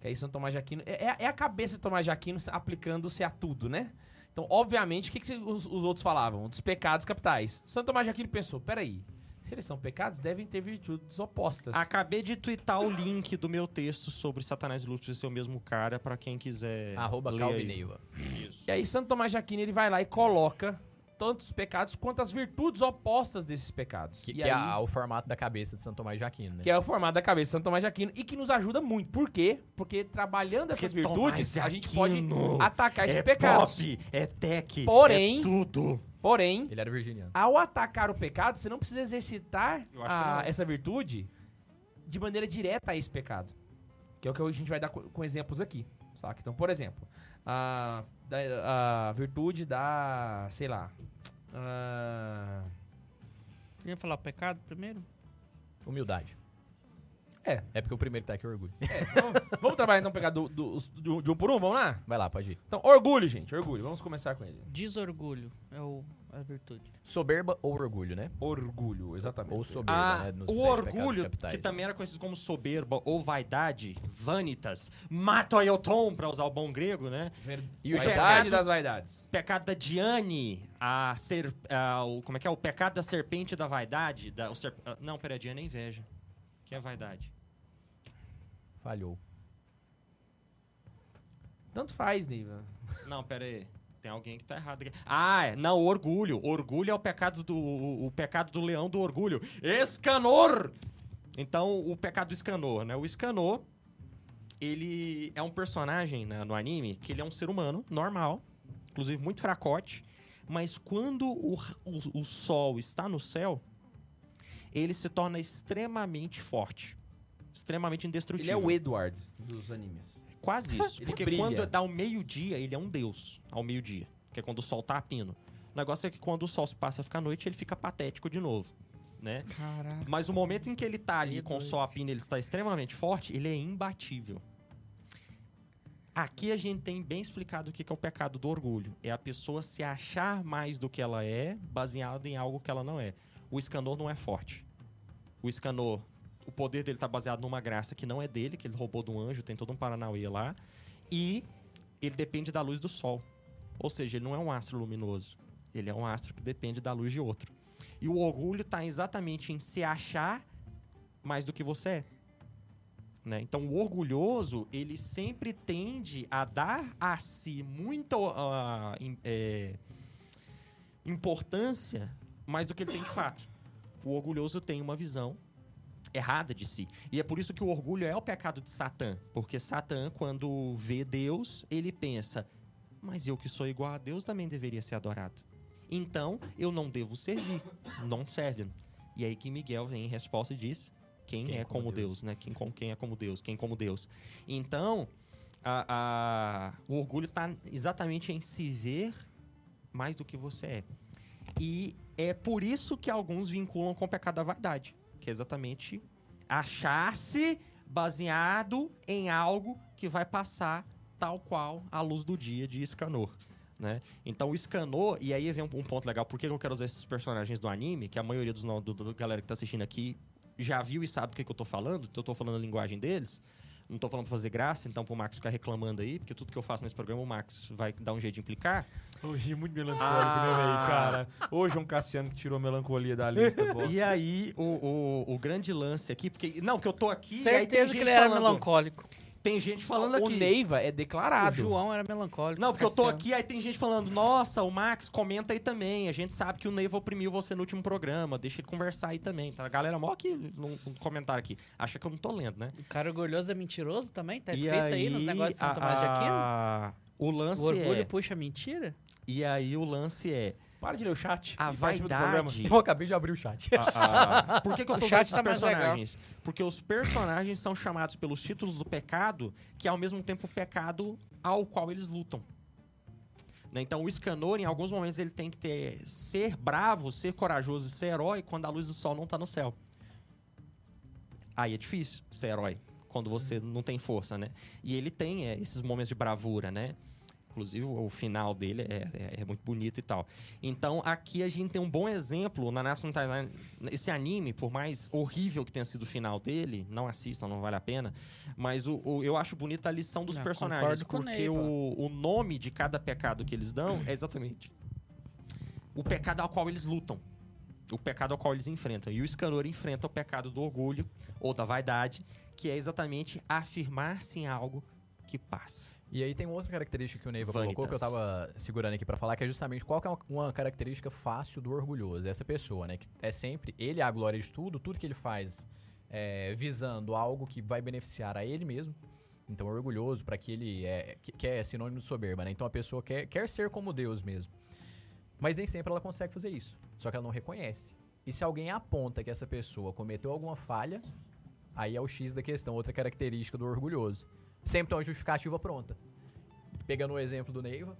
S1: que aí Santo Tomás de Aquino... É, é- é a cabeça de Tomás de Aquino aplicando-se a tudo, né? Então, obviamente, o que, que os, os outros falavam? Dos pecados capitais. Santo Tomás de Aquino pensou, peraí, se eles são pecados, devem ter virtudes opostas.
S2: Acabei de twittar o link do meu texto sobre Satanás e Lúcifer ser o mesmo cara, pra quem quiser.
S4: é. Arroba
S2: ler aí.
S4: Calvineiva.
S1: E aí Santo Tomás de Aquino ele vai lá e coloca tanto os pecados quanto as virtudes opostas desses pecados.
S4: Que,
S1: E
S4: que
S1: aí-
S4: é a- o formato da cabeça de São Tomás de Aquino, né?
S1: que é o formato da cabeça de Santo Tomás de Aquino e que nos ajuda muito. Por quê? Porque trabalhando essas
S2: Porque Tomás
S1: virtudes,
S2: de
S1: a gente pode
S2: Aquino
S1: atacar esses
S2: é
S1: pecados.
S2: pop, é tech,
S1: Porém-
S2: é tudo.
S1: Porém,
S4: Ele era virginiano.
S1: ao atacar o pecado, você não precisa exercitar
S2: Eu acho
S1: a-
S2: que não.
S1: essa virtude de maneira direta a esse pecado. Que é o que a gente vai dar co- com, exemplos aqui, saca? Então, por exemplo, a, da- a virtude da, sei lá, ah,
S3: Ia falar o pecado primeiro?
S4: Humildade.
S1: É.
S4: É porque o primeiro que tá aqui é orgulho.
S1: É, então, vamos trabalhar então, pegar do, do- os- do- de um por um, vamos lá?
S4: Vai lá, pode ir.
S1: Então, orgulho, gente, orgulho. Vamos começar com ele.
S3: Desorgulho é o, a virtude.
S4: Soberba ou orgulho, né?
S1: Orgulho, exatamente.
S4: Ou soberba,
S2: Ah,
S4: né? Nos
S2: o
S4: sete pecados
S2: orgulho,
S4: capitais.
S2: que também era conhecido como soberba ou vaidade, vanitas, matoioton, pra usar o bom grego, né?
S1: Ver- É,
S4: E o
S1: Vaidade
S2: pecado-
S1: das vaidades.
S2: Pecado da Diane, a ser, a- o, como é que é? O pecado da serpente da vaidade. Da, o ser, ah, não, pera, a Diane é inveja. Que é vaidade.
S4: Falhou.
S1: Tanto faz, Neiva.
S2: Não, pera aí. Tem alguém que tá errado aqui. Ah, é, não, orgulho. Orgulho é o pecado do. O, o pecado do leão do orgulho. Escanor! Então, o pecado do Escanor, né? O Escanor, ele é um personagem né, no anime que ele é um ser humano normal, inclusive muito fracote, mas quando o, ra- o, o sol está no céu, ele se torna extremamente forte. Extremamente
S1: Ele
S2: indestrutível.
S1: é o Edward dos animes.
S2: Quase isso.
S1: Ele
S2: Porque
S1: brilha.
S2: quando dá o meio-dia, ele é um deus ao meio-dia. Que é quando o sol tá a pino. O negócio é que quando o sol se passa a ficar à noite, ele fica patético de novo, né?
S3: Caraca.
S2: Mas o momento em que ele tá ali
S3: Que
S2: com o
S3: doido.
S2: sol a pino, ele está extremamente forte, ele é imbatível. Aqui a gente tem bem explicado o que que é o pecado do orgulho. É a pessoa se achar mais do que ela é, baseado em algo que ela não é. O Escanor não é forte. O Escanor, o poder dele tá baseado numa graça que não é dele, que ele roubou de um anjo, tem todo um paranauê lá. E ele depende da luz do sol. Ou seja, ele não é um astro luminoso. Ele é um astro que depende da luz de outro. E o orgulho tá exatamente em se achar mais do que você é. Né? Então, o orgulhoso, ele sempre tende a dar a si muita ah, im- é, importância mais do que ele tem de fato. O orgulhoso tem uma visão errada de si. E é por isso que o orgulho é o pecado de Satã. Porque Satã, quando vê Deus, ele pensa: mas eu que sou igual a Deus também deveria ser adorado. Então, eu não devo servir. Não serve. E aí que Miguel vem em resposta e diz: quem, é como, Deus, né? Quem, com, quem é como Deus, quem como Deus. Então, a- a- o orgulho está exatamente em se ver mais do que você é. E é por isso que alguns vinculam com o pecado da vaidade, que é exatamente achar-se baseado em algo que vai passar tal qual a luz do dia de Escanor, né? Então o Scanor, e aí vem um, um ponto legal, por que eu quero usar esses personagens do anime, que a maioria dos no- do, do- do galera que tá assistindo aqui já viu e sabe do que, que eu tô falando, então eu tô falando a linguagem deles. Não tô falando pra fazer graça, então pro Max ficar reclamando aí, porque tudo que eu faço nesse programa o Max vai dar um jeito de implicar.
S1: Hoje muito melancólico,
S2: Ah. né, velho, cara?
S1: Hoje é um Cassiano que tirou a melancolia da lista,
S2: E aí, o, o, o grande lance aqui, porque. Não, que eu tô aqui. e aí tem
S3: Certeza
S2: gente
S3: que ele era
S2: falando,
S3: melancólico.
S2: Tem gente falando
S1: O
S2: aqui.
S1: Neiva é
S3: O
S1: declarado.
S3: Ah, João era melancólico.
S2: Não, porque eu tô
S3: Cassiano.
S2: aqui, aí tem gente falando, nossa, o Max, comenta aí também. A gente sabe que o Neiva oprimiu você no último programa, deixa ele conversar aí também. Tá? A galera mó que no, no comentário aqui. Acha que eu não tô lendo, né?
S3: O cara orgulhoso é mentiroso também? Tá
S2: E
S3: escrito aí, nos negócios de São Tomás de Aquino?
S2: a- O lance
S3: O orgulho
S2: é.
S3: puxa mentira?
S2: E aí o lance é.
S1: Para de ler o chat.
S2: A
S1: e participa do programa.
S2: vaidade.
S4: Eu acabei de abrir o chat.
S5: Ah,
S2: Por que, que eu
S3: O
S2: tô
S3: chat
S2: usando esses
S3: tá mais
S2: personagens? Porque os personagens são chamados pelos títulos do pecado, que é ao mesmo tempo o pecado ao qual eles lutam. Né, Então o Escanor, em alguns momentos, ele tem que ter ser bravo, ser corajoso e ser herói quando a luz do sol não tá no céu. Aí é difícil ser herói, quando você não tem força, né? E ele tem é, esses momentos de bravura, né? Inclusive, o o final dele é, é- é muito bonito e tal. Então, aqui a gente tem um bom exemplo na National Timeline. Esse anime, por mais horrível que tenha sido o final dele, não assistam, não vale a pena. Mas o, o- eu acho bonita a lição dos
S3: Não,
S2: personagens,
S3: concordo com o
S2: porque
S3: Neiva.
S2: o, o nome de cada pecado que eles dão é exatamente o pecado ao qual eles lutam. O pecado ao qual eles enfrentam. E o Escanor enfrenta o pecado do orgulho ou da vaidade, que é exatamente afirmar-se em algo que passa.
S4: E aí tem outra característica que o Neiva
S2: Vanitas.
S4: colocou que eu tava segurando aqui pra falar, que é justamente qual que é uma- uma característica fácil do orgulhoso. Essa pessoa, né? Que é sempre ele é a glória de tudo, tudo que ele faz é, visando algo que vai beneficiar a ele mesmo. Então, orgulhoso pra que ele é que, que é sinônimo de soberba, né? Então a pessoa quer, quer ser como Deus mesmo. Mas nem sempre ela consegue fazer isso. Só que ela não reconhece. E se alguém aponta que essa pessoa cometeu alguma falha, aí é o X da questão, outra característica do orgulhoso. Sempre tem uma justificativa pronta pegando o exemplo do Neiva,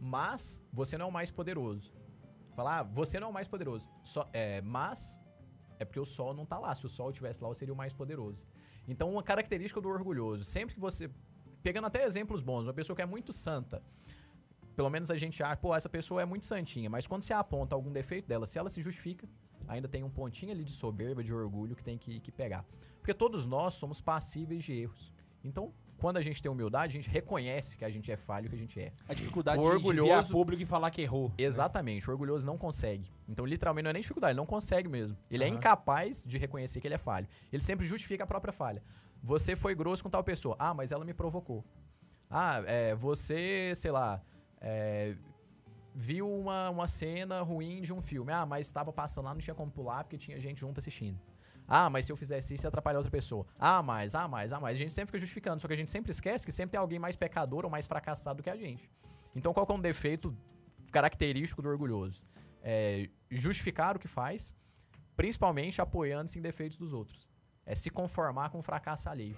S4: mas você não é o mais poderoso. Falar, ah, você não é o mais poderoso. Só, é, mas é porque o sol não tá lá. Se o sol estivesse lá, eu seria o mais poderoso. Então, uma característica do orgulhoso, sempre que você. Pegando até exemplos bons, uma pessoa que é muito santa. Pelo menos a gente acha, pô, essa pessoa é muito santinha, mas quando você aponta algum defeito dela, se ela se justifica, ainda tem um pontinho ali de soberba, de orgulho que tem que, que pegar. Porque todos nós somos passíveis de erros. Então, quando a gente tem humildade, a gente reconhece que a gente é falho, que a gente é.
S1: A dificuldade
S4: O
S1: de- de
S4: orgulhoso-
S1: enviar público e falar que errou.
S4: Exatamente, o orgulhoso não consegue. Então, literalmente, não é nem dificuldade, ele não consegue mesmo. Ele é
S1: Aham.
S4: incapaz de reconhecer que ele é falho. Ele sempre justifica a própria falha. Você foi grosso com tal pessoa. Ah, mas ela me provocou. Ah, é, você, sei lá, é, viu uma, uma cena ruim de um filme. Ah, mas estava passando lá, não tinha como pular porque tinha gente junto assistindo. Ah, mas se eu fizesse isso, ia atrapalhar outra pessoa. Ah, mas, ah, mas, ah, mas. A gente sempre fica justificando, só que a gente sempre esquece que sempre tem alguém mais pecador ou mais fracassado que a gente. Então, qual que é um defeito característico do orgulhoso? É justificar o que faz, principalmente apoiando-se em defeitos dos outros. É se conformar com o fracasso alheio.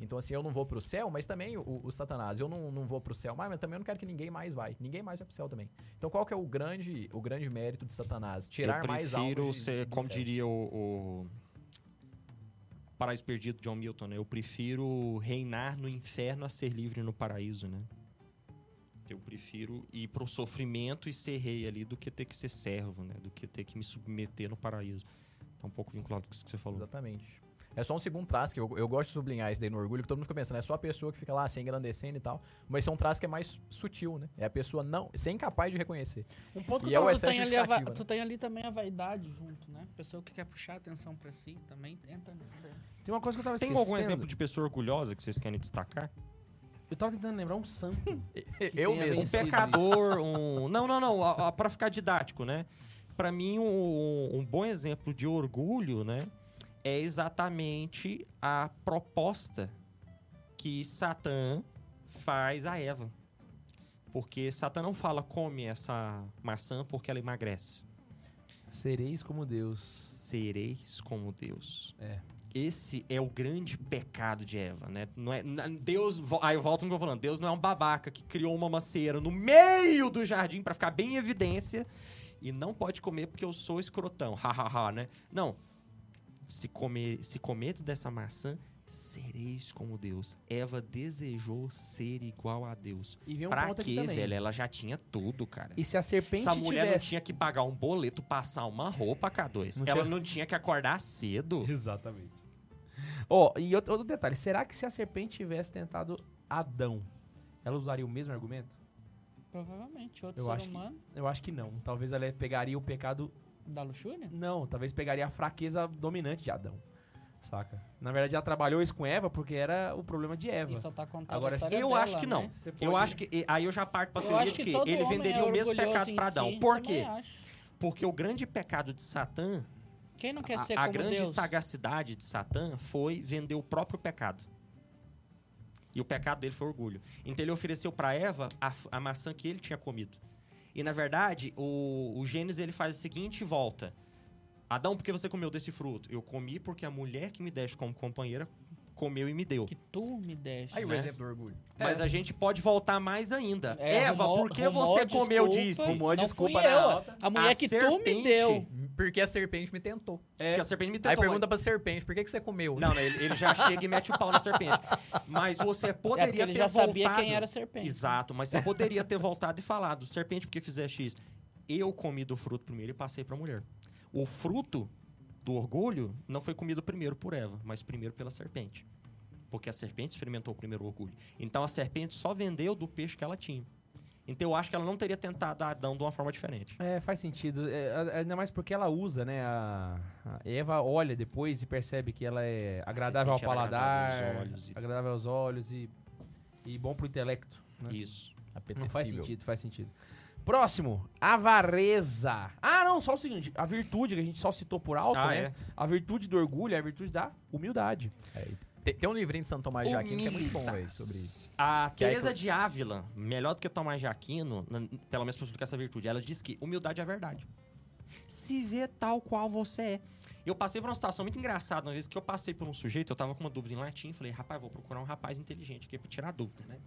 S4: Então, assim, eu não vou pro céu, mas também o, o Satanás, eu não, não vou pro céu mais, mas também eu não quero que ninguém mais vai. Ninguém mais vai pro céu também. Então, qual que é o grande, o grande mérito de Satanás? Tirar
S2: eu
S4: mais
S2: prefiro
S4: almas de-
S2: ser,
S4: do
S2: como
S4: céu.
S2: diria o, o Paraíso Perdido, John Milton, né? Eu prefiro reinar no inferno a ser livre no paraíso, né? Eu prefiro ir pro sofrimento e ser rei ali do que ter que ser servo, né? Do que ter que me submeter no paraíso. Tá um pouco vinculado com isso que você falou.
S4: Exatamente. É só um segundo traço que eu, eu gosto de sublinhar isso daí no orgulho, que todo mundo fica pensando, é só a pessoa que fica lá se engrandecendo e tal. Mas isso é um traço que é mais sutil, né? É a pessoa não, ser incapaz de reconhecer.
S1: Um ponto
S4: E
S1: que
S4: é
S1: eu
S4: o
S1: tava...
S3: tu, tem
S4: excesso
S3: ali a va-
S4: justificativo, né?
S3: tu tem ali também a vaidade junto, né? Pessoa que quer puxar a atenção pra si também tenta.
S1: Tem uma coisa que eu tava
S2: Tem
S1: esquecendo.
S2: algum exemplo de pessoa orgulhosa que vocês querem destacar?
S1: Eu tava tentando lembrar um santo.
S4: eu
S1: tem a
S4: mesmo.
S1: Sim,
S2: um
S1: sim.
S2: pecador, um. Não, não, não. a- a- Pra ficar didático, né? Pra mim, um, um bom exemplo de orgulho, né? É exatamente a proposta que Satã faz a Eva. Porque Satã não fala come essa maçã porque ela emagrece.
S1: Sereis como Deus.
S2: Sereis como Deus.
S1: É.
S2: Esse é o grande pecado de Eva, né? Não é, na- Deus, vo- aí eu volto no que eu tô falando. Deus não é um babaca que criou uma macieira no meio do jardim pra ficar bem em evidência e não pode comer porque eu sou escrotão. Hahaha, né? Não. Se comer, se comedes dessa maçã, sereis como Deus. Eva desejou ser igual a Deus.
S1: E vem um
S2: pra
S1: ponto aqui
S2: quê,
S1: também.
S2: velho? Ela já tinha tudo, cara.
S1: E se a serpente
S2: Essa mulher
S1: tivesse...
S2: não tinha que pagar um boleto, passar uma roupa, K2.
S1: Não
S2: Ela
S1: tinha-
S2: não tinha que acordar cedo.
S1: Exatamente. tipo. Ó, e outro, outro detalhe. Será que se a serpente tivesse tentado Adão, ela usaria o mesmo argumento?
S3: Provavelmente, outro
S1: Eu
S3: ser
S1: acho que-
S3: humano
S1: Eu acho que não. Talvez ela pegaria o pecado...
S3: da luxúria?
S1: Não, talvez pegaria a fraqueza dominante de Adão. Saca? Na verdade, ela trabalhou isso com Eva porque era o problema de Eva.
S3: E só tá contando
S1: Agora,
S3: a história
S2: eu
S3: dela,
S2: acho que não.
S3: né?
S1: Você pode-
S2: Eu acho que. e- Aí eu já parto pra
S3: Eu
S2: teoria
S3: acho
S2: de
S3: que
S2: que
S3: todo
S2: ele
S3: homem é
S2: venderia o mesmo
S3: orgulhoso
S2: pecado
S3: em
S2: pra
S3: si,
S2: Adão. Por
S3: também é.
S2: quê?
S3: acho.
S2: Porque o grande pecado de Satã,
S3: Quem não quer ser
S2: a, a
S3: como
S2: grande
S3: Deus?
S2: sagacidade de Satã foi vender o próprio pecado. E o pecado dele foi orgulho. Então ele ofereceu pra Eva a, f- a maçã que ele tinha comido. E na verdade, o, o Gênesis ele faz a seguinte volta: Adão, por que você comeu desse fruto? Eu comi porque a mulher que me deste como companheira comeu e me deu.
S3: Que tu me deste.
S4: Aí o
S2: Né?
S4: exemplo do orgulho.
S2: Mas a gente pode voltar mais ainda.
S3: É,
S2: Eva,
S3: arrumou-
S2: por que
S3: arrumou
S2: você
S3: desculpa. é?
S2: comeu disso?
S1: Arrumou a
S3: Não
S1: desculpa
S3: fui
S1: na
S3: eu,
S1: nota.
S3: A mulher
S2: A
S3: que tu me
S2: serpente. É,
S3: deu.
S4: Porque a serpente me tentou.
S1: É,
S2: Porque a serpente me tentou.
S4: Aí pergunta
S2: mas-
S4: pra serpente, por que, que você comeu?
S2: Não, não, ele, ele já chega e mete o pau na serpente. Mas você
S3: É porque
S2: poderia
S3: ele
S2: ter
S3: já
S2: voltado.
S3: sabia quem era a serpente. né?
S2: Exato, mas você poderia ter voltado e falado, serpente, por que fizeste isso? Eu comi do fruto primeiro e passei pra mulher. O fruto do orgulho não foi comido primeiro por Eva, mas primeiro pela serpente. Porque a serpente experimentou primeiro o orgulho. Então a serpente só vendeu do peixe que ela tinha. Então eu acho que ela não teria tentado Adão de uma forma diferente. né?
S1: É, faz sentido. É, a- ainda mais porque ela usa, né? A, a Eva olha depois e percebe que ela é agradável ao
S2: serpente era
S1: paladar,
S2: agradável
S1: agradável
S2: aos
S1: aos olhos e,
S2: olhos e-
S1: e bom pro intelecto. né?
S2: Isso.
S4: Apetecível.
S1: Não faz sentido, faz sentido. Próximo, avareza. Ah, não, só o seguinte, a virtude que a gente só citou por alto,
S2: Ah,
S1: né?
S2: é.
S1: A virtude do orgulho é a virtude da humildade.
S4: Tem, tem um livrinho de Santo Tomás de Aquino que é muito bom, velho, sobre isso.
S2: A
S4: Que aí
S2: Teresa
S4: co-
S2: de Ávila, melhor do que Tomás de Aquino, n- pelo menos para explicar essa virtude, ela diz que humildade é a verdade. Se vê tal qual você é. Eu passei por uma situação muito engraçada, uma vez que eu passei por um sujeito, eu tava com uma dúvida em latim, falei, rapaz, vou procurar um rapaz inteligente aqui pra tirar dúvida, né?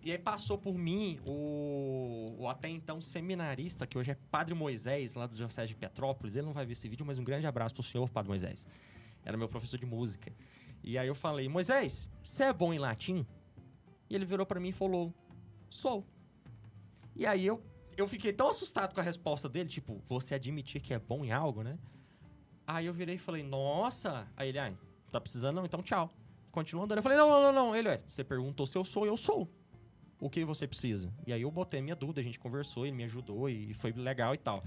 S2: E aí passou por mim o, o até então seminarista, que hoje é Padre Moisés, lá do Diocese de Petrópolis. Ele não vai ver esse vídeo, mas um grande abraço pro senhor, Padre Moisés. Era meu professor de música. E aí eu falei, Moisés, você é bom em latim? E ele virou pra mim e falou: Sou. E aí eu, eu fiquei tão assustado com a resposta dele, tipo, você admitir que é bom em algo, né? Aí eu virei e falei: Nossa. Aí ele, ah, tá precisando não, então tchau. Continua andando. Eu falei: Não, não, não, não. Ele, ué, você perguntou se eu sou, eu sou. O que você precisa? E aí eu botei a minha dúvida, a gente conversou, ele me ajudou e foi legal e tal.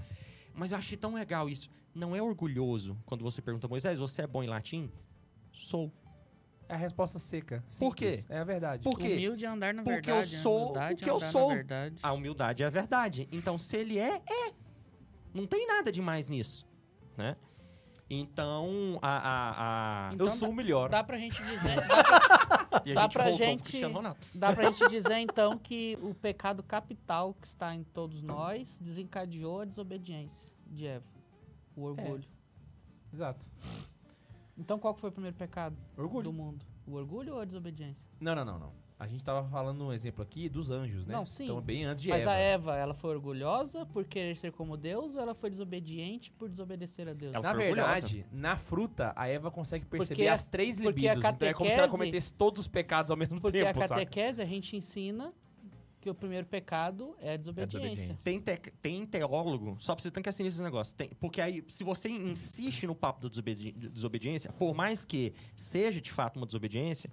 S2: Mas eu achei tão legal isso. Não é orgulhoso quando você pergunta, Moisés, você é bom em latim? Sou.
S1: É a resposta seca.
S2: Por
S1: simples, É a verdade.
S2: Por quê?
S3: Humilde é andar na
S2: Porque eu
S3: verdade.
S2: sou o
S3: humildade é
S2: que eu
S3: andar
S2: sou.
S3: Na verdade.
S2: A humildade é a verdade. Então, se ele é, é. Não tem nada demais nisso, né? Então, a... a, a...
S1: Eu
S3: Então
S1: sou
S3: dá-
S1: o melhor.
S3: Dá pra gente dizer.
S2: E a
S3: Então, dá
S2: gente
S3: pra
S2: voltou pro
S3: gente-
S2: Cristiano Ronaldo.
S3: Dá pra gente dizer então que o pecado capital que está em todos nós desencadeou a desobediência de Eva,
S2: É.
S3: o orgulho.
S1: Exato.
S3: Então qual que foi o primeiro pecado do
S1: Orgulho.
S3: mundo? O orgulho ou a desobediência?
S1: Não, não, não, não. A gente tava falando um exemplo aqui dos anjos, né?
S3: Não, sim.
S1: Então, bem antes de
S3: Mas
S1: Eva.
S3: a Eva, ela foi orgulhosa por querer ser como Deus ou ela foi desobediente por desobedecer a Deus?
S2: Ela
S1: Na
S2: foi orgulhosa.
S1: verdade, na fruta, a Eva consegue perceber
S3: Porque a-
S1: as três
S3: porque
S1: libidos.
S3: a
S1: Então é como se ela
S3: catequese-
S1: cometesse todos os pecados ao mesmo
S3: Porque é
S1: tempo,
S3: a
S1: sabe?
S3: catequese a gente ensina que o primeiro pecado é a desobediência.
S4: desobediência.
S2: Tem, te- tem teólogo, só pra você tem que assinar esse negócio. Tem- porque aí, se você insiste no papo da desobedi- desobediência, por mais que seja de fato uma desobediência,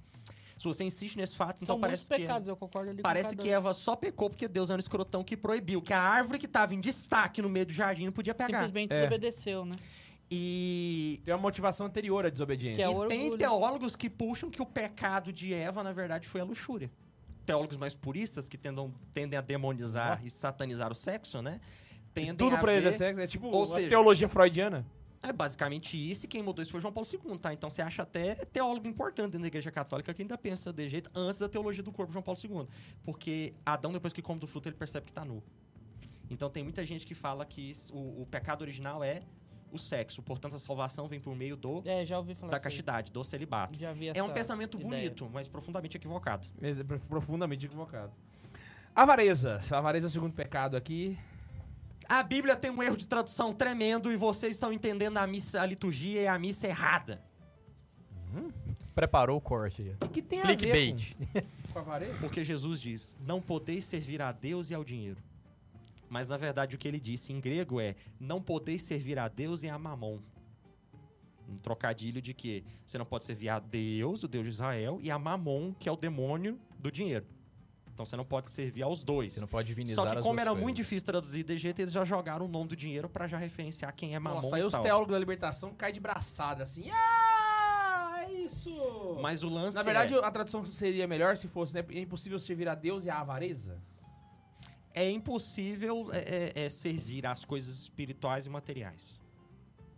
S2: se você insiste nesse fato,
S3: São
S2: então
S3: muitos
S2: parece
S3: pecados, eu concordo ali
S2: que. Parece
S3: com o
S2: que é Eva só pecou porque Deus era um escrotão que proibiu, que a árvore que tava em destaque no meio do jardim não podia pegar.
S3: Simplesmente
S1: É.
S3: desobedeceu, né?
S2: E
S1: Tem uma motivação anterior à
S3: Que
S1: desobediência.
S3: é
S2: e
S3: o
S2: tem
S3: orgulho.
S2: teólogos que puxam que o pecado de Eva, na verdade, foi a luxúria. Teólogos mais puristas que tendam- tendem a demonizar e satanizar o sexo, né? Tendem
S1: Tudo
S2: a
S1: pra eles é
S2: ver-
S1: sexo. É tipo
S2: Ou
S1: a
S2: seja-
S1: teologia freudiana.
S2: É basicamente isso, e quem mudou isso foi João Paulo II, tá? Então você acha até teólogo importante dentro da igreja católica que ainda pensa de jeito antes da teologia do corpo de João Paulo II. Porque Adão, depois que come do fruto, ele percebe que tá nu. Então tem muita gente que fala que isso- o, o pecado original é o sexo, portanto a salvação vem por meio do,
S3: É, já ouvi falar
S2: da
S3: isso aí.
S2: castidade, do celibato.
S3: Já vi
S2: Tá É um
S3: essa
S2: pensamento
S3: ideia.
S2: bonito, mas profundamente equivocado.
S1: Mas é prof- Profundamente equivocado. Avareza. Avareza é o segundo pecado aqui.
S2: A Bíblia tem um erro de tradução tremendo e vocês estão entendendo a missa, a liturgia e a missa errada.
S4: Preparou o corte aí.
S1: O que, que tem a ver
S4: Clickbait.
S1: com, com avareza?
S2: Porque Jesus diz: "Não podeis servir a Deus e ao dinheiro". Mas na verdade o que ele disse em grego é: "Não podeis servir a Deus e a Mamon". Um trocadilho de que você não pode servir a Deus, o Deus de Israel, e a Mamon, que é o demônio do dinheiro. Então você não pode servir aos dois.
S4: Você não pode
S2: Só
S4: divinizar
S2: que
S4: as
S2: como
S4: duas
S2: era
S4: coisas.
S2: muito difícil traduzir de jeito, eles já jogaram o nome do dinheiro pra já referenciar quem é mamon
S1: Nossa,
S2: e
S1: aí os
S2: tal.
S1: teólogos da libertação caem de braçada assim. Ah, é isso!
S2: Mas o lance
S1: Na verdade,
S2: é,
S1: a tradução seria melhor se fosse, né? É impossível servir a Deus e a avareza.
S2: é impossível é, é, é servir as coisas espirituais e materiais.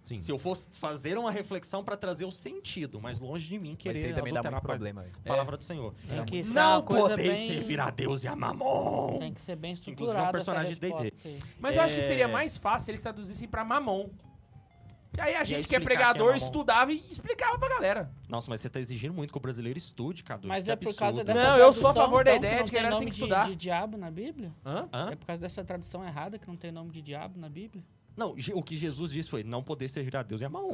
S1: Sim.
S2: Se eu fosse fazer uma reflexão para trazer o sentido, mas longe de mim querer
S4: Mas isso aí também dá
S2: adulterar
S4: muito
S2: a pa-
S4: problema, velho.
S2: palavra do Senhor.
S3: Tem que ser
S2: Não
S3: uma coisa
S2: podeis
S3: bem-
S2: servir a Deus e a mamon.
S3: Tem que ser bem
S2: Inclusive, é um
S3: estruturado. essa
S2: personagem de D&D.
S3: resposta aí.
S1: Mas eu acho que
S2: É.
S1: seria mais fácil eles traduzissem pra mamon. E aí a gente que é
S2: explicar
S1: pregador
S2: que é mamon.
S1: estudava e explicava pra galera.
S2: Nossa, mas você tá exigindo muito que o brasileiro estude, Cadu.
S3: Mas
S2: isso
S3: é
S2: que
S3: por causa
S2: absurdo. né?
S3: dessa
S1: Não, eu sou a
S3: tradução,
S1: favor da
S3: então,
S1: ideia
S3: não
S1: de que a galera
S3: nome
S1: tem que
S3: de-
S1: estudar.
S3: de diabo na Bíblia?
S1: Hã?
S2: Hã?
S3: É por causa dessa tradução errada que não tem nome de diabo na Bíblia?
S2: Não, Je- o que Jesus disse foi não poder servir a Deus e a mamon. O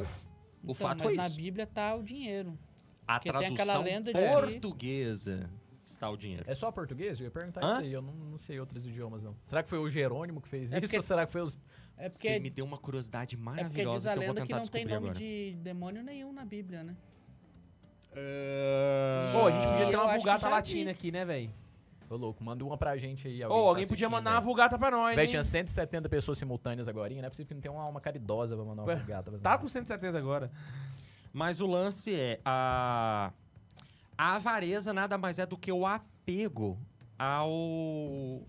S3: Então,
S2: fato
S3: mas
S2: foi
S3: na
S2: isso.
S3: Bíblia tá o dinheiro.
S2: A
S3: Porque tem aquela
S2: tradução
S3: lenda de-
S2: portuguesa está o dinheiro.
S4: É só português? Eu ia perguntar
S2: Hã?
S4: isso aí, eu não, não sei outros idiomas, não. Será que foi o Jerônimo que fez
S3: É
S4: isso?
S3: porque-
S4: Ou será que foi os...
S3: É
S2: Você me
S3: porque,
S2: deu uma curiosidade
S3: é porque diz
S2: maravilhosa
S3: a
S2: que eu vou
S3: lenda que
S2: tentar
S3: não tem
S2: descobrir
S3: nome
S2: agora.
S3: de demônio nenhum na Bíblia, né?
S2: É. Ah.
S1: Pô, a gente podia ter
S3: eu
S1: uma
S3: acho que
S1: vulgata
S3: já vi.
S1: latina aqui, né, velho?
S4: Ô, louco, manda uma pra gente aí.
S1: Ou
S2: tá
S1: alguém podia mandar uma vulgata pra nós,
S4: Véi,
S1: hein?
S4: tinha 170 pessoas simultâneas agora, hein? não é possível que não tenha uma alma caridosa pra mandar uma
S1: Ué,
S4: vulgata. pra
S1: Tá
S4: nós.
S1: com 170 agora.
S2: Mas o lance é a a avareza nada mais é do que o apego ao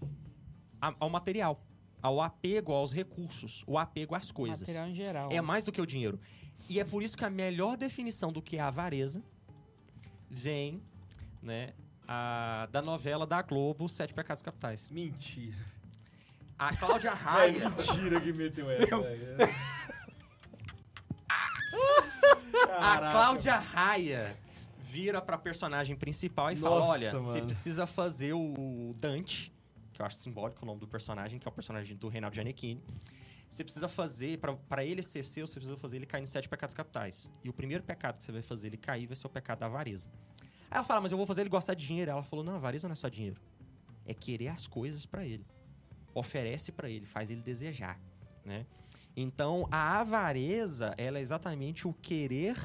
S2: a- ao material, ao apego aos recursos, o apego às coisas.
S3: Material em geral.
S2: É mais do que o dinheiro. E é por isso que a melhor definição do que é avareza vem, né, a- da novela da Globo Sete Pecados Capitais.
S1: Mentira.
S2: A Cláudia Raia.
S1: mentira que meteu essa.
S2: A Cláudia Raia vira pra personagem principal e fala:
S1: Nossa,
S2: Olha, você
S1: mano.
S2: precisa fazer o Dante, que eu acho simbólico o nome do personagem, que é o personagem do Reinaldo Giannichini. Você precisa fazer, pra- pra ele ser seu, você precisa fazer ele cair nos sete pecados capitais. E o primeiro pecado que você vai fazer ele cair vai ser o pecado da avareza. Aí ela fala: Mas eu vou fazer ele gostar de dinheiro. Ela falou: Não, avareza não é só dinheiro. É querer as coisas pra ele. Oferece pra ele, faz ele desejar, né? Então, a avareza, ela é exatamente o querer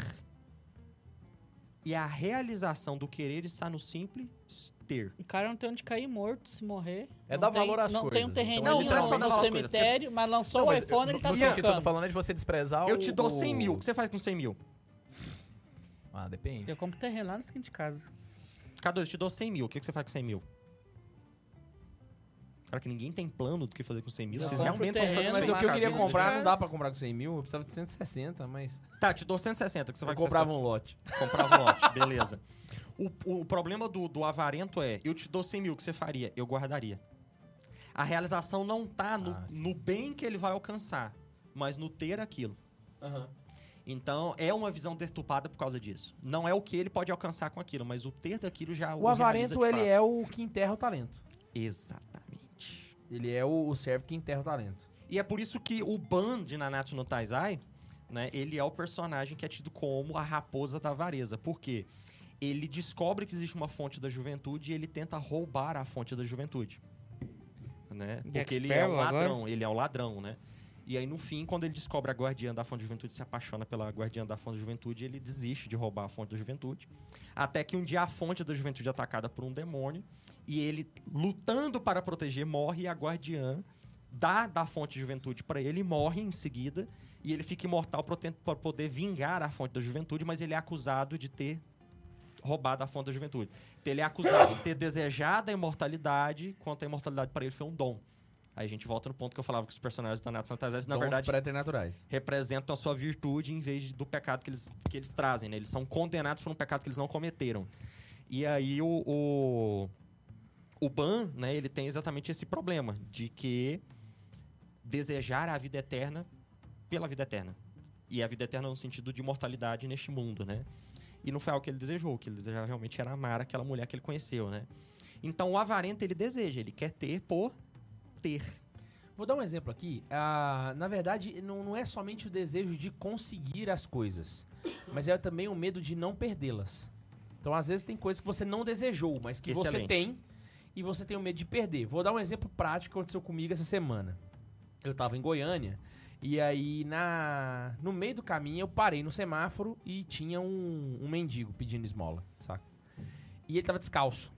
S2: e a realização do querer está no simples ter.
S3: O cara não tem onde cair morto se morrer.
S4: É
S3: Não
S4: dar
S3: tem-
S4: valor às
S3: não Tem um
S4: coisas, então
S3: terreninho
S2: ele não é só
S3: no
S2: dar valor às coisas,
S3: cemitério, mas lançou
S4: Não,
S3: o
S4: mas
S3: iPhone,
S4: eu-
S3: ele tá
S4: no sentido que eu tô
S3: sacando.
S4: falando é de você desprezar
S2: Eu
S4: o-
S2: te dou
S4: o-
S2: 100 mil. O que você faz com 100 mil?
S4: Ah, depende.
S3: Eu compro terreno lá no seguinte caso.
S2: Cadu, eu te dou 100 mil. O que que você faz com 100 mil? Cara, que ninguém tem plano do que fazer com 100 mil.
S3: Não.
S2: Vocês
S3: Compra o
S2: realmente estão
S3: terreno,
S1: Mas o que eu
S3: Sim,
S1: queria
S3: cara.
S1: comprar não dá pra comprar com 100 mil. Eu precisava de 160, mas.
S2: Tá, te dou 160. Que você
S1: Eu
S2: vai
S1: comprava
S2: com
S1: um lote.
S2: 160. Comprava um lote. Beleza. O, o problema do, do avarento é, eu te dou 100 mil. O que você faria? Eu guardaria. A realização não tá no,
S4: Ah, sim.
S2: no bem que ele vai alcançar, mas no ter aquilo. Então, é uma visão deturpada por causa disso. Não é o que ele pode alcançar com aquilo, mas o ter daquilo já
S1: O avarento, ele
S2: o... realiza
S1: é o que enterra o talento.
S2: de fato. Exatamente.
S1: Ele é o, o servo que enterra o talento.
S2: E é por isso que o Ban de Nanatsu no Taizai, né, ele é o personagem que é tido como a raposa da avareza. Por quê? Ele descobre que existe uma fonte da juventude e ele tenta roubar a fonte da juventude. Né?
S3: Jack
S2: Porque ele é um
S3: Sparrow agora?
S2: ladrão, ele é um ladrão, né? E aí, no fim, quando ele descobre a guardiã da fonte da juventude, se apaixona pela guardiã da fonte da juventude, ele desiste de roubar a fonte da juventude. Até que um dia a fonte da juventude é atacada por um demônio e ele, lutando para proteger, morre e a guardiã dá da fonte de juventude para ele, morre em seguida e ele fica imortal para poder vingar a fonte da juventude, mas ele é acusado de ter roubado a fonte da juventude. Então, Ele é acusado de ter desejado a imortalidade, quanto a imortalidade para ele foi um dom. Aí a gente volta no ponto que eu falava que os personagens da Nath Santazés, na
S1: Dons
S2: verdade,
S1: preternaturais.
S2: representam a sua virtude em vez do pecado que eles, que eles trazem, né? Eles são condenados por um pecado que eles não cometeram. E aí o, o, o Ban, né, ele tem exatamente esse problema de que desejar a vida eterna pela vida eterna. E a vida eterna no sentido de imortalidade neste mundo, né? E não foi algo que ele desejou, o que ele desejava realmente era amar aquela mulher que ele conheceu, né? Então o avarento ele deseja, ele quer ter por ter.
S1: Vou dar um exemplo aqui. Ah, na verdade, não, não é somente o desejo de conseguir as coisas, mas é também o medo de não perdê-las. Então, às vezes, tem coisas que você não desejou, mas que você
S2: Excelente.
S1: tem e você tem o medo de perder. Vou dar um exemplo prático que aconteceu comigo essa semana. Eu tava em Goiânia e aí na no meio do caminho eu parei no semáforo e tinha um, um mendigo pedindo esmola, saca? E ele tava descalço.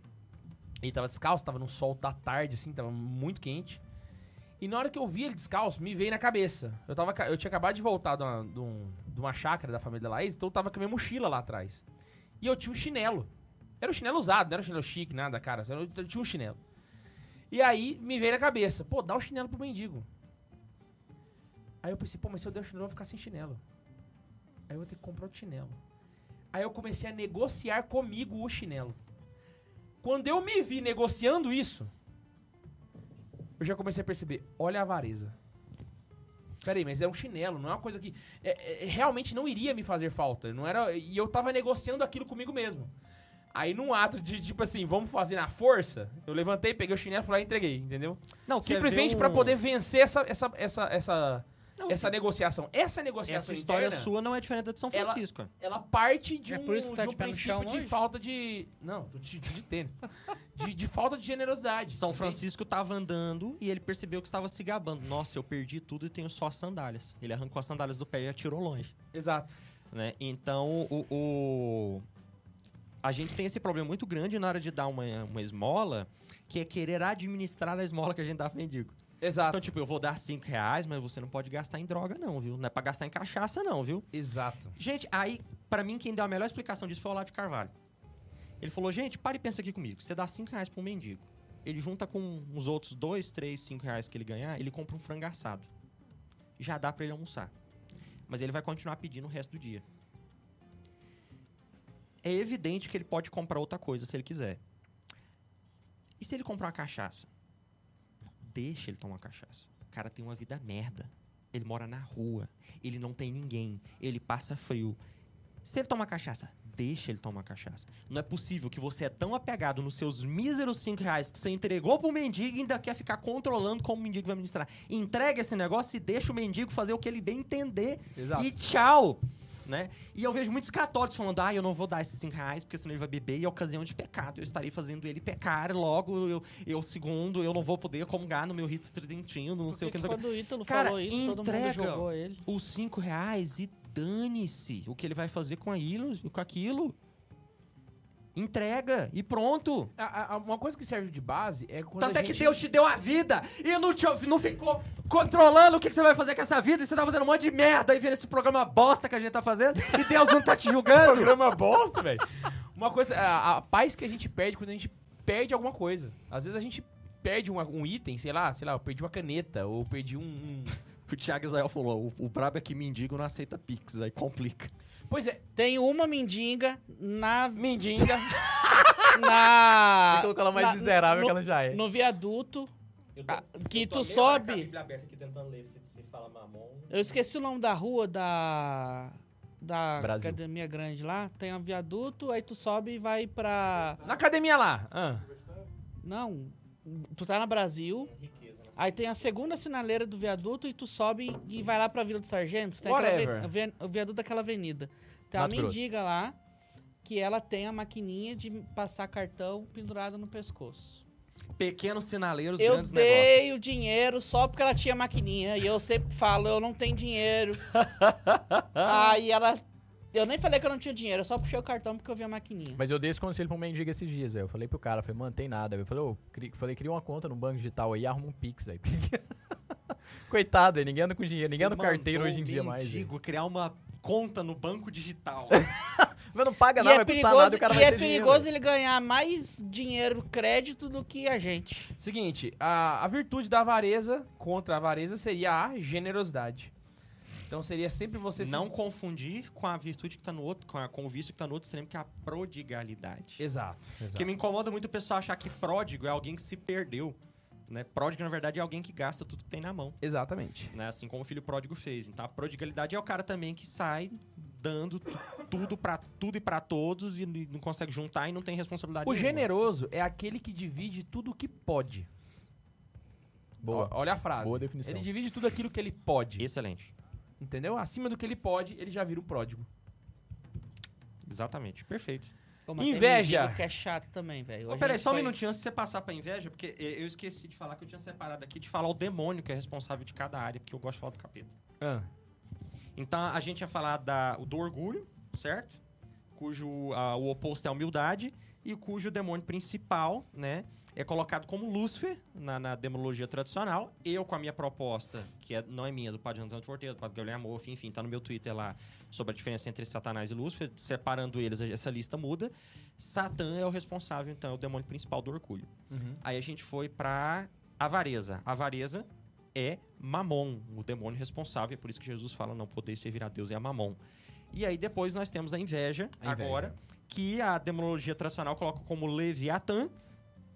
S1: Ele tava descalço, tava no sol da tarde, assim, tava muito quente. E na hora que eu vi ele descalço, me veio na cabeça. Eu, tava, ca- eu tinha acabado de voltar de uma, de um- de uma chácara da família da Laís, então eu tava com a minha mochila lá atrás. E eu tinha um chinelo. Era um chinelo usado, não era um chinelo chique, nada, cara. só Eu, eu tinha um chinelo. E aí me veio na cabeça, pô, dá o chinelo pro mendigo. Aí eu pensei, pô, mas se eu der o chinelo, eu vou ficar sem chinelo. Aí eu vou ter que comprar outro chinelo. Aí eu comecei a negociar comigo o chinelo. Quando eu me vi negociando isso, eu já comecei a perceber, olha a avareza. Peraí, mas é um chinelo, não é uma coisa que é, é, realmente não iria me fazer falta. Não era, e eu tava negociando aquilo comigo mesmo. Aí num ato de tipo assim, vamos fazer na força, eu levantei, peguei o chinelo, fui lá e entreguei, entendeu?
S2: Não, quer ver
S1: Simplesmente
S2: um-
S1: pra poder vencer essa essa essa essa,
S2: Não,
S1: essa negociação. Essa
S2: Essa
S1: negociação
S2: história
S1: interna,
S2: sua não é diferente da de São
S1: ela-
S2: Francisco.
S1: ela parte de
S3: É
S1: um,
S3: por isso que tá
S1: de um
S3: de pé no
S1: princípio
S3: chão
S1: de
S3: hoje?
S1: falta de não, do de, de tênis, de, de falta de generosidade.
S2: São
S1: entende?
S2: Francisco estava andando e ele percebeu que estava se gabando. Nossa, eu perdi tudo e tenho só as sandálias. Ele arrancou as sandálias do pé e atirou longe.
S1: Exato.
S2: né? Então, o, o- a gente tem esse problema muito grande na hora de dar uma, uma esmola, que é querer administrar a esmola que a gente dá pro mendigo.
S1: Exato.
S2: Então, tipo, eu vou dar 5 reais, mas você não pode gastar em droga, não, viu? Não é pra gastar em cachaça, não, viu?
S1: Exato.
S2: Gente, aí, pra mim, quem deu a melhor explicação disso foi o Olavo de Carvalho. Ele falou, gente, para e pensa aqui comigo. Você dá 5 reais pra um mendigo. Ele junta com os outros 2, 3, 5 reais que ele ganhar, ele compra um frango assado. Já dá pra ele almoçar. Mas ele vai continuar pedindo o resto do dia. É evidente que ele pode comprar outra coisa se ele quiser. E se ele comprar uma cachaça? Deixa ele tomar cachaça. O cara tem uma vida merda. Ele mora na rua ele não tem ninguém, ele passa frio. Se ele toma cachaça, deixa ele tomar cachaça. Não é possível que você é tão apegado nos seus míseros 5 reais que você entregou pro mendigo e ainda quer ficar controlando como o mendigo vai administrar. Entrega esse negócio e deixa o mendigo fazer o que ele bem entender
S1: Exato.
S2: e tchau! Né? E eu vejo muitos católicos falando: ah, eu não vou dar esses 5 reais porque senão ele vai beber e é ocasião de pecado. Eu estarei fazendo ele pecar, logo eu, eu segundo, eu não vou poder comungar no meu rito tridentino, não sei o que, não sei o que.
S3: quando o Ítalo
S2: Cara,
S3: falou isso, todo mundo
S2: entrega.
S3: jogou ele.
S2: os 5 reais e dane-se o que ele vai fazer com, a ilho- com aquilo. Entrega e pronto.
S1: A- a- a- uma coisa que serve de base é quando
S2: Tanto
S1: a
S2: é que
S1: gente-
S2: Deus te deu a vida e não, te, não ficou controlando o que, que você vai fazer com essa vida. E você tá fazendo um monte de merda aí vendo esse programa bosta que a gente tá fazendo e Deus não tá te julgando.
S1: programa bosta, velho. Uma coisa, a, a paz que a gente perde quando a gente perde alguma coisa. Às vezes a gente perde um, um item, sei lá, sei lá, eu perdi uma caneta ou perdi um, um-
S2: o Thiago Israel falou: o, o brabo é que mendigo não aceita pix, aí complica.
S1: Pois é,
S3: Tem uma mendiga na.
S1: mendiga.
S3: na
S4: Tem que colocar ela mais
S3: na-
S4: miserável
S3: no,
S4: que ela já é.
S3: No viaduto ah, que tu
S2: A
S3: sobe.
S2: Bíblia aberta aqui tentando ler se, fala mamon.
S3: Eu esqueci o nome da rua da. Da
S4: Brasil.
S3: academia grande lá. Tem um viaduto, aí tu sobe e vai pra.
S1: Na academia lá. Ah,
S3: Não. Tu tá na Brasil. Aí tem a segunda sinaleira do viaduto e tu sobe e vai lá pra Vila dos Sargentos. Tem aquela
S1: Whatever.
S3: ave- a via- o viaduto daquela avenida. Então, Tem uma
S4: Mato Grosso.
S3: mendiga lá que ela tem a maquininha de passar cartão pendurada no pescoço.
S2: Pequenos sinaleiros,
S3: eu
S2: grandes
S3: dei
S2: negócios.
S3: o dinheiro só porque ela tinha maquininha. E eu sempre falo, eu não tenho dinheiro.
S1: Ah,
S4: Ah.
S3: Aí ela. Eu nem falei que eu não tinha dinheiro, eu só puxei o cartão porque eu vi a maquininha.
S4: Mas eu dei esse conselho pra um mendigo esses dias, velho. Eu falei pro cara, falei, mano, tem nada. velho. Eu falei, ô, cri- falei, cria uma conta no banco digital aí e arruma um Pix, velho. Coitado, velho, ninguém anda com dinheiro, ninguém
S2: Você
S4: anda com carteiro
S2: mandou
S4: hoje em
S2: um
S4: dia mais. né? velho.
S2: mendigo criar uma conta no banco digital.
S4: Mas não paga
S3: E
S4: nada,
S3: é
S4: vai custar
S3: perigoso,
S4: nada e o cara
S3: e
S4: vai
S3: é
S4: ter dinheiro,
S3: perigoso
S4: velho.
S3: ele ganhar mais dinheiro crédito do que a gente.
S1: seguinte, a, a virtude da avareza contra a avareza seria a generosidade. Então seria sempre você se-
S2: não confundir com a virtude que tá no outro, com, a, com o vício que tá no outro extremo, que é a prodigalidade.
S1: Exato, exato.
S2: Porque me incomoda muito o pessoal achar que pródigo é alguém que se perdeu. Né? Pródigo, na verdade, é alguém que gasta tudo que tem na mão.
S1: Exatamente.
S2: né? Assim como o filho pródigo fez. Então a prodigalidade é o cara também que sai dando tu- tudo pra tudo e pra todos e n- não consegue juntar e não tem responsabilidade.
S1: O
S2: nenhuma.
S1: generoso é aquele que divide tudo o que pode.
S4: Boa.
S1: Ó, Olha a frase.
S4: Boa definição.
S1: Ele divide tudo aquilo que ele pode.
S2: Excelente.
S1: Entendeu? Acima do que ele pode, ele já vira um pródigo.
S2: Exatamente. Perfeito.
S3: Pô, mas tem
S1: Inveja.
S3: mendigo Que é chato também, velho.
S2: Ô,
S3: A
S2: peraí,
S3: gente
S2: só um
S3: foi-
S2: minutinho antes de você passar pra inveja, porque eh, eu esqueci de falar que eu tinha separado aqui de falar o demônio que é responsável de cada área, porque eu gosto de falar do capeta.
S1: Ah,
S2: Então a gente ia falar da, do orgulho, certo? Cujo ah, o oposto é a humildade, e cujo demônio principal, né? É colocado como Lúcifer na, na demologia tradicional. Eu, com a minha proposta, que é- não é minha, do Padre Antônio de Forteiro, do Padre Guilherme Amorfi, enfim, tá no meu Twitter lá, sobre a diferença entre Satanás e Lúcifer, separando eles, essa lista muda. Satã é o responsável, então, é o demônio principal do orgulho.
S1: uhum.
S2: Aí a gente foi pra avareza. Avareza é Mamon, o demônio responsável. É por isso que Jesus fala: não podeis servir a Deus e a Mamon. E aí depois nós temos a inveja,
S4: A inveja.
S2: agora, que a demonologia tradicional coloca como Leviatã,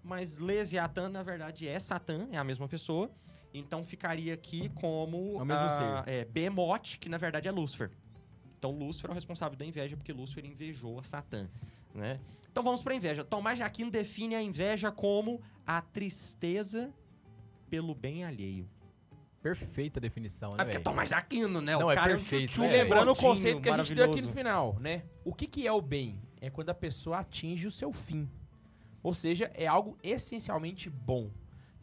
S2: mas Leviatã, na verdade, é Satã, é a mesma pessoa. Então ficaria aqui como.
S4: É o mesmo
S2: ah, É, Bemote, que na verdade é Lúcifer. Então Lúcifer é o responsável da inveja, porque Lúcifer invejou a Satã. Né? Então vamos para inveja. Tomás de Aquino define a inveja como a tristeza pelo bem alheio.
S4: Perfeita definição,
S2: Ah,
S4: né,
S2: porque é
S4: velho?
S2: Tomás de Aquino, né?
S4: Não,
S2: o
S4: é
S2: cara
S4: perfeito,
S2: um
S4: né,
S1: E
S2: tchutchu
S4: velho?
S1: lembrando o
S2: gordinho,
S1: conceito que a gente deu aqui no
S2: maravilhoso.
S1: final, né? O que, que é o bem? É quando a pessoa atinge o seu fim. Ou seja, é algo essencialmente bom.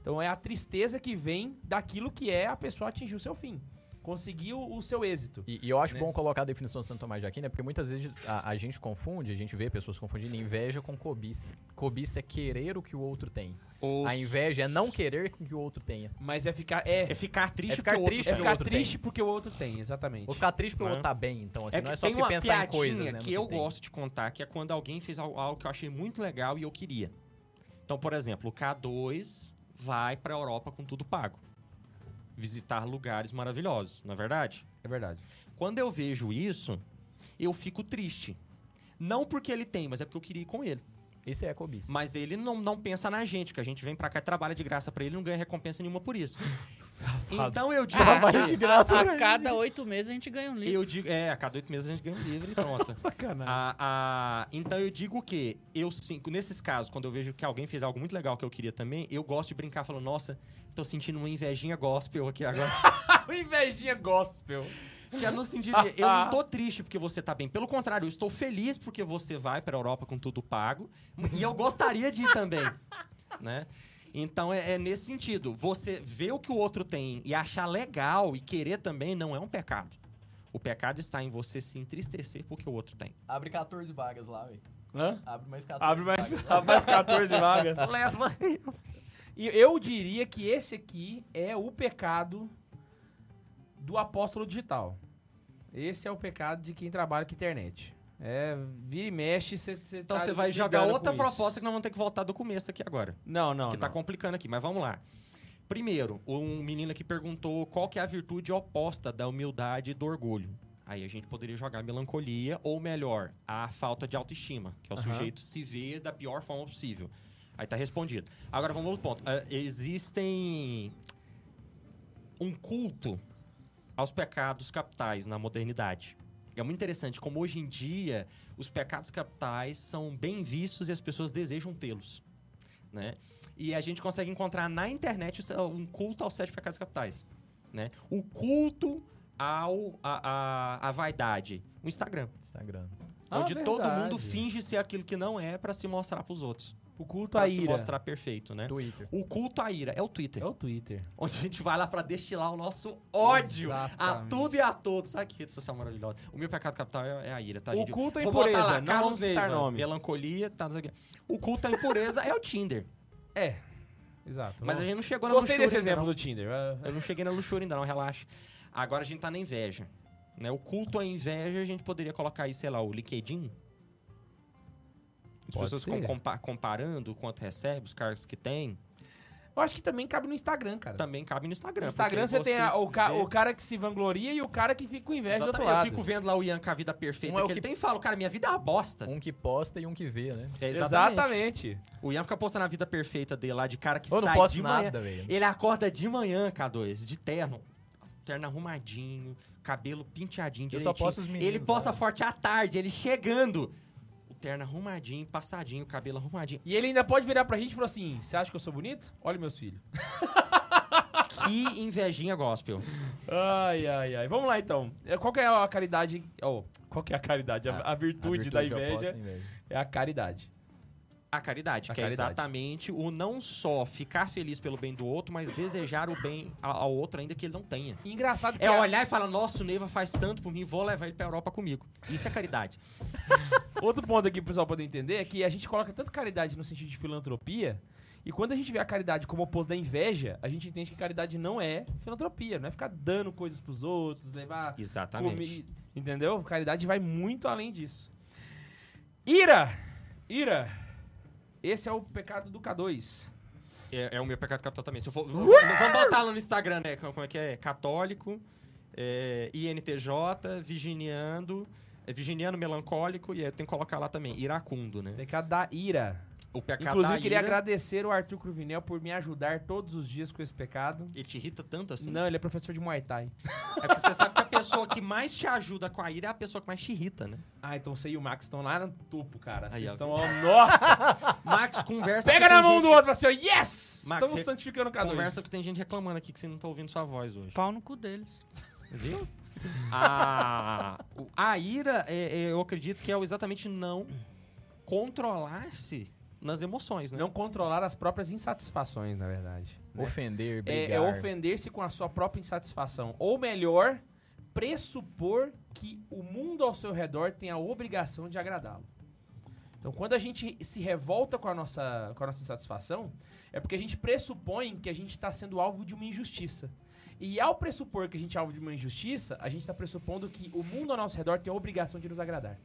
S1: Então é a tristeza que vem daquilo que é a pessoa atingir o seu fim. Conseguir o, o seu êxito.
S4: E, e eu acho
S1: né?
S4: bom colocar a definição de Santo Tomás de Aquino, né? Porque muitas vezes a, a gente confunde, a gente vê pessoas confundindo inveja com cobiça. Cobiça é querer o que o outro tem.
S2: Os-
S4: A inveja é não querer que o outro tenha.
S1: Mas é ficar. É,
S2: É ficar triste
S4: É ficar
S2: porque o outro
S4: triste
S1: é
S4: que o
S1: ficar
S4: outro tem.
S1: triste porque o outro tem, exatamente.
S4: Ou ficar triste pelo
S2: Né?
S4: outro tá bem, então, assim,
S2: É
S4: não
S2: que
S4: é só
S2: tem
S4: porque
S2: uma
S4: pensar
S2: piadinha
S4: em coisas, né? no
S2: que,
S4: que
S2: eu
S4: tem.
S2: gosto de contar, que é quando alguém fez al- algo que eu achei muito legal e eu queria. Então, por exemplo, o K2 vai pra Europa com tudo pago. Visitar lugares maravilhosos, não é verdade?
S1: É verdade.
S2: Quando eu vejo isso, eu fico triste. Não porque ele tem, mas é porque eu queria ir com ele.
S4: Isso é cobiça.
S2: Mas ele não, não pensa na gente, que a gente vem pra cá e trabalha de graça pra ele não ganha recompensa nenhuma por isso. Então eu digo. que-
S3: a
S2: né?
S3: cada oito meses a gente ganha um livro.
S2: eu digo, é, a cada oito meses a gente ganha um livro e pronto.
S1: Sacanagem.
S2: A- a- então eu digo que eu sinto, nesses casos, quando eu vejo que alguém fez algo muito legal que eu queria também, eu gosto de brincar falando, nossa, tô sentindo uma invejinha gospel aqui agora.
S1: o invejinha gospel.
S2: que é no sentido de, eu não tô triste porque você tá bem. Pelo contrário, eu estou feliz porque você vai pra Europa com tudo pago. E eu gostaria de ir também. né? Então é, é nesse sentido. Você ver o que o outro tem e achar legal e querer também não é um pecado. O pecado está em você se entristecer porque o outro tem.
S4: Abre 14 vagas lá, velho.
S1: Hã?
S4: Abre mais 14
S1: Abre mais, abre mais 14 vagas.
S2: Leva
S1: E eu diria que esse aqui é o pecado do apóstolo digital. Esse é o pecado de quem trabalha com internet. É, vira e mexe, tá você
S2: Então você vai jogar outra proposta que nós vamos ter que voltar do começo aqui agora.
S1: Não, não,
S2: que
S1: não.
S2: tá complicando aqui, mas vamos lá. Primeiro, um menino aqui perguntou qual que é a virtude oposta da humildade e do orgulho. Aí a gente poderia jogar melancolia, ou melhor, a falta de autoestima, que é o
S1: Aham.
S2: sujeito se ver da pior forma possível. Aí tá respondido. Agora vamos ao outro ponto. Ah, existem um culto aos pecados capitais na modernidade. É muito interessante como hoje em dia os pecados capitais são bem vistos e as pessoas desejam tê-los, né? E a gente consegue encontrar na internet um culto aos sete pecados capitais, né? O culto ao a, a, a vaidade, o Instagram,
S4: Instagram.
S1: Ah,
S2: onde todo
S1: verdade.
S2: mundo finge ser aquilo que não é pra se mostrar pros outros,
S1: O culto
S2: Pra
S1: à
S2: se
S1: ira.
S2: mostrar perfeito, né?
S4: Twitter.
S2: O culto à ira é o Twitter
S1: É o Twitter.
S2: onde a gente vai lá pra destilar o nosso ódio a
S1: Exatamente.
S2: tudo e a todos. Ai, que rede social maravilhosa. O meu pecado capital é é a ira, tá,
S1: o
S2: gente?
S1: culto à
S2: Vou botar
S1: impureza.
S2: lá,
S1: não
S2: Carlos
S1: vamos citar
S2: Neiva,
S1: nomes.
S2: melancolia, tá, não sei o quê. O culto à impureza é o Tinder.
S1: É, exato.
S2: Mas a gente não chegou na
S1: Tá Gostei
S2: luxúria
S1: desse
S2: ainda,
S1: exemplo
S2: não.
S1: do Tinder. Ah,
S2: Eu não cheguei na luxúria ainda, não, relaxa. Agora a gente tá na inveja. Né? O culto à inveja, a gente poderia colocar aí, sei lá, o LinkedIn. As
S1: Pode
S2: pessoas
S1: ser.
S2: ficam compa- comparando quanto recebe, os cargos que tem.
S1: Eu acho que também cabe no Instagram, cara.
S2: Também cabe no Instagram.
S1: No Instagram
S2: porque
S1: você tem a- o, ca-
S2: vê-
S1: o cara que se vangloria e o cara que fica com inveja do outro
S2: Exatamente.
S1: lado.
S2: Eu fico vendo lá o Ian com a vida perfeita
S4: Um é o
S2: que ele
S4: que-
S2: tem e falo, cara, minha vida é uma bosta.
S4: Um que posta e um que vê, né?
S2: É,
S1: Exatamente.
S2: O Ian fica postando a vida perfeita dele lá de cara que
S4: Eu não
S2: sai
S4: posto
S2: de manhã.
S4: nada, velho.
S2: Ele acorda de manhã, K2, de terno. Terno arrumadinho, cabelo penteadinho
S4: Eu
S2: direitinho.
S4: só posto os meninos.
S2: Ele posta
S4: lá.
S2: forte à tarde, ele chegando. O terno arrumadinho, passadinho, cabelo arrumadinho.
S1: E ele ainda pode virar pra gente e falar assim: Você acha que eu sou bonito? Olha meus filhos.
S2: Que invejinha gospel.
S1: Ai, ai, ai. Vamos lá então. É, Qual que é a caridade? ó, qual que é a caridade? A, a
S4: A
S1: virtude da
S4: eu posto
S1: inveja
S4: em
S2: né?
S4: inveja.
S1: é a caridade.
S2: A caridade,
S1: A
S2: que é
S1: caridade.
S2: exatamente o não só ficar feliz pelo bem do outro, mas desejar o bem a- ao outro ainda que ele não tenha.
S1: E engraçado que
S2: É
S1: a-
S2: olhar e falar, nossa, o Neiva faz tanto por mim, vou levar ele pra Europa comigo. Isso é caridade.
S1: outro ponto aqui pro pessoal poder entender é que a gente coloca tanto caridade no sentido de filantropia. E quando a gente vê a caridade como oposto da inveja, a gente entende que caridade não é filantropia, não é ficar dando coisas pros outros, levar
S2: Exatamente.
S1: Comi- Entendeu? Caridade vai muito além disso. Ira! Ira! Esse é o pecado do K2.
S2: É, é o meu pecado capital também. Se eu for, vamos botar lá no Instagram, né? Como é que é? Católico, é, INTJ, Virginiando, é, Virginiano Melancólico, e aí eu tenho que colocar lá também, Iracundo, né?
S1: Pecado da ira.
S2: O pecado
S1: Inclusive,
S2: da
S1: queria
S2: ira,
S1: agradecer o Arthur Cruvinel por me ajudar todos os dias com esse pecado.
S2: Ele te irrita tanto assim?
S1: Não, ele é professor de Muay Thai.
S2: É porque você sabe que a pessoa que mais te ajuda com a ira é a pessoa que mais te irrita, né?
S1: Ah, então você e o Max estão lá no topo, cara.
S2: Aí,
S1: Vocês
S2: ó.
S1: estão. ó, nossa!
S2: Max, conversa
S1: Pega
S2: que
S1: na
S2: tem
S1: mão
S2: gente-
S1: do outro e fala assim, ó, yes!
S2: Max,
S1: Estamos
S2: re-
S1: santificando cada um.
S2: Conversa que tem gente reclamando aqui que você não tá ouvindo sua voz hoje.
S3: Pau no cu deles.
S2: Viu? A, o- a ira, é- é, eu acredito que é o exatamente não controlar-se nas emoções, né?
S1: Não controlar as próprias insatisfações, na verdade. né?
S4: Ofender, brigar.
S1: É, é ofender-se com a sua própria insatisfação. Ou melhor, pressupor que o mundo ao seu redor tem a obrigação de agradá-lo. Então, quando a gente se revolta com a, nossa, com a nossa insatisfação, é porque a gente pressupõe que a gente está sendo alvo de uma injustiça. E ao pressupor que a gente é alvo de uma injustiça, a gente está pressupondo que o mundo ao nosso redor tem a obrigação de nos agradar.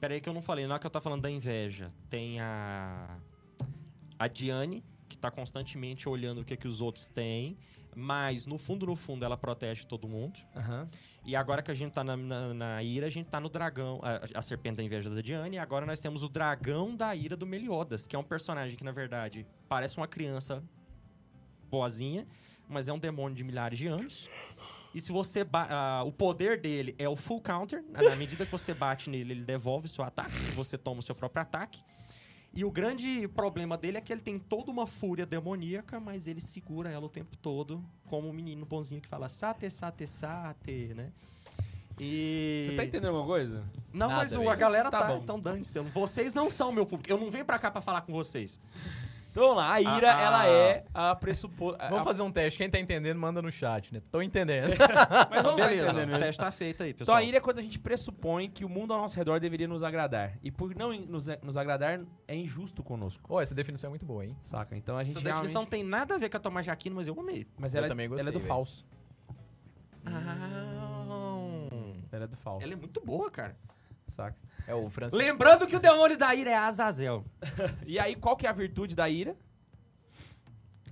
S2: Peraí que eu não falei, na hora que eu tava falando da inveja, tem a a Diane, que tá constantemente olhando o que que os outros têm, mas no fundo, no fundo, ela protege todo mundo. E agora que a gente tá na, na- na ira, a gente tá no dragão, a, a serpente da inveja da Diane, e agora nós temos o dragão da ira do Meliodas, que é um personagem que, na verdade, parece uma criança boazinha, mas é um demônio de milhares de anos. E se você. ba- ah, o poder dele é o full counter. Na medida que você bate nele, ele devolve seu ataque, você toma o seu próprio ataque. E o grande problema dele é que ele tem toda uma fúria demoníaca, mas ele segura ela o tempo todo, como um menino bonzinho que fala sate, sate, sate, né? E.
S1: Você tá entendendo alguma coisa?
S2: Não,
S4: Nada,
S2: mas o-
S4: velho.
S2: a galera
S1: Tá
S2: tá.
S1: bom.
S2: então dane-se. eu- Vocês não são meu público. Eu não venho pra cá pra falar com vocês.
S1: Então vamos lá, a ira,
S4: Ah, ah.
S1: ela é a pressupor... a-
S4: Vamos fazer um teste. Quem tá entendendo, manda no chat, né? Tô entendendo.
S1: Mas vamos lá,
S2: Beleza,
S1: entendendo,
S2: o
S1: né?
S2: teste tá feito aí,
S1: Então
S2: pessoal.
S1: a ira é quando a gente pressupõe que o mundo ao nosso redor deveria nos agradar. E por não in- nos, eh, nos agradar, é injusto conosco,
S4: Ô, essa definição é muito boa, hein?
S1: saca? Então a gente
S2: Essa definição
S1: realmente...
S2: não tem nada a ver com a Tomás Jaquino, mas eu amei.
S1: Mas
S4: Eu
S1: ela, é-
S4: também gostei,
S1: ela é do
S4: velho.
S1: falso.
S2: Ah,
S1: Ela é do falso,
S2: ela é muito boa, cara.
S1: saca?
S4: É o francês.
S2: Lembrando que o demônio da ira é Azazel.
S1: E aí, qual que é a virtude da ira?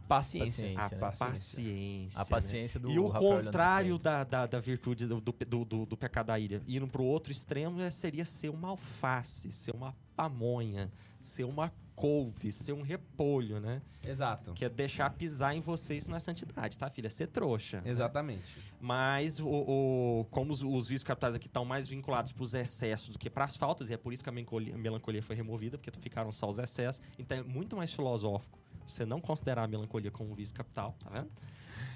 S1: Paciência.
S4: Paciência, né?
S1: paciência.
S2: Paciência.
S4: A paciência
S2: né?
S4: do
S2: E o
S4: Rafael Leandro
S2: contrário
S4: Freitas.
S2: da, da, da virtude do, do, do, do- do pecado da ira. Indo pro outro extremo é- seria ser uma alface, ser uma pamonha, ser uma couve, ser um repolho, né?
S1: Exato.
S2: Que é deixar pisar em você, isso não é santidade, tá, filha? É ser trouxa. né?
S1: Exatamente.
S2: Mas, o, o- como os, os vícios capitais aqui estão mais vinculados para os excessos do que para as faltas, e é por isso que a melancolia, a melancolia foi removida, porque ficaram só os excessos. Então é muito mais filosófico você não considerar a melancolia como um vício capital, tá vendo?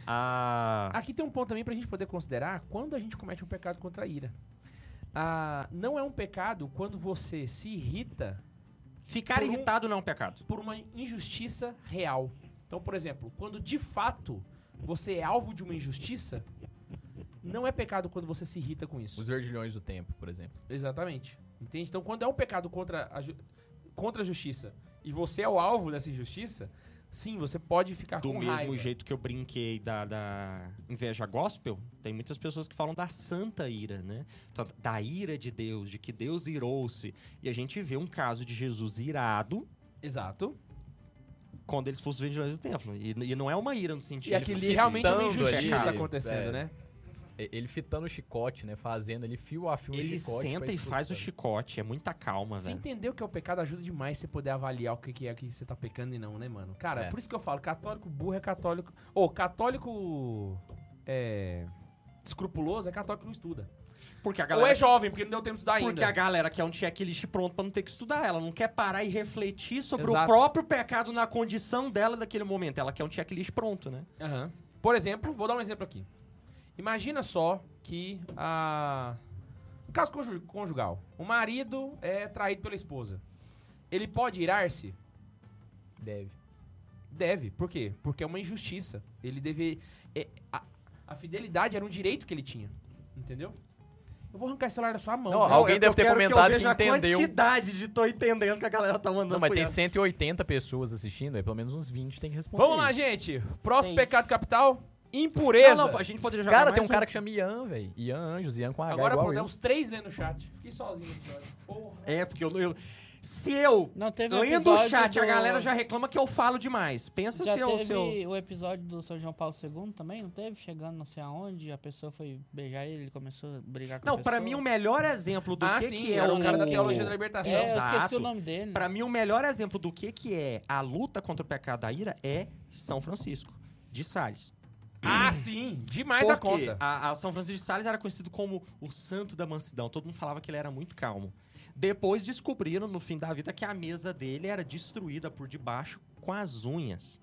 S2: Ah,
S1: Aqui tem um ponto também pra gente poder considerar quando a gente comete um pecado contra a ira. Ah, não é um pecado quando você se irrita
S2: ficar
S1: por um-
S2: irritado não é um pecado.
S1: por uma injustiça real. Então, por exemplo, quando de fato você é alvo de uma injustiça, não é pecado quando você se irrita com isso.
S4: Os verdilhões do tempo, por exemplo.
S1: Exatamente. Entende? Então, quando é um pecado contra a, ju- contra a justiça e você é o alvo dessa injustiça, sim, você pode ficar
S2: Do
S1: com
S2: mesmo
S1: raiva.
S2: jeito que eu brinquei da, da inveja gospel, tem muitas pessoas que falam da santa ira, né? Então, Da ira de Deus, de que Deus irou-se. E a gente vê um caso de Jesus irado,
S1: Exato.
S2: quando eles expulsam os vendilhões do templo. E, e não é uma ira no sentido.
S1: E aquilo ali realmente é uma
S4: irritando ali,
S1: injustiça
S4: cara.
S1: acontecendo,
S4: É.
S1: né?
S4: E- Ele fitando o chicote, né? Fazendo ele fio a fio
S2: Ele
S4: o chicote.
S2: senta
S4: pra
S2: e faz o
S4: expulsar.
S2: chicote. É muita calma,
S1: Você
S2: velho.
S1: entender o que é o pecado ajuda demais você poder avaliar o que que é que você tá pecando e não, né, mano? Cara,
S4: É.
S1: por isso que eu falo, católico burro é católico. Ou católico. É. Escrupuloso é católico que não estuda.
S2: Porque a
S1: Ou é
S2: galera.
S1: jovem, porque não deu tempo de estudar
S2: porque a
S1: ainda.
S2: galera quer um checklist pronto pra não ter que estudar. Ela não quer parar e refletir sobre
S1: Exato.
S2: o próprio pecado na condição dela daquele momento. Ela quer um checklist pronto, né?
S1: Aham. Por exemplo, vou dar um exemplo aqui. Imagina só que a. Um caso conju- conjugal. O marido é traído pela esposa. Ele pode irar-se?
S4: Deve.
S1: Deve. Por quê? Porque é uma injustiça. Ele deve. é, a, a fidelidade era um direito que ele tinha. Entendeu? Eu vou arrancar esse celular da sua mão.
S4: Não,
S1: velho.
S4: alguém
S2: Eu- eu
S4: deve ter
S2: quero
S4: comentado
S2: que, eu veja
S4: que entendeu.
S2: a quantidade de tô entendendo que a galera tá mandando.
S4: Não, mas
S2: pro
S4: tem
S2: Ian.
S4: 180 pessoas assistindo, aí pelo menos uns 20 tem que responder.
S1: Vamos lá, gente. Próximo
S3: Seis.
S1: pecado capital: impureza.
S2: Não, não, a gente poderia jogar.
S4: Cara,
S2: mais
S4: tem um
S2: um
S4: cara que chama Ian, velho. Ian Anjos, Ian com H
S1: Agora
S4: igual
S1: pô, dá
S4: eu.
S1: uns três lendo no chat. Fiquei sozinho aqui, olha. Porra.
S2: um- É, porque eu. eu- Se eu.
S3: Não teve um
S2: Lendo o
S3: episódio
S2: chat, a
S3: do-
S2: galera já reclama que eu falo demais. Pensa
S3: Já
S2: se eu.
S3: teve
S2: Se eu...
S3: o episódio do São João Paulo II também, não teve? Chegando não sei aonde, a pessoa foi beijar ele, ele começou a brigar com a
S2: Não,
S3: pessoa.
S2: pra mim é um o melhor exemplo do
S1: É ah,
S2: que,
S1: sim,
S2: que é
S1: era o cara da
S2: o-
S1: teologia da libertação. Ah,
S3: É, eu esqueci
S2: Exato.
S3: o nome dele.
S2: Pra mim, o melhor exemplo do que, que é a luta contra o pecado da ira é São Francisco de Sales.
S1: Ah, sim, demais a
S2: Porque
S1: conta.
S2: a, a São Francisco de Sales era conhecido como o santo da mansidão. Todo mundo falava que ele era muito calmo. Depois descobriram, no fim da vida, que a mesa dele era destruída por debaixo com as unhas.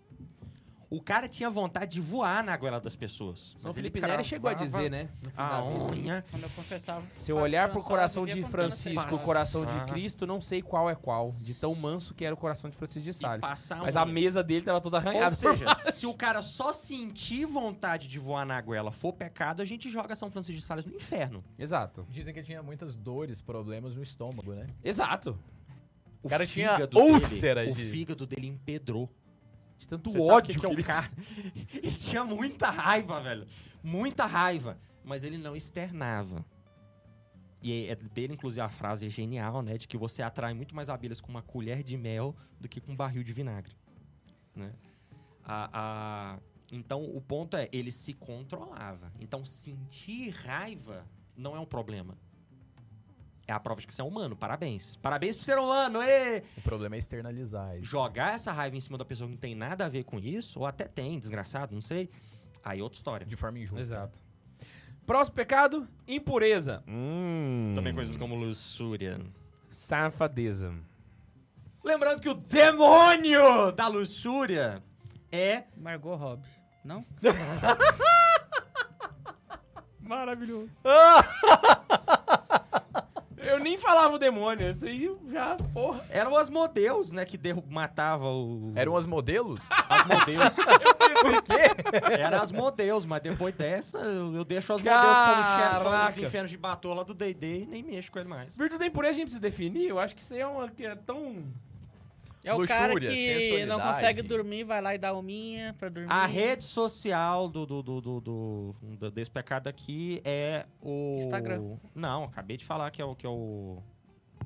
S2: O cara tinha vontade de voar na goela das pessoas.
S1: São
S2: Mas ele
S1: Felipe Nery
S2: cravava
S1: chegou a dizer, né? no fim da
S2: A
S1: vida.
S2: unha.
S3: Quando eu confessava.
S1: Se eu olhar
S3: Francisco,
S1: pro
S3: eu
S1: coração
S3: vivia
S1: de
S3: contando essa
S1: Francisco, o
S3: história.
S1: coração
S2: Passar.
S1: de Cristo, não sei qual é qual. De tão manso que era o coração de Francisco de
S2: E
S1: Sales.
S2: passar um
S1: Mas a
S2: unha.
S1: mesa dele tava toda
S2: Ou
S1: arranhada.
S2: seja, se o cara só sentir vontade de voar na goela for pecado, a gente joga São Francisco de Sales no inferno.
S1: Exato.
S4: Dizem que ele tinha muitas dores, problemas no estômago, né?
S1: Exato.
S2: O
S4: cara tinha
S2: fígado dele-
S4: úlcera
S2: O
S4: de-
S2: fígado dele empedrou.
S1: De tanto
S2: Você sabe
S1: ódio
S2: o
S1: que,
S2: que, é
S1: ele...
S2: o cara. ele tinha muita raiva, velho. Muita raiva. Mas ele não externava. E é dele, inclusive, a frase é genial, né? De que você atrai muito mais abelhas com uma colher de mel do que com um barril de vinagre. Né? A- a- Então, o ponto é, ele se controlava. Então, sentir raiva não é um problema. É a prova de que você é humano. Parabéns. Parabéns pro ser humano, ê!
S4: O problema é externalizar isso.
S2: jogar essa raiva em cima da pessoa que não tem nada a ver com isso, ou até tem, desgraçado, não sei. Aí outra história.
S4: De forma injusta.
S1: Exato. Próximo pecado, impureza. Hum.
S2: Também coisas como luxúria.
S1: Safadeza.
S2: Lembrando que o demônio da luxúria é
S3: Margot Robbie, não?
S1: Maravilhoso. eu nem falava o demônio, isso aí já, porra.
S2: eram as modelos, né, que derru- matava o
S4: Eram as modelos?
S2: as modelos.
S4: Por quê?
S2: Era as modelos, mas depois dessa eu, eu deixo as modelos como chefe
S1: Caraca.
S2: dos infernos de batola do D&D e nem mexo com ele mais.
S1: Virtude da impureza a gente precisa definir, eu acho que isso aí é uma que é tão...
S3: É o cara
S4: Luxúria,
S3: que
S4: sensualidade.
S3: não consegue dormir, vai lá e dá hominha pra dormir.
S2: A rede social do, do, do, do, do- do- desse pecado aqui é o.
S3: Instagram.
S2: Não, acabei de falar que é o. Que é, o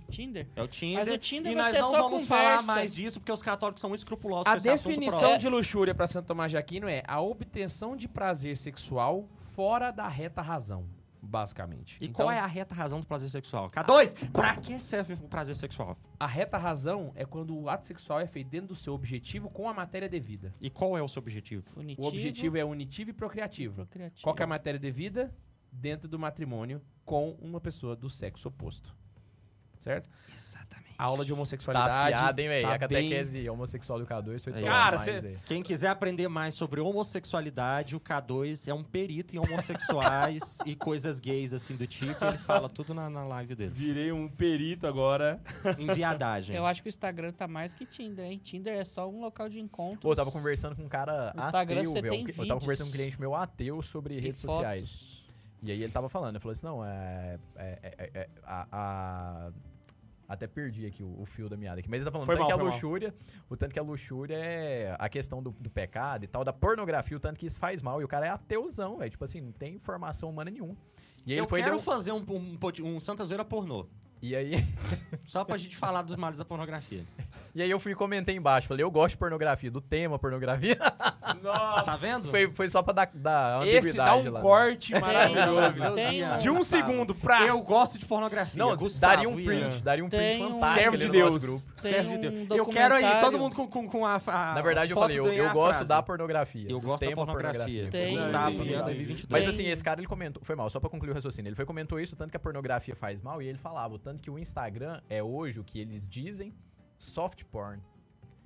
S3: Tinder.
S2: é o Tinder.
S3: Mas o Tinder
S2: e nós
S3: você
S2: não
S3: só
S2: vamos falar
S3: conversa.
S2: mais disso porque os católicos são muito escrupulosos
S1: A
S2: com esse assunto
S1: definição
S2: próximo.
S1: de luxúria pra Santo Tomás de Aquino é a obtenção de prazer sexual fora da reta razão, basicamente.
S2: E
S1: Então,
S2: qual é a reta razão do prazer sexual? K2! Pra que serve o prazer sexual?
S1: a reta razão é quando o ato sexual é feito dentro do seu objetivo com a matéria devida.
S2: E qual é o seu objetivo?
S3: Punitivo,
S1: O objetivo é unitivo e procreativo.
S3: Procriativo.
S1: Qual que é a matéria devida? Dentro do matrimônio com uma pessoa do sexo oposto. Certo?
S2: Exatamente.
S1: A aula de
S4: Tá
S1: homossexualidade.
S4: afiado, hein, É velho?
S1: tá
S4: a catequese homossexual do K2 foi
S2: Aí.
S4: top
S1: Cara,
S4: demais,
S1: cê-
S4: velho.
S2: Quem quiser aprender mais sobre homossexualidade, o K2 é um perito em homossexuais e coisas gays assim do tipo. Ele fala tudo na, na live
S1: bem-
S2: dele.
S1: Virei um perito agora.
S2: Em viadagem.
S3: Eu acho que o Instagram tá mais que Tinder, hein? Tinder é só um local de encontro.
S4: Pô, eu tava conversando com um cara
S3: No Instagram
S4: ateu,
S3: você
S4: velho.
S3: tem
S4: Eu tava
S3: vídeos.
S4: conversando com um cliente meu ateu sobre
S3: E
S4: redes
S3: fotos.
S4: sociais. E aí ele tava falando, ele falou assim, não, é. é- é- é- a, a- Até perdi aqui o, o fio da meada aqui. Mas ele tá falando
S1: Foi
S4: tanto
S1: mal,
S4: que a
S1: foi mal.
S4: luxúria. O tanto que a luxúria é a questão do, do pecado e tal, da pornografia, o tanto que isso faz mal. E o cara é ateuzão, velho. Tipo assim, não tem informação humana nenhuma. E aí
S2: eu
S4: ele foi e
S2: quero
S4: deu-
S2: fazer um, um, pod- um Santa Zoeira pornô.
S4: E aí,
S2: Só pra gente falar dos males da pornografia.
S4: e aí eu fui e comentei embaixo. Falei, eu gosto de pornografia, do tema pornografia.
S1: Nossa.
S2: Tá vendo?
S4: foi, foi só pra dar, dar ambiguidade
S1: Esse dá um
S4: lá. né?
S1: corte
S3: Tem-
S1: maravilhoso.
S3: Tem um-
S1: De um segundo pra.
S2: Eu gosto de pornografia.
S4: Não,
S2: Gustavo,
S4: daria um
S2: Ian.
S4: print, daria um print
S3: Tem um-
S4: fantástico.
S1: Servo
S4: ali
S1: de
S4: no nosso
S1: Deus.
S4: grupo.
S3: Tem
S2: Serve
S3: um
S2: de Deus. Eu
S3: documentário.
S2: quero aí, todo mundo com, com, com a, a.
S1: Ah,
S4: Na verdade, eu
S2: foto
S4: falei, eu,
S2: do Ian,
S4: eu
S2: a
S4: gosto
S2: frase.
S4: da pornografia.
S2: Eu
S4: do
S2: gosto da
S4: tema
S2: pornografia.
S3: Tem-
S2: Gustavo,
S1: Tem-
S2: Ian,
S4: Mas
S3: Tem-
S2: 2022.
S4: assim, esse cara ele comentou. Foi mal, só pra concluir o raciocínio. Ele foi comentou isso, o tanto que a pornografia faz mal, e ele falava, o tanto que o Instagram é hoje o que eles dizem soft porn.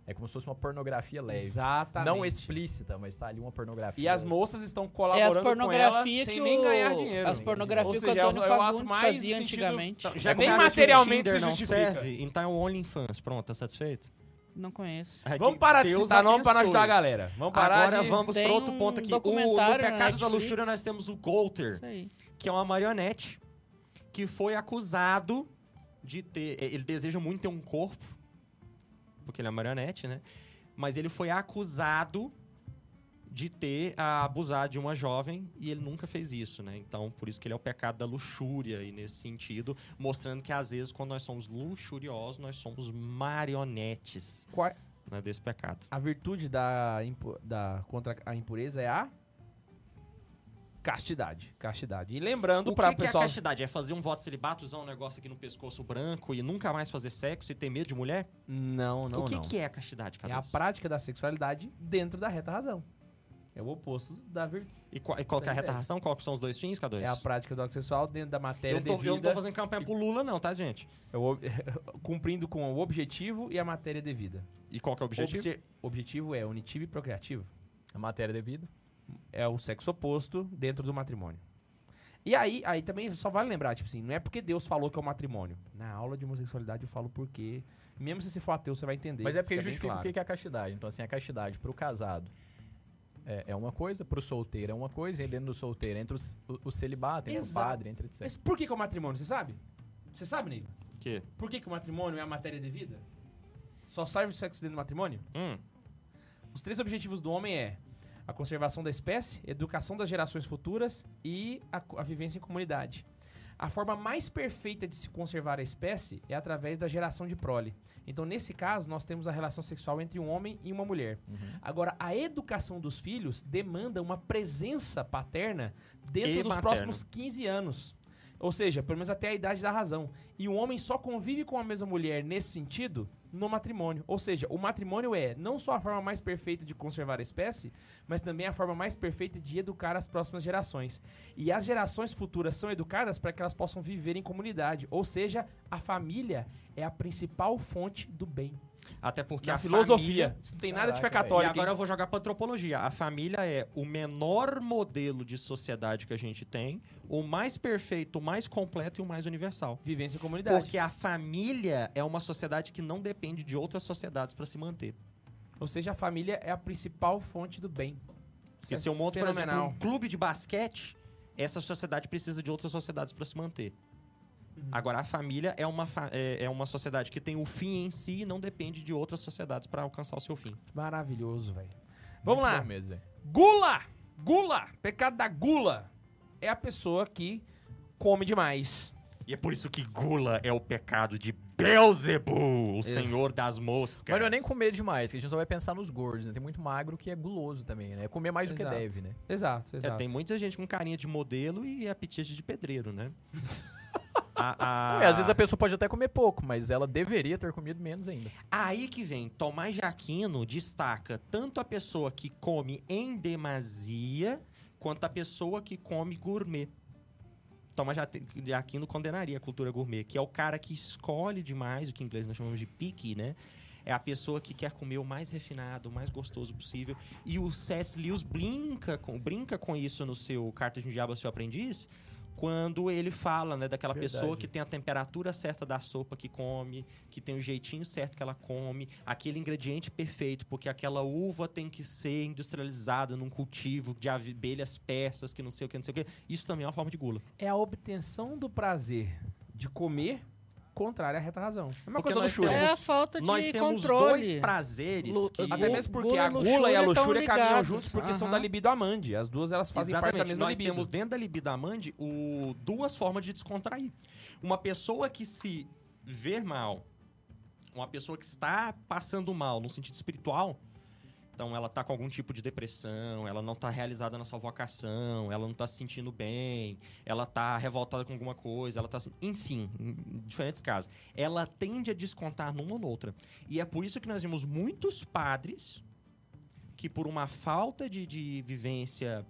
S4: É como se fosse uma pornografia leve.
S1: Exatamente.
S4: Não explícita, mas tá ali uma pornografia.
S1: E as moças estão
S3: É as
S1: colaborando com ela
S3: pornografias que
S1: sem
S3: o...
S1: nem ganhar dinheiro.
S3: As pornografias
S1: Ou
S3: que o
S1: seja, é
S3: Antônio
S1: é o ato
S3: Fagundes
S1: mais
S3: fazia
S1: no sentido- tá.
S3: antigamente.
S2: Então, já
S1: Nem
S2: que o
S1: materialmente
S2: Tinder
S1: se
S2: não
S1: justifica.
S2: serve, então é o OnlyFans. Pronto, tá satisfeito?
S3: Não conheço.
S2: É
S1: Vamos
S2: que
S1: parar de
S2: Deus
S1: citar nome pra não
S2: abençoe.
S1: ajudar a galera. Vamos parar
S2: Agora
S1: de...
S2: vamos
S3: Tem
S2: pra outro
S3: um
S2: ponto aqui. O, no
S3: documentário na
S2: pecado da
S3: Netflix.
S2: luxúria nós temos o Golter.
S3: Isso aí.
S2: que é uma marionete que foi acusado de ter. é, Ele deseja muito ter um corpo, porque ele é marionete, né? Mas ele foi acusado de ter a abusar de uma jovem e ele nunca fez isso, né? Então, por isso que ele é o pecado da luxúria e nesse sentido, mostrando que às vezes quando nós somos luxuriosos, nós somos marionetes
S1: Qual-
S2: né, desse pecado.
S1: A virtude da, impu- da contra a impureza é a castidade, castidade. E lembrando
S2: o
S1: para
S2: que, que
S1: pessoal,
S2: é a castidade? É fazer um voto de celibato, usar um negócio aqui no pescoço branco e nunca mais fazer sexo e ter medo de mulher?
S1: não, não,
S2: o que,
S1: não.
S2: que é a castidade,
S1: É
S2: cara?
S1: a prática da sexualidade dentro da reta razão. É o oposto da virtude.
S2: E qual, e qual que é a retarração? Qual que são os dois fins, K2?
S1: É a prática do ato sexual dentro da matéria
S2: eu, tô- eu não
S1: devida.
S2: tô fazendo campanha pro Lula, não, tá, gente?
S1: É o ob- cumprindo com o objetivo e a matéria devida.
S2: E qual que é o objetivo?
S1: Obse- objetivo é unitivo e procriativo.
S4: A matéria devida.
S1: É o sexo oposto dentro do matrimônio. E aí, aí também só vale lembrar, tipo assim, não é porque Deus falou que é o matrimônio. Na aula de homossexualidade eu falo porque. Mesmo se você for ateu, você vai entender.
S4: Mas é porque
S1: fica bem
S4: justifica o
S1: claro.
S4: que que é a castidade. Então, assim, a castidade pro casado é, é uma coisa, pro solteiro é uma coisa, e dentro do solteiro entra o, c- o- o celibato, entra
S1: Exato.
S4: o padre, entra etc.
S1: Mas por que, que é o matrimônio, você sabe? Você sabe, Nego?
S2: Que?
S1: Por que, que o matrimônio é a matéria devida? Só serve o sexo dentro do matrimônio?
S2: Hum,
S1: Os três objetivos do homem é a conservação da espécie, educação das gerações futuras e a, co- a vivência em comunidade. A forma mais perfeita de se conservar a espécie é através da geração de prole. Então, nesse caso, nós temos a relação sexual entre um homem e uma mulher. Agora, a educação dos filhos demanda uma presença paterna dentro
S2: E
S1: dos
S2: materna.
S1: próximos 15 anos. Ou seja, pelo menos até a idade da razão. E o homem só convive com a mesma mulher nesse sentido no matrimônio. Ou seja, o matrimônio é não só a forma mais perfeita de conservar a espécie, mas também é a forma mais perfeita de educar as próximas gerações. E as gerações futuras são educadas para que elas possam viver em comunidade. Ou seja, a família é a principal fonte do bem.
S2: até porque
S1: Na
S2: a
S1: filosofia.
S2: família-
S1: Isso não tem nada de fé
S4: Caraca,
S2: E
S1: católica.
S2: agora
S1: hein?
S2: eu vou jogar pra antropologia. A família é o menor modelo de sociedade que a gente tem, o mais perfeito, o mais completo e o mais universal.
S1: Vivência em comunidade.
S2: Porque a família é uma sociedade que não depende de outras sociedades pra se manter.
S1: Ou seja, a família é a principal fonte do bem.
S2: Porque
S1: Isso
S2: se
S1: é
S2: eu monto, por exemplo,
S1: fenomenal.
S2: um clube de basquete, essa sociedade precisa de outras sociedades pra se manter.
S4: Uhum.
S2: Agora, a família é uma, fa- é, é uma sociedade que tem o fim em si e não depende de outras sociedades pra alcançar o seu fim.
S1: Maravilhoso, velho. Vamos lá.
S4: Bom mesmo, velho.
S1: Gula! Gula! Pecado da gula é a pessoa que come demais.
S2: E é por isso que gula é o pecado de Belzebu, o senhor das moscas.
S4: Mas não é nem comer demais, que a gente só vai pensar nos gordos, né? Tem muito magro que é guloso também, né? É comer mais do que
S1: Exato.
S4: deve, né?
S1: Exato,
S2: É,
S1: exato.
S2: tem muita gente com carinha de modelo e apetite de pedreiro, né? A- a-
S4: Ué, às vezes a pessoa pode até comer pouco, mas ela deveria ter comido menos ainda.
S2: Aí que vem, Tomás de Aquino destaca tanto a pessoa que come em demasia quanto a pessoa que come gourmet. Tomás de Ati- de Aquino condenaria a cultura gourmet, que é o cara que escolhe demais, o que em inglês nós chamamos de picky, né? É a pessoa que quer comer o mais refinado, o mais gostoso possível. E o C.S. Lewis brinca com, brinca com isso no seu Cartas de um Diabo ao Seu Aprendiz, quando ele fala, né, daquela
S4: Verdade.
S2: pessoa que tem a temperatura certa da sopa que come, que tem o jeitinho certo que ela come, aquele ingrediente perfeito, porque aquela uva tem que ser industrializada num cultivo de ave- abelhas persas, que não sei o que, não sei o que. Isso também é uma forma de gula.
S1: É a obtenção do prazer de comer contrária à reta razão. É uma
S2: Porque
S1: coisa da
S2: nós
S1: luxúria.
S3: É a falta de
S2: Nós temos dois
S3: controle.
S2: prazeres
S3: Lu-
S2: que...
S1: É, Até mesmo porque a
S3: Gula e
S1: gula e a
S3: luxúria tão
S1: luxúria caminham
S3: ligados.
S1: juntos porque são
S3: Aham.
S1: da libido amante. As duas elas fazem parte da
S2: Exatamente.
S1: mesma
S2: Nós
S1: libido.
S2: temos dentro da libido amante o, duas formas de descontrair. Uma pessoa que se vê mal, uma pessoa que está passando mal no sentido espiritual, então ela está com algum tipo de depressão, ela não está realizada na sua vocação, ela não está se sentindo bem, ela está revoltada com alguma coisa, ela está, enfim, em diferentes casos. Ela tende a descontar numa ou noutra. E é por isso que nós vimos muitos padres que por uma falta de, de vivência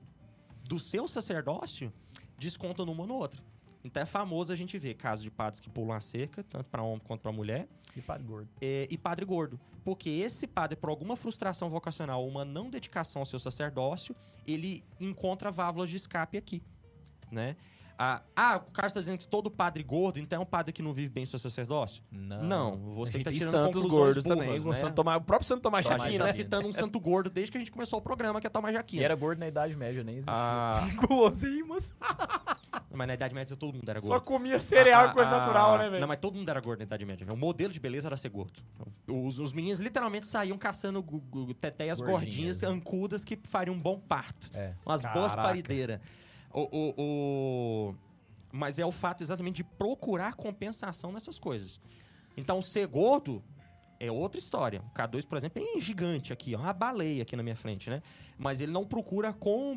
S2: do seu sacerdócio, descontam numa no outra. Então é famoso a gente ver casos de padres que pulam a cerca, tanto para homem quanto para mulher,
S4: E para gordo.
S2: é, e padre gordo. Porque esse padre, por alguma frustração vocacional, uma não dedicação ao seu sacerdócio, ele encontra válvulas de escape aqui, né? Ah, ah, o Carlos está dizendo que todo padre gordo, então é um padre que não vive bem seu sacerdócio?
S4: Não.
S2: Não,
S1: Ah, A
S2: você
S1: gente
S2: que tá
S1: tem
S2: tirando
S1: santos
S2: conclusões
S1: gordos
S2: burras,
S1: também. O,
S2: né?
S1: Santo Tomás- o próprio Santo Tomás de
S2: A gente
S1: Aquino.
S2: tá
S1: né?
S2: citando um santo gordo desde que a gente começou o programa, que é Tomás de
S4: E
S2: Aquino.
S1: assim,
S4: era gordo na Idade Média, nem existia.
S2: Ah,
S4: Guloso, hein, moço?
S2: Mas na Idade Média todo mundo era gordo.
S6: Só comia cereal
S2: A-
S6: e coisa
S2: a-
S6: natural, né,
S2: Ah, Não,
S6: velho?
S2: mas todo mundo era gordo na Idade Média. velho. O modelo de beleza era ser gordo. Os, os meninos literalmente saíam caçando gu- gu- tetéias
S4: Gordinhas. né?
S2: gordinhas, ancudas, que fariam um bom parto.
S4: É.
S2: Umas boas
S6: Caraca.
S2: parideiras. O, o- o- Mas é o fato exatamente de procurar compensação nessas coisas. Então, ser gordo é outra história. O K2, por exemplo, é gigante aqui, ó, uma baleia aqui na minha frente, né? Mas ele não procura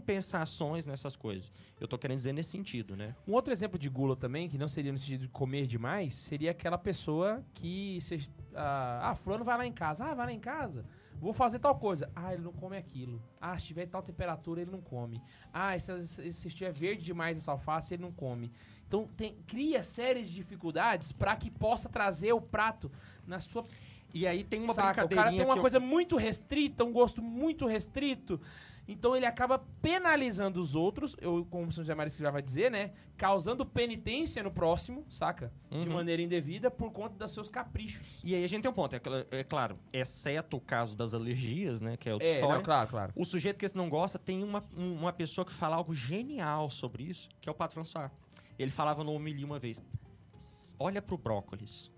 S2: compensações nessas coisas. Eu tô querendo dizer nesse sentido, né?
S1: Um outro exemplo de gula também, que não seria no sentido de comer demais, seria aquela pessoa que. cê- ah, ah, fulano vai lá em casa. Ah, vai lá em casa? Vou fazer tal coisa. Ah, ele não come aquilo. Ah, se tiver tal temperatura, ele não come. Ah, se, se, se estiver verde demais essa alface, ele não come. Então, tem- cria séries de dificuldades para que possa trazer o prato na sua
S2: E aí tem uma
S1: Saca, o
S2: brincadeirinha
S1: cara tem uma
S2: que eu-
S1: coisa muito restrita, um gosto muito restrito. Então ele acaba penalizando os outros, eu, como o São José Maris que já vai dizer, né? Causando penitência no próximo, saca? De
S2: Uhum.
S1: maneira indevida por conta dos seus caprichos.
S2: E aí a gente tem um ponto, é, cla- é claro, exceto o caso das alergias, né, que é outra
S1: É,
S2: história.
S1: não, claro, claro.
S2: O sujeito que esse não gosta tem uma, um- uma pessoa que fala algo genial sobre isso, que é o Pat François. Ele falava no Homili uma vez, "S- olha pro brócolis,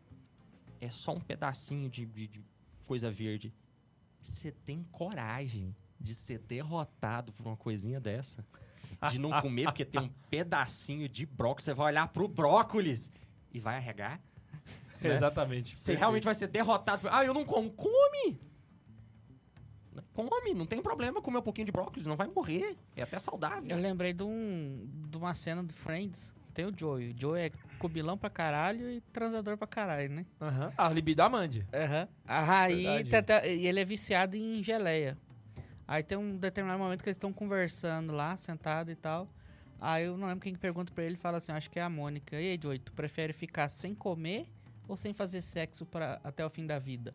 S2: é só um pedacinho de, de- de coisa verde. Você tem coragem de ser derrotado por uma coisinha dessa? De não comer porque tem um pedacinho de brócolis, você vai olhar pro brócolis e vai arregar?
S4: né?
S6: Exatamente.
S2: Você realmente vai ser derrotado. por- Ah, eu não como. Come! Come, não tem problema comer um pouquinho de brócolis, não vai morrer. É até
S3: Eu
S2: saudável.
S3: lembrei de, um, de uma cena do Friends. Tem o Joey. O Joey é cobilão pra caralho e transador pra caralho, né?
S1: Aham. A libido amande.
S3: Aham. Aí
S4: Verdade.
S3: tá- tá- e ele é viciado em geleia. Aí tem um determinado momento que eles estão conversando lá, sentado e tal. Aí eu não lembro quem que pergunta pra ele, fala assim, acho que é a Mônica. E aí, Joey, tu prefere ficar sem comer ou sem fazer sexo pra, até o fim da vida?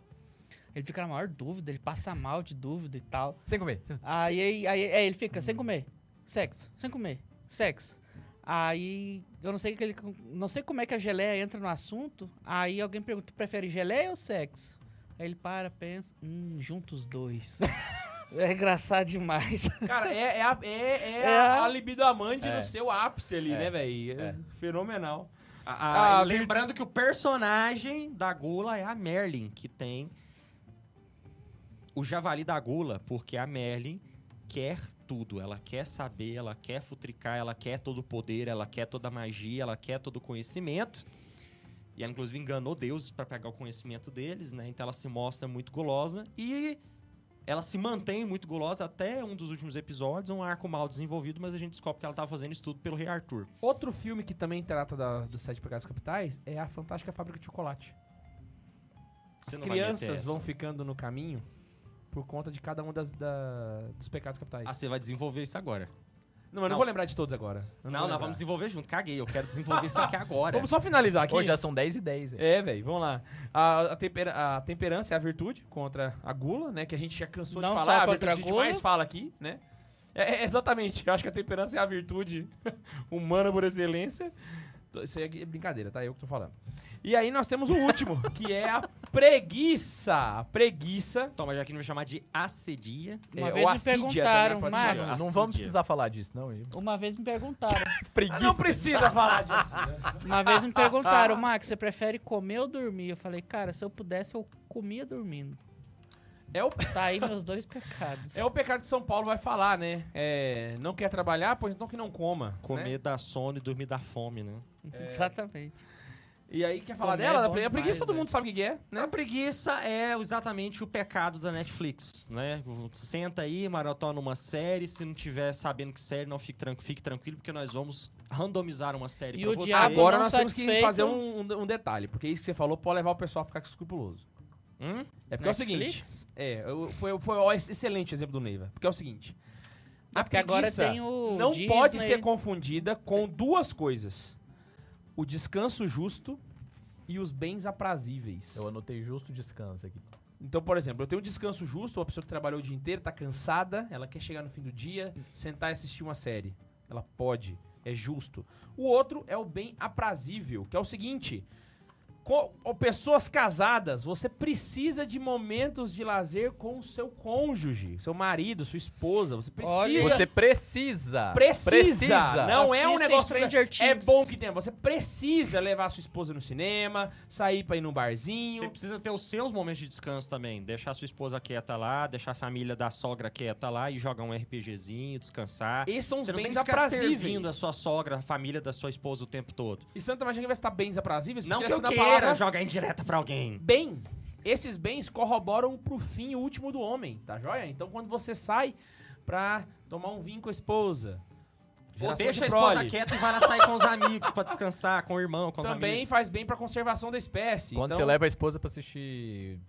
S3: Ele fica na maior dúvida, ele passa mal de dúvida e tal.
S4: Sem comer.
S3: Aí, aí, aí, é, ele fica sem comer, sexo, sem comer, sexo. Aí eu não sei que ele, não sei como é que a geleia entra no assunto. Aí alguém pergunta, tu prefere geleia ou sexo? Aí ele para, pensa, hum, junta os dois. é engraçado demais.
S1: Cara, é, é, a, é, é
S3: É.
S1: a- a libido amande
S4: É.
S1: no seu ápice ali,
S4: É.
S1: né, velho? Fenomenal.
S2: Ah,
S6: Ah,
S2: lembrando que o personagem da gula é a Merlin, que tem o javali da gula, porque a Merlin quer tudo. Ela quer saber, ela quer futricar, ela quer todo o poder, ela quer toda a magia, ela quer todo o conhecimento. E ela, inclusive, enganou deuses pra pegar o conhecimento deles, né? Então ela se mostra muito gulosa e ela se mantém muito gulosa até um dos últimos episódios, um arco mal desenvolvido, mas a gente descobre que ela tá fazendo isso tudo pelo Rei Arthur.
S1: Outro filme que também trata da, dos Sete Pecados Capitais é a Fantástica Fábrica de Chocolate.
S2: Você
S1: As
S2: não vai meter
S1: crianças
S2: essa.
S1: vão ficando no caminho por conta de cada um das, da- dos pecados capitais.
S2: Ah, você vai desenvolver isso agora.
S1: não, eu não,
S2: não.
S1: vou lembrar de todos agora. Eu vou
S2: Não, nós
S1: lembrar.
S2: vamos desenvolver junto. Caguei, eu quero desenvolver isso aqui agora.
S1: Vamos só finalizar aqui.
S4: Hoje
S2: é
S4: já são 10 e 10, velho.
S1: É, velho, vamos lá. A, a tempera- a temperança é a virtude contra a gula, né? Que a gente já cansou
S3: Não
S1: de
S3: só
S1: falar, a
S3: contra
S1: virtude
S3: a
S1: que
S3: gula.
S1: a gente mais fala aqui, né? É, é, exatamente, eu acho que a temperança é a virtude humana por excelência. Tô- Isso aí é brincadeira, tá? Eu que tô falando. E aí nós temos o último, que é a preguiça. A preguiça.
S2: Toma, já que não vai chamar de acedia.
S3: Uma
S1: é,
S3: vez
S1: ou
S3: me
S1: assídia
S3: perguntaram,
S1: também,
S4: Não,
S1: pode ser.
S3: Max.
S4: não
S2: Assídia.
S4: vamos precisar falar disso, não.
S3: Uma vez me perguntaram,
S1: Ah, Não precisa falar disso.
S3: uma vez me perguntaram, Max, você prefere comer ou dormir? Eu falei, cara, se eu pudesse eu comia dormindo.
S1: É o,
S3: Tá aí meus dois pecados.
S1: é o pecado que São Paulo vai falar, né? É, não quer trabalhar, pois então que não coma.
S2: Comer
S1: né?
S2: da sono e dormir da fome, né?
S3: Exatamente.
S1: E aí, quer falar
S3: Comer
S1: dela?
S3: é
S1: Da
S3: bom
S1: pre- a preguiça
S3: demais,
S1: todo mundo sabe o que que é, né?
S2: A preguiça é exatamente o pecado da Netflix, né? Senta aí, maratona uma série. Se não tiver sabendo que série, não fique, tran- fique tranquilo, porque nós vamos randomizar uma série
S3: E
S2: pra
S3: o
S2: você.
S3: diabo
S1: Agora
S3: não
S1: nós temos que
S3: satisfeito-
S1: fazer um, um- um detalhe, porque isso que você falou pode levar o pessoal a ficar escrupuloso.
S2: Hum?
S1: É porque é o
S3: Netflix?
S1: seguinte. É, eu- foi, foi ó, ex- excelente o exemplo do Neiva. Porque é o seguinte. Ah,
S3: É porque agora
S1: preguiça
S3: tem o
S1: Não
S3: Disney.
S1: pode ser confundida com duas coisas: o descanso justo e os bens aprazíveis.
S4: Eu anotei justo descanso aqui.
S1: Então, por exemplo, eu tenho um descanso justo, uma pessoa que trabalhou o dia inteiro, tá cansada, ela quer chegar no fim do dia,
S2: Hum.
S1: sentar e assistir uma série. Ela pode, é justo. O outro é o bem aprazível, que é o seguinte: co- ó, pessoas casadas, você precisa de momentos de lazer com o seu cônjuge, seu marido, sua esposa. Você precisa. é
S3: Olha.
S4: Você precisa.
S1: Precisa. Não é um
S3: Assista
S1: negócio.
S3: Stranger
S1: É
S3: Things.
S1: bom que tenha. Você precisa levar sua esposa no cinema, sair pra ir num
S2: Você
S1: barzinho.
S2: precisa ter os seus momentos de descanso também. Deixar sua esposa quieta lá, deixar a família da sogra quieta lá e jogar um RPGzinho, descansar.
S1: Esses são os
S2: Você não tem
S1: bens
S2: que ficar
S1: aprazíveis.
S2: servindo a sua sogra, a família da sua esposa o tempo todo.
S1: E Santa Magia vai estar bens aprazíveis?
S2: Não
S1: porque
S2: que eu
S1: assim, na
S2: queira
S1: palavra-
S2: jogar indireta pra alguém.
S1: bem. Esses bens corroboram pro fim último do homem, tá joia? Então quando você sai pra tomar um vinho com a esposa.
S2: Ou
S1: geração
S2: deixa
S1: de
S2: a esposa
S1: prole,
S2: quieta e vai lá sair com os amigos pra descansar, com o irmão, com os
S1: Também
S2: amigos.
S1: faz bem pra conservação da espécie.
S4: Quando
S1: então,
S4: você leva a esposa pra assistir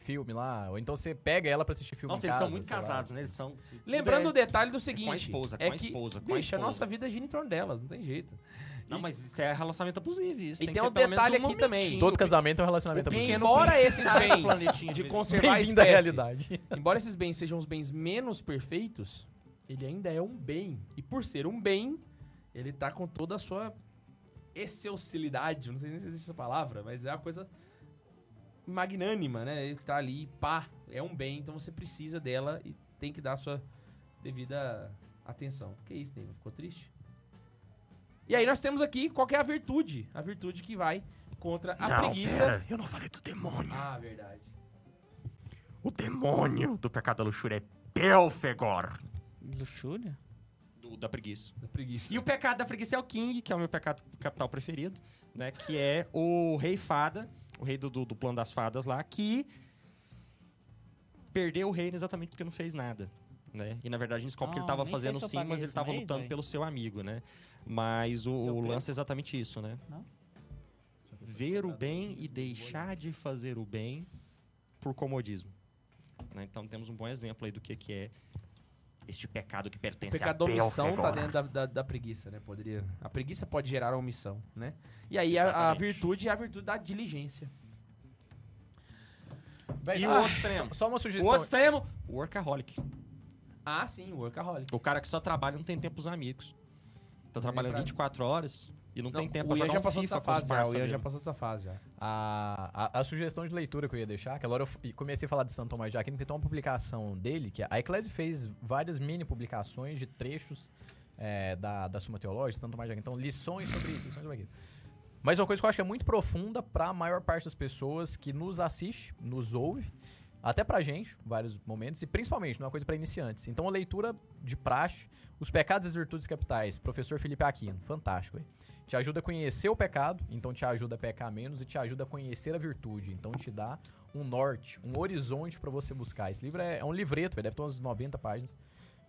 S4: filme lá, ou então você pega ela pra assistir filme
S2: Nossa,
S4: em
S2: eles
S4: casa,
S2: são muito
S4: sei lá.
S2: casados, né? Eles são...
S1: Lembrando o detalhe do
S2: É
S1: seguinte:
S2: com a esposa, com
S1: é
S2: a
S1: que,
S2: esposa, com a
S1: bicho, a
S2: esposa.
S1: nossa vida gira em torno delas, não tem jeito.
S2: Não, mas isso é relacionamento abusivo. Isso
S1: E
S2: tem
S1: tem
S2: que
S1: um
S2: ter pelo menos
S1: detalhe
S2: um
S1: aqui também.
S2: momentinho.
S4: Todo casamento é um relacionamento
S1: Porque
S4: abusivo.
S1: embora esses
S2: sai do
S1: bens
S2: planetinha,
S1: de
S2: gente.
S1: conservar a
S4: Bem-vindo à
S1: um espécie,
S4: realidade.
S1: embora esses bens sejam os bens menos perfeitos, ele ainda é um bem. E por ser um bem, ele tá com toda a sua excelsilidade, não sei nem se existe essa palavra, mas é uma coisa magnânima, né? Ele que tá ali, pá, é um bem, então você precisa dela e tem que dar a sua devida atenção. Que isso, Neiva? Ficou triste? E aí nós temos aqui qual que é a virtude. A virtude que vai contra a
S2: Não,
S1: preguiça.
S2: pera, eu não falei do demônio.
S1: Ah, verdade.
S2: O demônio do pecado da luxúria é Belfegor.
S3: Luxúria?
S2: Do, da preguiça.
S1: Da preguiça.
S2: E o pecado da preguiça é o King, que é o meu pecado capital preferido, né? Que é o rei fada, o rei do, do, do plano das fadas lá, que perdeu o reino exatamente porque não fez nada. Né? E na verdade a gente descobre que ele
S3: Ah,
S2: tava
S3: nem
S2: fazendo
S3: sei se eu
S2: sim,
S3: paguei
S2: mas ele
S3: esse
S2: tava
S3: mês,
S2: lutando
S3: véi.
S2: pelo seu amigo, né? Mas o,
S3: é Seu
S2: o
S3: preço.
S2: lance é exatamente isso, né?
S3: Não?
S2: Ver o bem e deixar de fazer o bem por comodismo. né? Então temos um bom exemplo aí do que, que é este pecado que
S1: O
S2: pertence
S1: pecado da
S2: a
S1: omissão tá
S2: Belfegor.
S1: dentro da, da- da preguiça, né? Poderia. A preguiça pode gerar a omissão, né? E aí a- a,
S2: Exatamente.
S1: virtude é a virtude da diligência.
S2: E o outro extremo?
S4: Só uma
S2: O
S4: sugestão.
S2: outro extremo, o workaholic.
S1: Ah, sim, o workaholic.
S2: O cara que só trabalha e não tem tempo pros amigos. Tá trabalhando
S1: pra-
S2: 24 horas e não, tem tempo pra
S1: o Ian
S2: jogar
S1: já
S2: um
S1: passou
S2: FIFA
S1: dessa
S2: com os
S1: fase já.
S2: parça
S1: O Ian
S2: dele.
S1: já passou dessa fase é. já.
S4: A, a, a sugestão de leitura que eu ia deixar, aquela hora eu f- comecei a falar de Santo Tomás de Aquino, porque tem uma publicação dele, que é, a Eclese fez várias mini publicações de trechos é, da, da Suma Teológica, de Santo Tomás de Aquino, então lições sobre isso, lições sobre aquilo. Mas uma coisa que eu acho que é muito profunda pra maior parte das pessoas que nos assiste, nos ouve, até pra gente, em vários momentos, e principalmente numa coisa pra iniciantes. Então a leitura de praxe, Os Pecados e as Virtudes Capitais, professor Felipe Aquino, fantástico, hein? Te ajuda a conhecer o pecado, então te ajuda a pecar menos e te ajuda a conhecer a virtude, então te dá um norte, um horizonte pra você buscar. Esse livro é, é um livreto, velho, deve ter umas 90 páginas,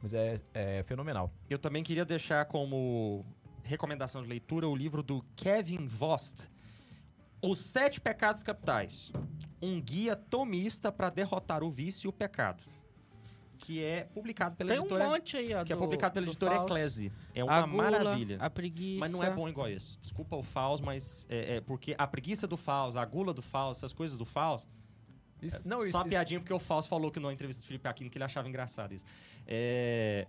S4: mas é, é fenomenal.
S2: Eu também queria deixar como recomendação de leitura o livro do Kevin Vost, Os Sete Pecados Capitais. Um guia tomista pra derrotar o vício e o pecado. Que é publicado pela
S3: Tem um
S2: editora.
S3: monte aí, ó.
S2: que é
S3: do-
S2: publicado pela
S3: do
S2: editora
S3: Fausto.
S2: Eclese. É uma
S3: a gula,
S2: maravilha.
S3: A preguiça.
S2: Mas não é bom igual esse. Desculpa o Faus, mas é, é porque a preguiça do Faus, a gula do Faus, essas coisas do Faus,
S4: Isso, não,
S2: É, só uma piadinha porque o Faus falou que numa entrevista do Felipe Aquino que ele achava engraçado isso. É,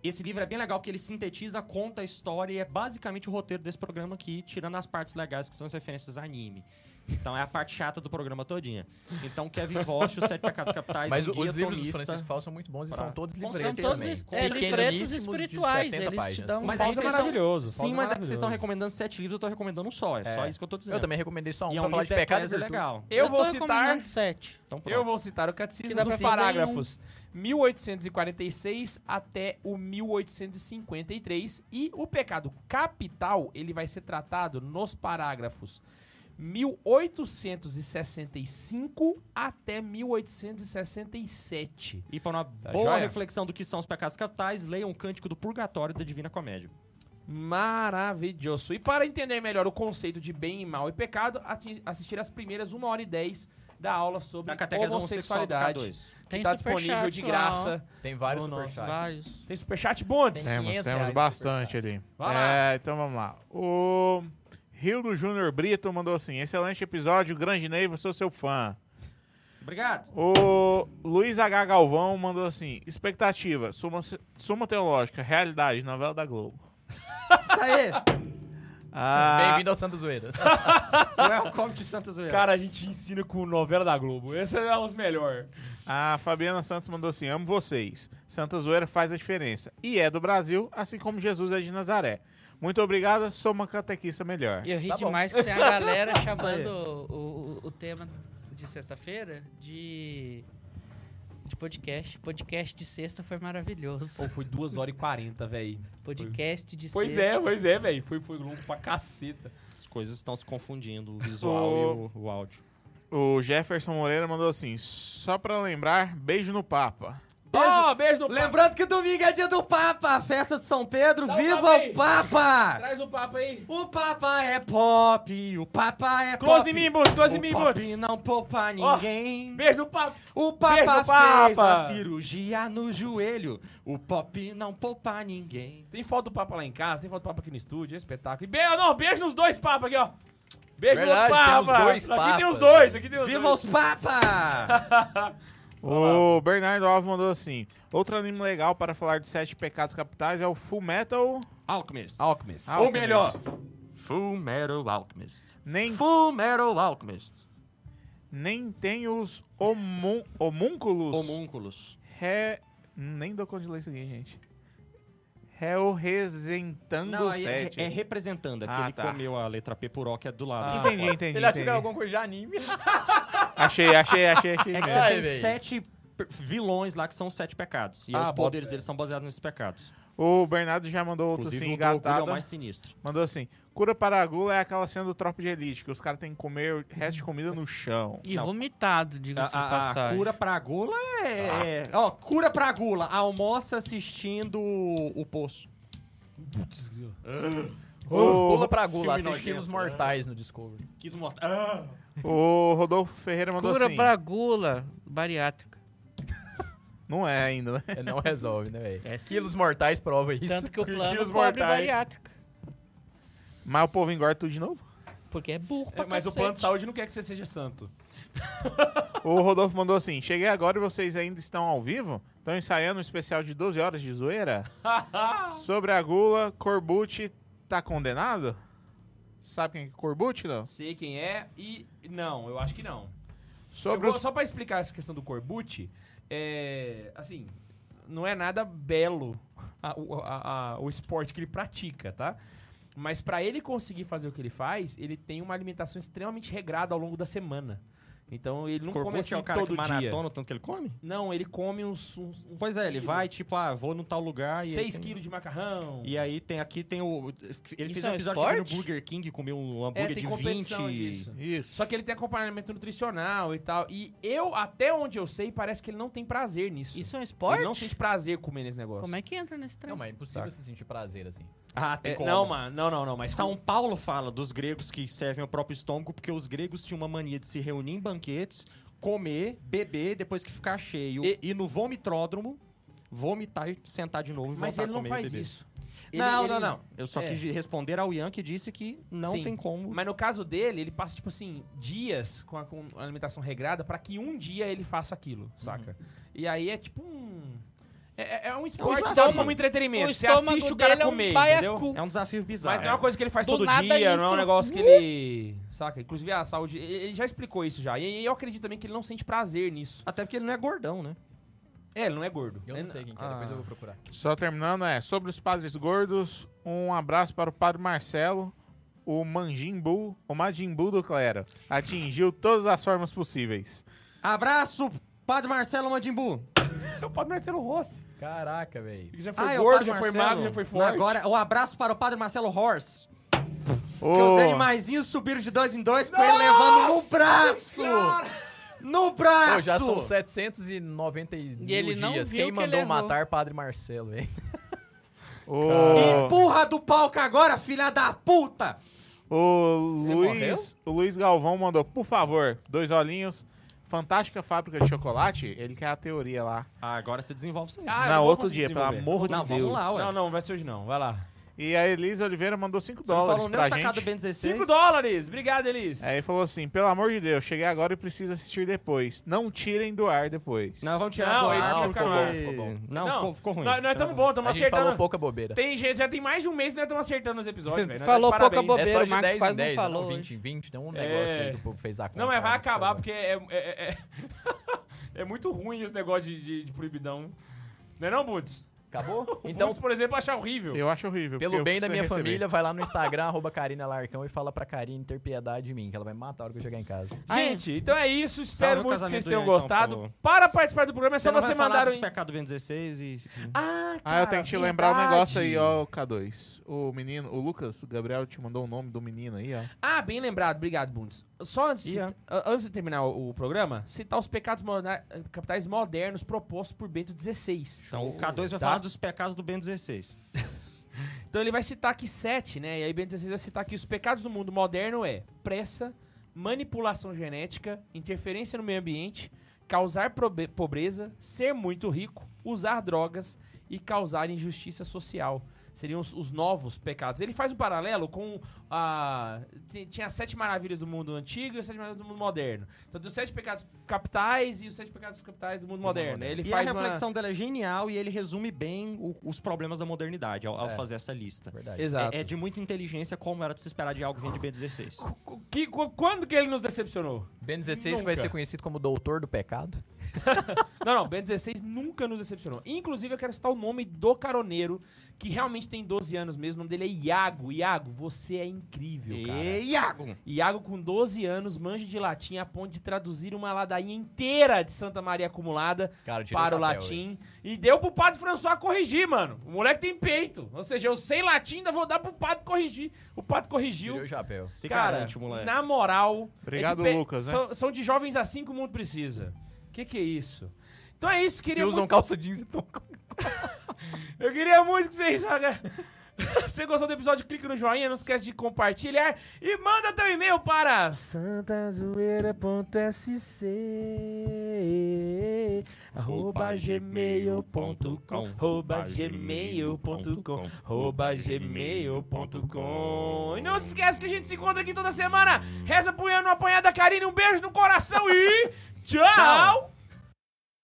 S2: esse livro é bem legal porque ele sintetiza, conta a história e é basicamente o roteiro desse programa aqui, tirando as partes legais que são as referências a anime. Então é a parte chata do programa todinha. Então Kevin Vosch, Os Sete Pecados Capitais,
S4: Mas
S2: um
S4: o-
S2: guia
S4: os livros do
S2: tomista.
S4: Francisco Fausto são muito bons e
S2: pra-
S4: são todos
S2: São
S4: livretos
S3: São todos
S4: também.
S3: es- é, livretos
S4: Pequeniníssimos de
S3: espirituais.
S4: 70
S3: Eles te
S4: páginas.
S3: dão um
S2: Mas
S1: O
S2: aí
S1: Fausto
S2: vocês
S1: é
S2: estão-
S1: maravilhoso. o
S2: Sim,
S1: Fausto
S2: mas é que vocês
S1: maravilhoso.
S2: estão recomendando sete livros, eu tô recomendando um só. É, só
S4: É.
S2: isso que eu tô dizendo.
S4: Eu também recomendei só um
S2: E é
S4: pra
S2: um
S4: falar
S2: livro
S4: de
S2: de
S4: pecado e
S2: Eclese
S4: virtude.
S2: legal.
S1: Eu,
S3: tô
S1: vou citar.
S3: recomendando sete.
S2: Então, pronto.
S1: Eu vou citar o
S3: Que
S1: catecismo
S3: dá pra
S1: dos
S3: fazer em um.
S1: parágrafos 1846 até o 1853 e o pecado capital ele vai ser tratado nos parágrafos 1865 até 1867.
S2: E para uma boa
S1: Tá joia?
S2: reflexão do que são os pecados capitais, leiam o Cântico do Purgatório da Divina Comédia.
S1: Maravilhoso. E para entender melhor o conceito de bem e mal e pecado, ati- assistir as primeiras 1 hora e 10 da aula sobre
S2: Da catequese homossexual do
S1: homossexualidade.
S2: K2.
S1: que
S3: Tem
S1: tá
S3: superchat
S1: disponível de
S3: lá,
S1: graça.
S4: Tem vários
S1: Não, não,
S4: superchats.
S3: Vários.
S1: Tem superchat, Bondes?
S4: Tem.
S5: Temos,
S4: 500
S5: temos
S4: reais
S5: bastante ali.
S1: Vai lá.
S5: É, então vamos lá. O Rildo Júnior Brito mandou assim: excelente episódio, grande Neiva, sou seu fã.
S2: Obrigado.
S5: O Luiz H. Galvão mandou assim: expectativa, suma, suma teológica, realidade, novela da Globo.
S2: Isso aí.
S5: Ah,
S4: Bem-vindo ao Santa Zoeira.
S2: Welcome to um Santa Zoeira.
S1: Cara, a gente ensina com novela da Globo. Essa é os melhores.
S5: a Fabiana Santos mandou assim: amo vocês. Santa Zoeira faz a diferença. E é do Brasil, assim como Jesus é de Nazaré. Muito obrigada, sou uma catequista melhor.
S3: E eu ri
S4: Tá bom.
S3: demais que tem a galera
S2: aí.
S3: chamando o, o- o tema de sexta-feira de, de podcast. Podcast de sexta foi maravilhoso.
S1: Pô, foi 2 horas e 40, velho.
S3: Podcast de
S1: Pois
S3: sexta.
S1: é, pois é, velho. Foi, foi longo pra caceta.
S2: As coisas estão se confundindo, o visual e o, o áudio.
S5: O Jefferson Moreira mandou assim: só pra lembrar, beijo no Papa.
S1: Ó, beijo no papo.
S2: Lembrando que domingo é dia do Papa, festa de São Pedro,
S1: Dá o papo
S2: viva
S1: aí.
S2: o Papa!
S1: Traz o papo aí.
S2: O Papa é pop, o Papa é
S1: Close
S2: pop.
S1: em mim, Boots, close em
S2: o
S1: mim,
S2: pop
S1: Boots.
S2: não poupa ninguém.
S1: Beijo no papo.
S2: O Papa
S1: Beijo,
S2: fez
S1: Papa.
S2: a cirurgia no joelho, o pop não poupa ninguém.
S1: Tem foto do Papa lá em casa, tem foto do Papa aqui no estúdio, é espetáculo. E beijo, não, beijo nos dois Papas aqui, ó. Beijo no
S4: Verdade,
S1: outro Papa.
S4: tem os dois
S1: aqui tem os dois, aqui
S4: papas.
S1: tem os
S2: Viva
S1: dois.
S2: os Papa!
S5: O Bernardo Alves mandou assim: outro anime legal para falar de sete pecados capitais é o Full Metal.
S2: Alchemist.
S1: Alchemist.
S2: Ou
S5: Alchemist.
S2: é melhor, Full Metal Alchemist.
S5: Nem,
S2: Full Metal Alchemist.
S5: nem tem os homun, homúnculos.
S2: Homúnculos.
S5: Re- Nem dou conta de ler isso aqui, gente. Reorresentando
S2: Não,
S5: o
S2: aí é,
S5: sete.
S2: é representando, aqui
S5: Ah,
S2: ele
S5: tá. Ah,
S2: comeu a letra P por O, que é do lado.
S5: Entendi, entendi.
S4: Ele achou que
S5: entendi.
S4: era alguma coisa de anime.
S5: Achei, achei, achei, achei.
S2: É que
S5: mesmo.
S2: você
S4: Ai,
S2: tem
S4: véi.
S2: sete per- vilões lá que são os sete pecados. E
S1: Ah,
S2: os
S1: bota
S2: poderes
S1: fé.
S2: deles são baseados nesses pecados.
S5: O Bernardo já mandou outro
S2: Inclusive,
S5: assim,
S2: o do orgulho é
S5: engatado.
S2: o mais sinistro.
S5: Mandou assim: cura para a gula é aquela cena do tropa de elite, que os caras têm que comer o resto de comida no chão.
S3: E
S2: Não.
S3: vomitado, diga-se de
S2: A- A, a
S3: passagem.
S2: cura pra gula é... é- Ó, cura pra gula. Almoça assistindo o Poço.
S5: Ô,
S4: Pula pra
S2: filme
S4: Gula, assiste
S2: nojento.
S4: Filhos Mortais no Discovery.
S2: Quis mostrar... Ah!
S5: O Rodolfo Ferreira mandou
S3: Cura
S5: assim.
S3: pra gula bariátrica.
S5: Não é ainda, né?
S4: É, Não resolve, né, velho?
S3: É sim.
S4: Quilos Mortais prova isso.
S3: Tanto que o plano tá
S1: os
S3: cobre
S1: mortais.
S3: bariátrica.
S5: Mas o povo engorda tudo de novo.
S3: Porque é burro
S1: É,
S3: pra
S1: mas o
S3: cacete.
S1: plano de saúde não quer que você seja santo.
S5: O Rodolfo mandou assim: cheguei agora e vocês ainda estão ao vivo? Estão ensaiando um especial de 12 horas de zoeira? Sobre a gula, Corbucci tá condenado? Sabe quem é Corbucci, não?
S1: Sei quem é e. Não, eu acho que não. Eu
S5: Sobre
S1: vou-
S5: os.
S1: Só pra explicar essa questão do Corbucci, é. Assim, não é nada belo a- o- a- a- o esporte que ele pratica, tá? Mas pra ele conseguir fazer o que ele faz, ele tem uma alimentação extremamente regrada ao longo da semana. Então ele não come
S2: Corbucci
S1: assim
S2: é o cara que
S1: todo dia.
S2: maratona o tanto que ele come?
S1: Não, ele come uns. uns, uns
S2: Pois é, ele
S1: quilos.
S2: vai, tipo, ah, vou num tal lugar e... aí
S1: 6
S2: tem-
S1: quilos de macarrão.
S2: E aí tem aqui, tem o... Ele
S3: Isso
S2: fez
S3: é
S2: um
S3: um
S2: episódio que ele foi no
S3: esporte?
S2: Burger King e comeu um
S1: é,
S2: hambúrguer
S1: tem
S2: de 20...
S1: competição disso.
S5: Isso.
S1: Só que ele tem acompanhamento nutricional e tal. E eu, até onde eu sei, parece que ele não tem prazer nisso.
S3: Isso é um
S1: Ele
S3: esporte?
S1: não sente prazer comer nesse negócio.
S3: Como é que entra nesse trem?
S4: Não, mas é impossível
S1: Tá.
S4: se sentir prazer assim.
S2: Ah, tem
S1: É,
S2: como.
S1: não, mano, não, não, não. Mas
S2: São Paulo fala dos gregos que servem ao próprio estômago, porque os gregos tinham uma mania de se reunir em banquetes, comer, beber, depois que ficar cheio,
S1: E-
S2: e, no vomitródromo, vomitar e sentar de novo e
S1: mas
S2: voltar
S1: ele
S2: a
S1: não
S2: comer e
S1: faz
S2: beber.
S1: isso. Ele-
S2: Não,
S1: ele-
S2: não, não. Eu só
S1: É.
S2: quis responder ao Ian que disse que não
S1: Sim.
S2: tem como.
S1: Mas no caso dele, ele passa, tipo assim, dias com a, com a alimentação regrada pra que um dia ele faça aquilo, saca? E aí é tipo um. É, é- é um esporte
S2: desafio.
S1: tal como entretenimento. Você assiste o cara
S3: dele é um
S1: comer, entendeu?
S3: baiacu.
S2: É um desafio bizarro.
S1: Mas não é uma coisa que ele faz
S3: Do
S1: todo
S3: nada
S1: dia, não é um
S3: isso.
S1: negócio que ele. Saca? Inclusive a saúde. Ele ele já explicou isso já. E eu acredito também que ele não sente prazer nisso.
S2: Até porque ele não é gordão, né?
S1: É, ele não é gordo.
S4: Eu não sei quem que é, depois eu vou procurar.
S5: Só terminando, é. Sobre os padres gordos, um abraço para o padre Marcelo, o Manjimbu, o Majimbu do Clero. Atingiu todas as formas possíveis.
S2: Abraço, Padre Marcelo Mandimbu.
S1: É o Padre Marcelo Rossi.
S4: Caraca, velho.
S1: Que já
S2: Ah,
S1: foi
S2: é o
S1: gordo,
S2: Padre
S1: já foi
S2: Marcelo.
S1: magro, já foi forte.
S2: Agora, o abraço para o Padre Marcelo Horse.
S5: Ô,
S2: Porque os animaizinhos subiram de dois em dois com ele levando no braço! No braço!
S4: Pô, já são 790
S3: E ele não
S4: dias.
S3: viu
S4: Quem
S3: que
S4: mandou
S3: ele errou.
S4: matar Padre Marcelo, hein?
S5: ô,
S2: Empurra do palco agora, filha da puta!
S5: o
S4: Ele
S5: Luiz, o Luiz Galvão mandou, por favor, dois olhinhos. Fantástica fábrica de chocolate. Ele quer a teoria lá.
S2: Ah, agora você desenvolve isso aí.
S1: Ah, eu
S5: Na
S1: vou
S5: outro
S1: conseguir
S5: dia, pelo
S1: desenvolver.
S5: amor de
S2: não,
S5: Deus.
S2: vamos lá, ué.
S1: Não, não, vai ser hoje não. Vai lá.
S5: E a Elisa Oliveira mandou 5
S2: Você não
S5: dólares
S2: falou nem
S5: pra
S2: o tacado
S5: gente.
S2: Ben 16.
S1: 5 dólares! Obrigado, Elis.
S2: É,
S5: Aí falou assim: pelo amor de Deus, cheguei agora e preciso assistir depois. Não tirem do ar depois.
S2: Não, vamos tirar
S1: Não,
S2: do ar,
S1: esse
S4: não,
S2: porque-
S4: ficou bom, ficou bom.
S2: Não, ficou, ficou ruim.
S1: Nós, nós
S2: Ficou
S1: estamos bom, estamos
S4: A gente falou
S1: acertando.
S4: pouca bobeira.
S1: Tem gente, já tem mais de um mês que nós estamos acertando os episódios, velho. Nós tá de
S3: Falou pouca
S1: parabéns.
S3: bobeira. bobeiro,
S4: é só de
S3: o Marcos
S4: 10
S3: quase
S4: em
S3: não
S4: 10,
S3: falou
S4: Não,
S3: hoje.
S4: 20 em 20, tem um negócio
S1: É.
S4: aí que o povo fez a conta. né?
S1: Não, mas vai
S4: não sei
S1: acabar,
S4: lá.
S1: porque é, é, é- é muito ruim esse negócio de, de- de proibidão. Não é não, Butz?
S4: Acabou?
S1: Então,
S4: Então,
S1: Butz, por exemplo, acha horrível.
S5: Eu acho horrível. porque
S4: pelo
S5: eu
S4: bem da
S5: preciso
S4: minha
S5: receber.
S4: família, vai lá no Instagram, arroba Karina Larcão e fala pra Karine ter piedade de mim, que ela vai me matar a hora que eu chegar em casa.
S1: Gente, então é isso. Espero
S2: o
S1: muito que
S2: casamento
S1: vocês
S2: do
S1: tenham
S2: Ian, então,
S1: gostado.
S2: por favor.
S1: Para participar do programa é
S2: Você
S1: só
S2: não
S1: você
S2: vai falar
S1: mandar um...
S2: dos pecados Ben 16 e...
S1: Ah,
S5: Ah, eu tenho que te
S2: um
S5: lembrar o
S1: verdade.
S5: negócio aí, ó, K2. O menino, o Lucas, o Gabriel te mandou o nome do menino aí, ó.
S1: Ah, bem lembrado. Obrigado, Bundes. Só antes,
S2: Ian.
S1: a- antes de terminar o, o programa, citar os pecados moderna- capitais modernos propostos por Bento XVI.
S2: Então, o K2
S1: Tá.
S2: vai falar dos pecados do Ben 16.
S1: Então ele vai citar aqui sete, né? E aí Bento XVI vai citar que os pecados do mundo moderno é pressa, manipulação genética, interferência no meio ambiente, causar probe- pobreza, ser muito rico, usar drogas e causar injustiça social. Seriam os, os novos pecados. Ele faz um paralelo com a. ti- Tinha as sete maravilhas do mundo antigo e as sete maravilhas do mundo moderno. Então tem os sete pecados capitais e os sete pecados capitais do mundo moderno. Ele
S2: e a
S1: faz uma-
S2: reflexão dela é genial e ele resume bem o- os problemas da modernidade ao, ao fazer essa lista.
S4: Verdade.
S1: É. Exato.
S2: É, é de muita inteligência como era de se esperar de algo que vem de Ben 16.
S1: Qu- que- qu- quando que ele nos decepcionou?
S4: Ben 16 vai
S1: Nunca.
S4: ser conhecido como Doutor do Pecado.
S1: Não, não, Ben 16 nunca nos decepcionou. Inclusive, eu quero citar o nome do caroneiro, que realmente tem 12 anos mesmo. O nome dele é Iago. Iago, você é incrível, cara.
S2: E Iago!
S1: Iago, com 12 anos, manja de latim a ponto de traduzir uma ladainha inteira de Santa Maria acumulada
S4: Cara, eu tirei
S1: para o
S4: chapéu,
S1: latim. E deu pro padre François corrigir, mano. O moleque tem peito. Ou seja, eu sei latim, ainda vou dar pro padre corrigir. O padre
S4: Tirei
S1: corrigiu.
S4: o chapéu.
S2: Se
S1: Cara,
S2: garante, moleque.
S1: na moral. é
S5: Obrigado,
S1: de pe-
S5: Lucas, né?
S1: São, são de jovens assim que o mundo precisa. Que que é isso? Então é isso,
S4: Que
S1: queria
S4: usam
S1: muito-
S4: calça jeans e tão
S1: Eu queria muito que vocês. Você gostou do episódio? Clique no joinha, não esquece de compartilhar e manda teu e-mail para santazoeira.sc arroba gmail.com arroba gmail.com arroba gmail.com E não se esquece que a gente se encontra aqui toda semana. Reza pro Ian no apanhado da Karine. Um beijo no coração e tchau.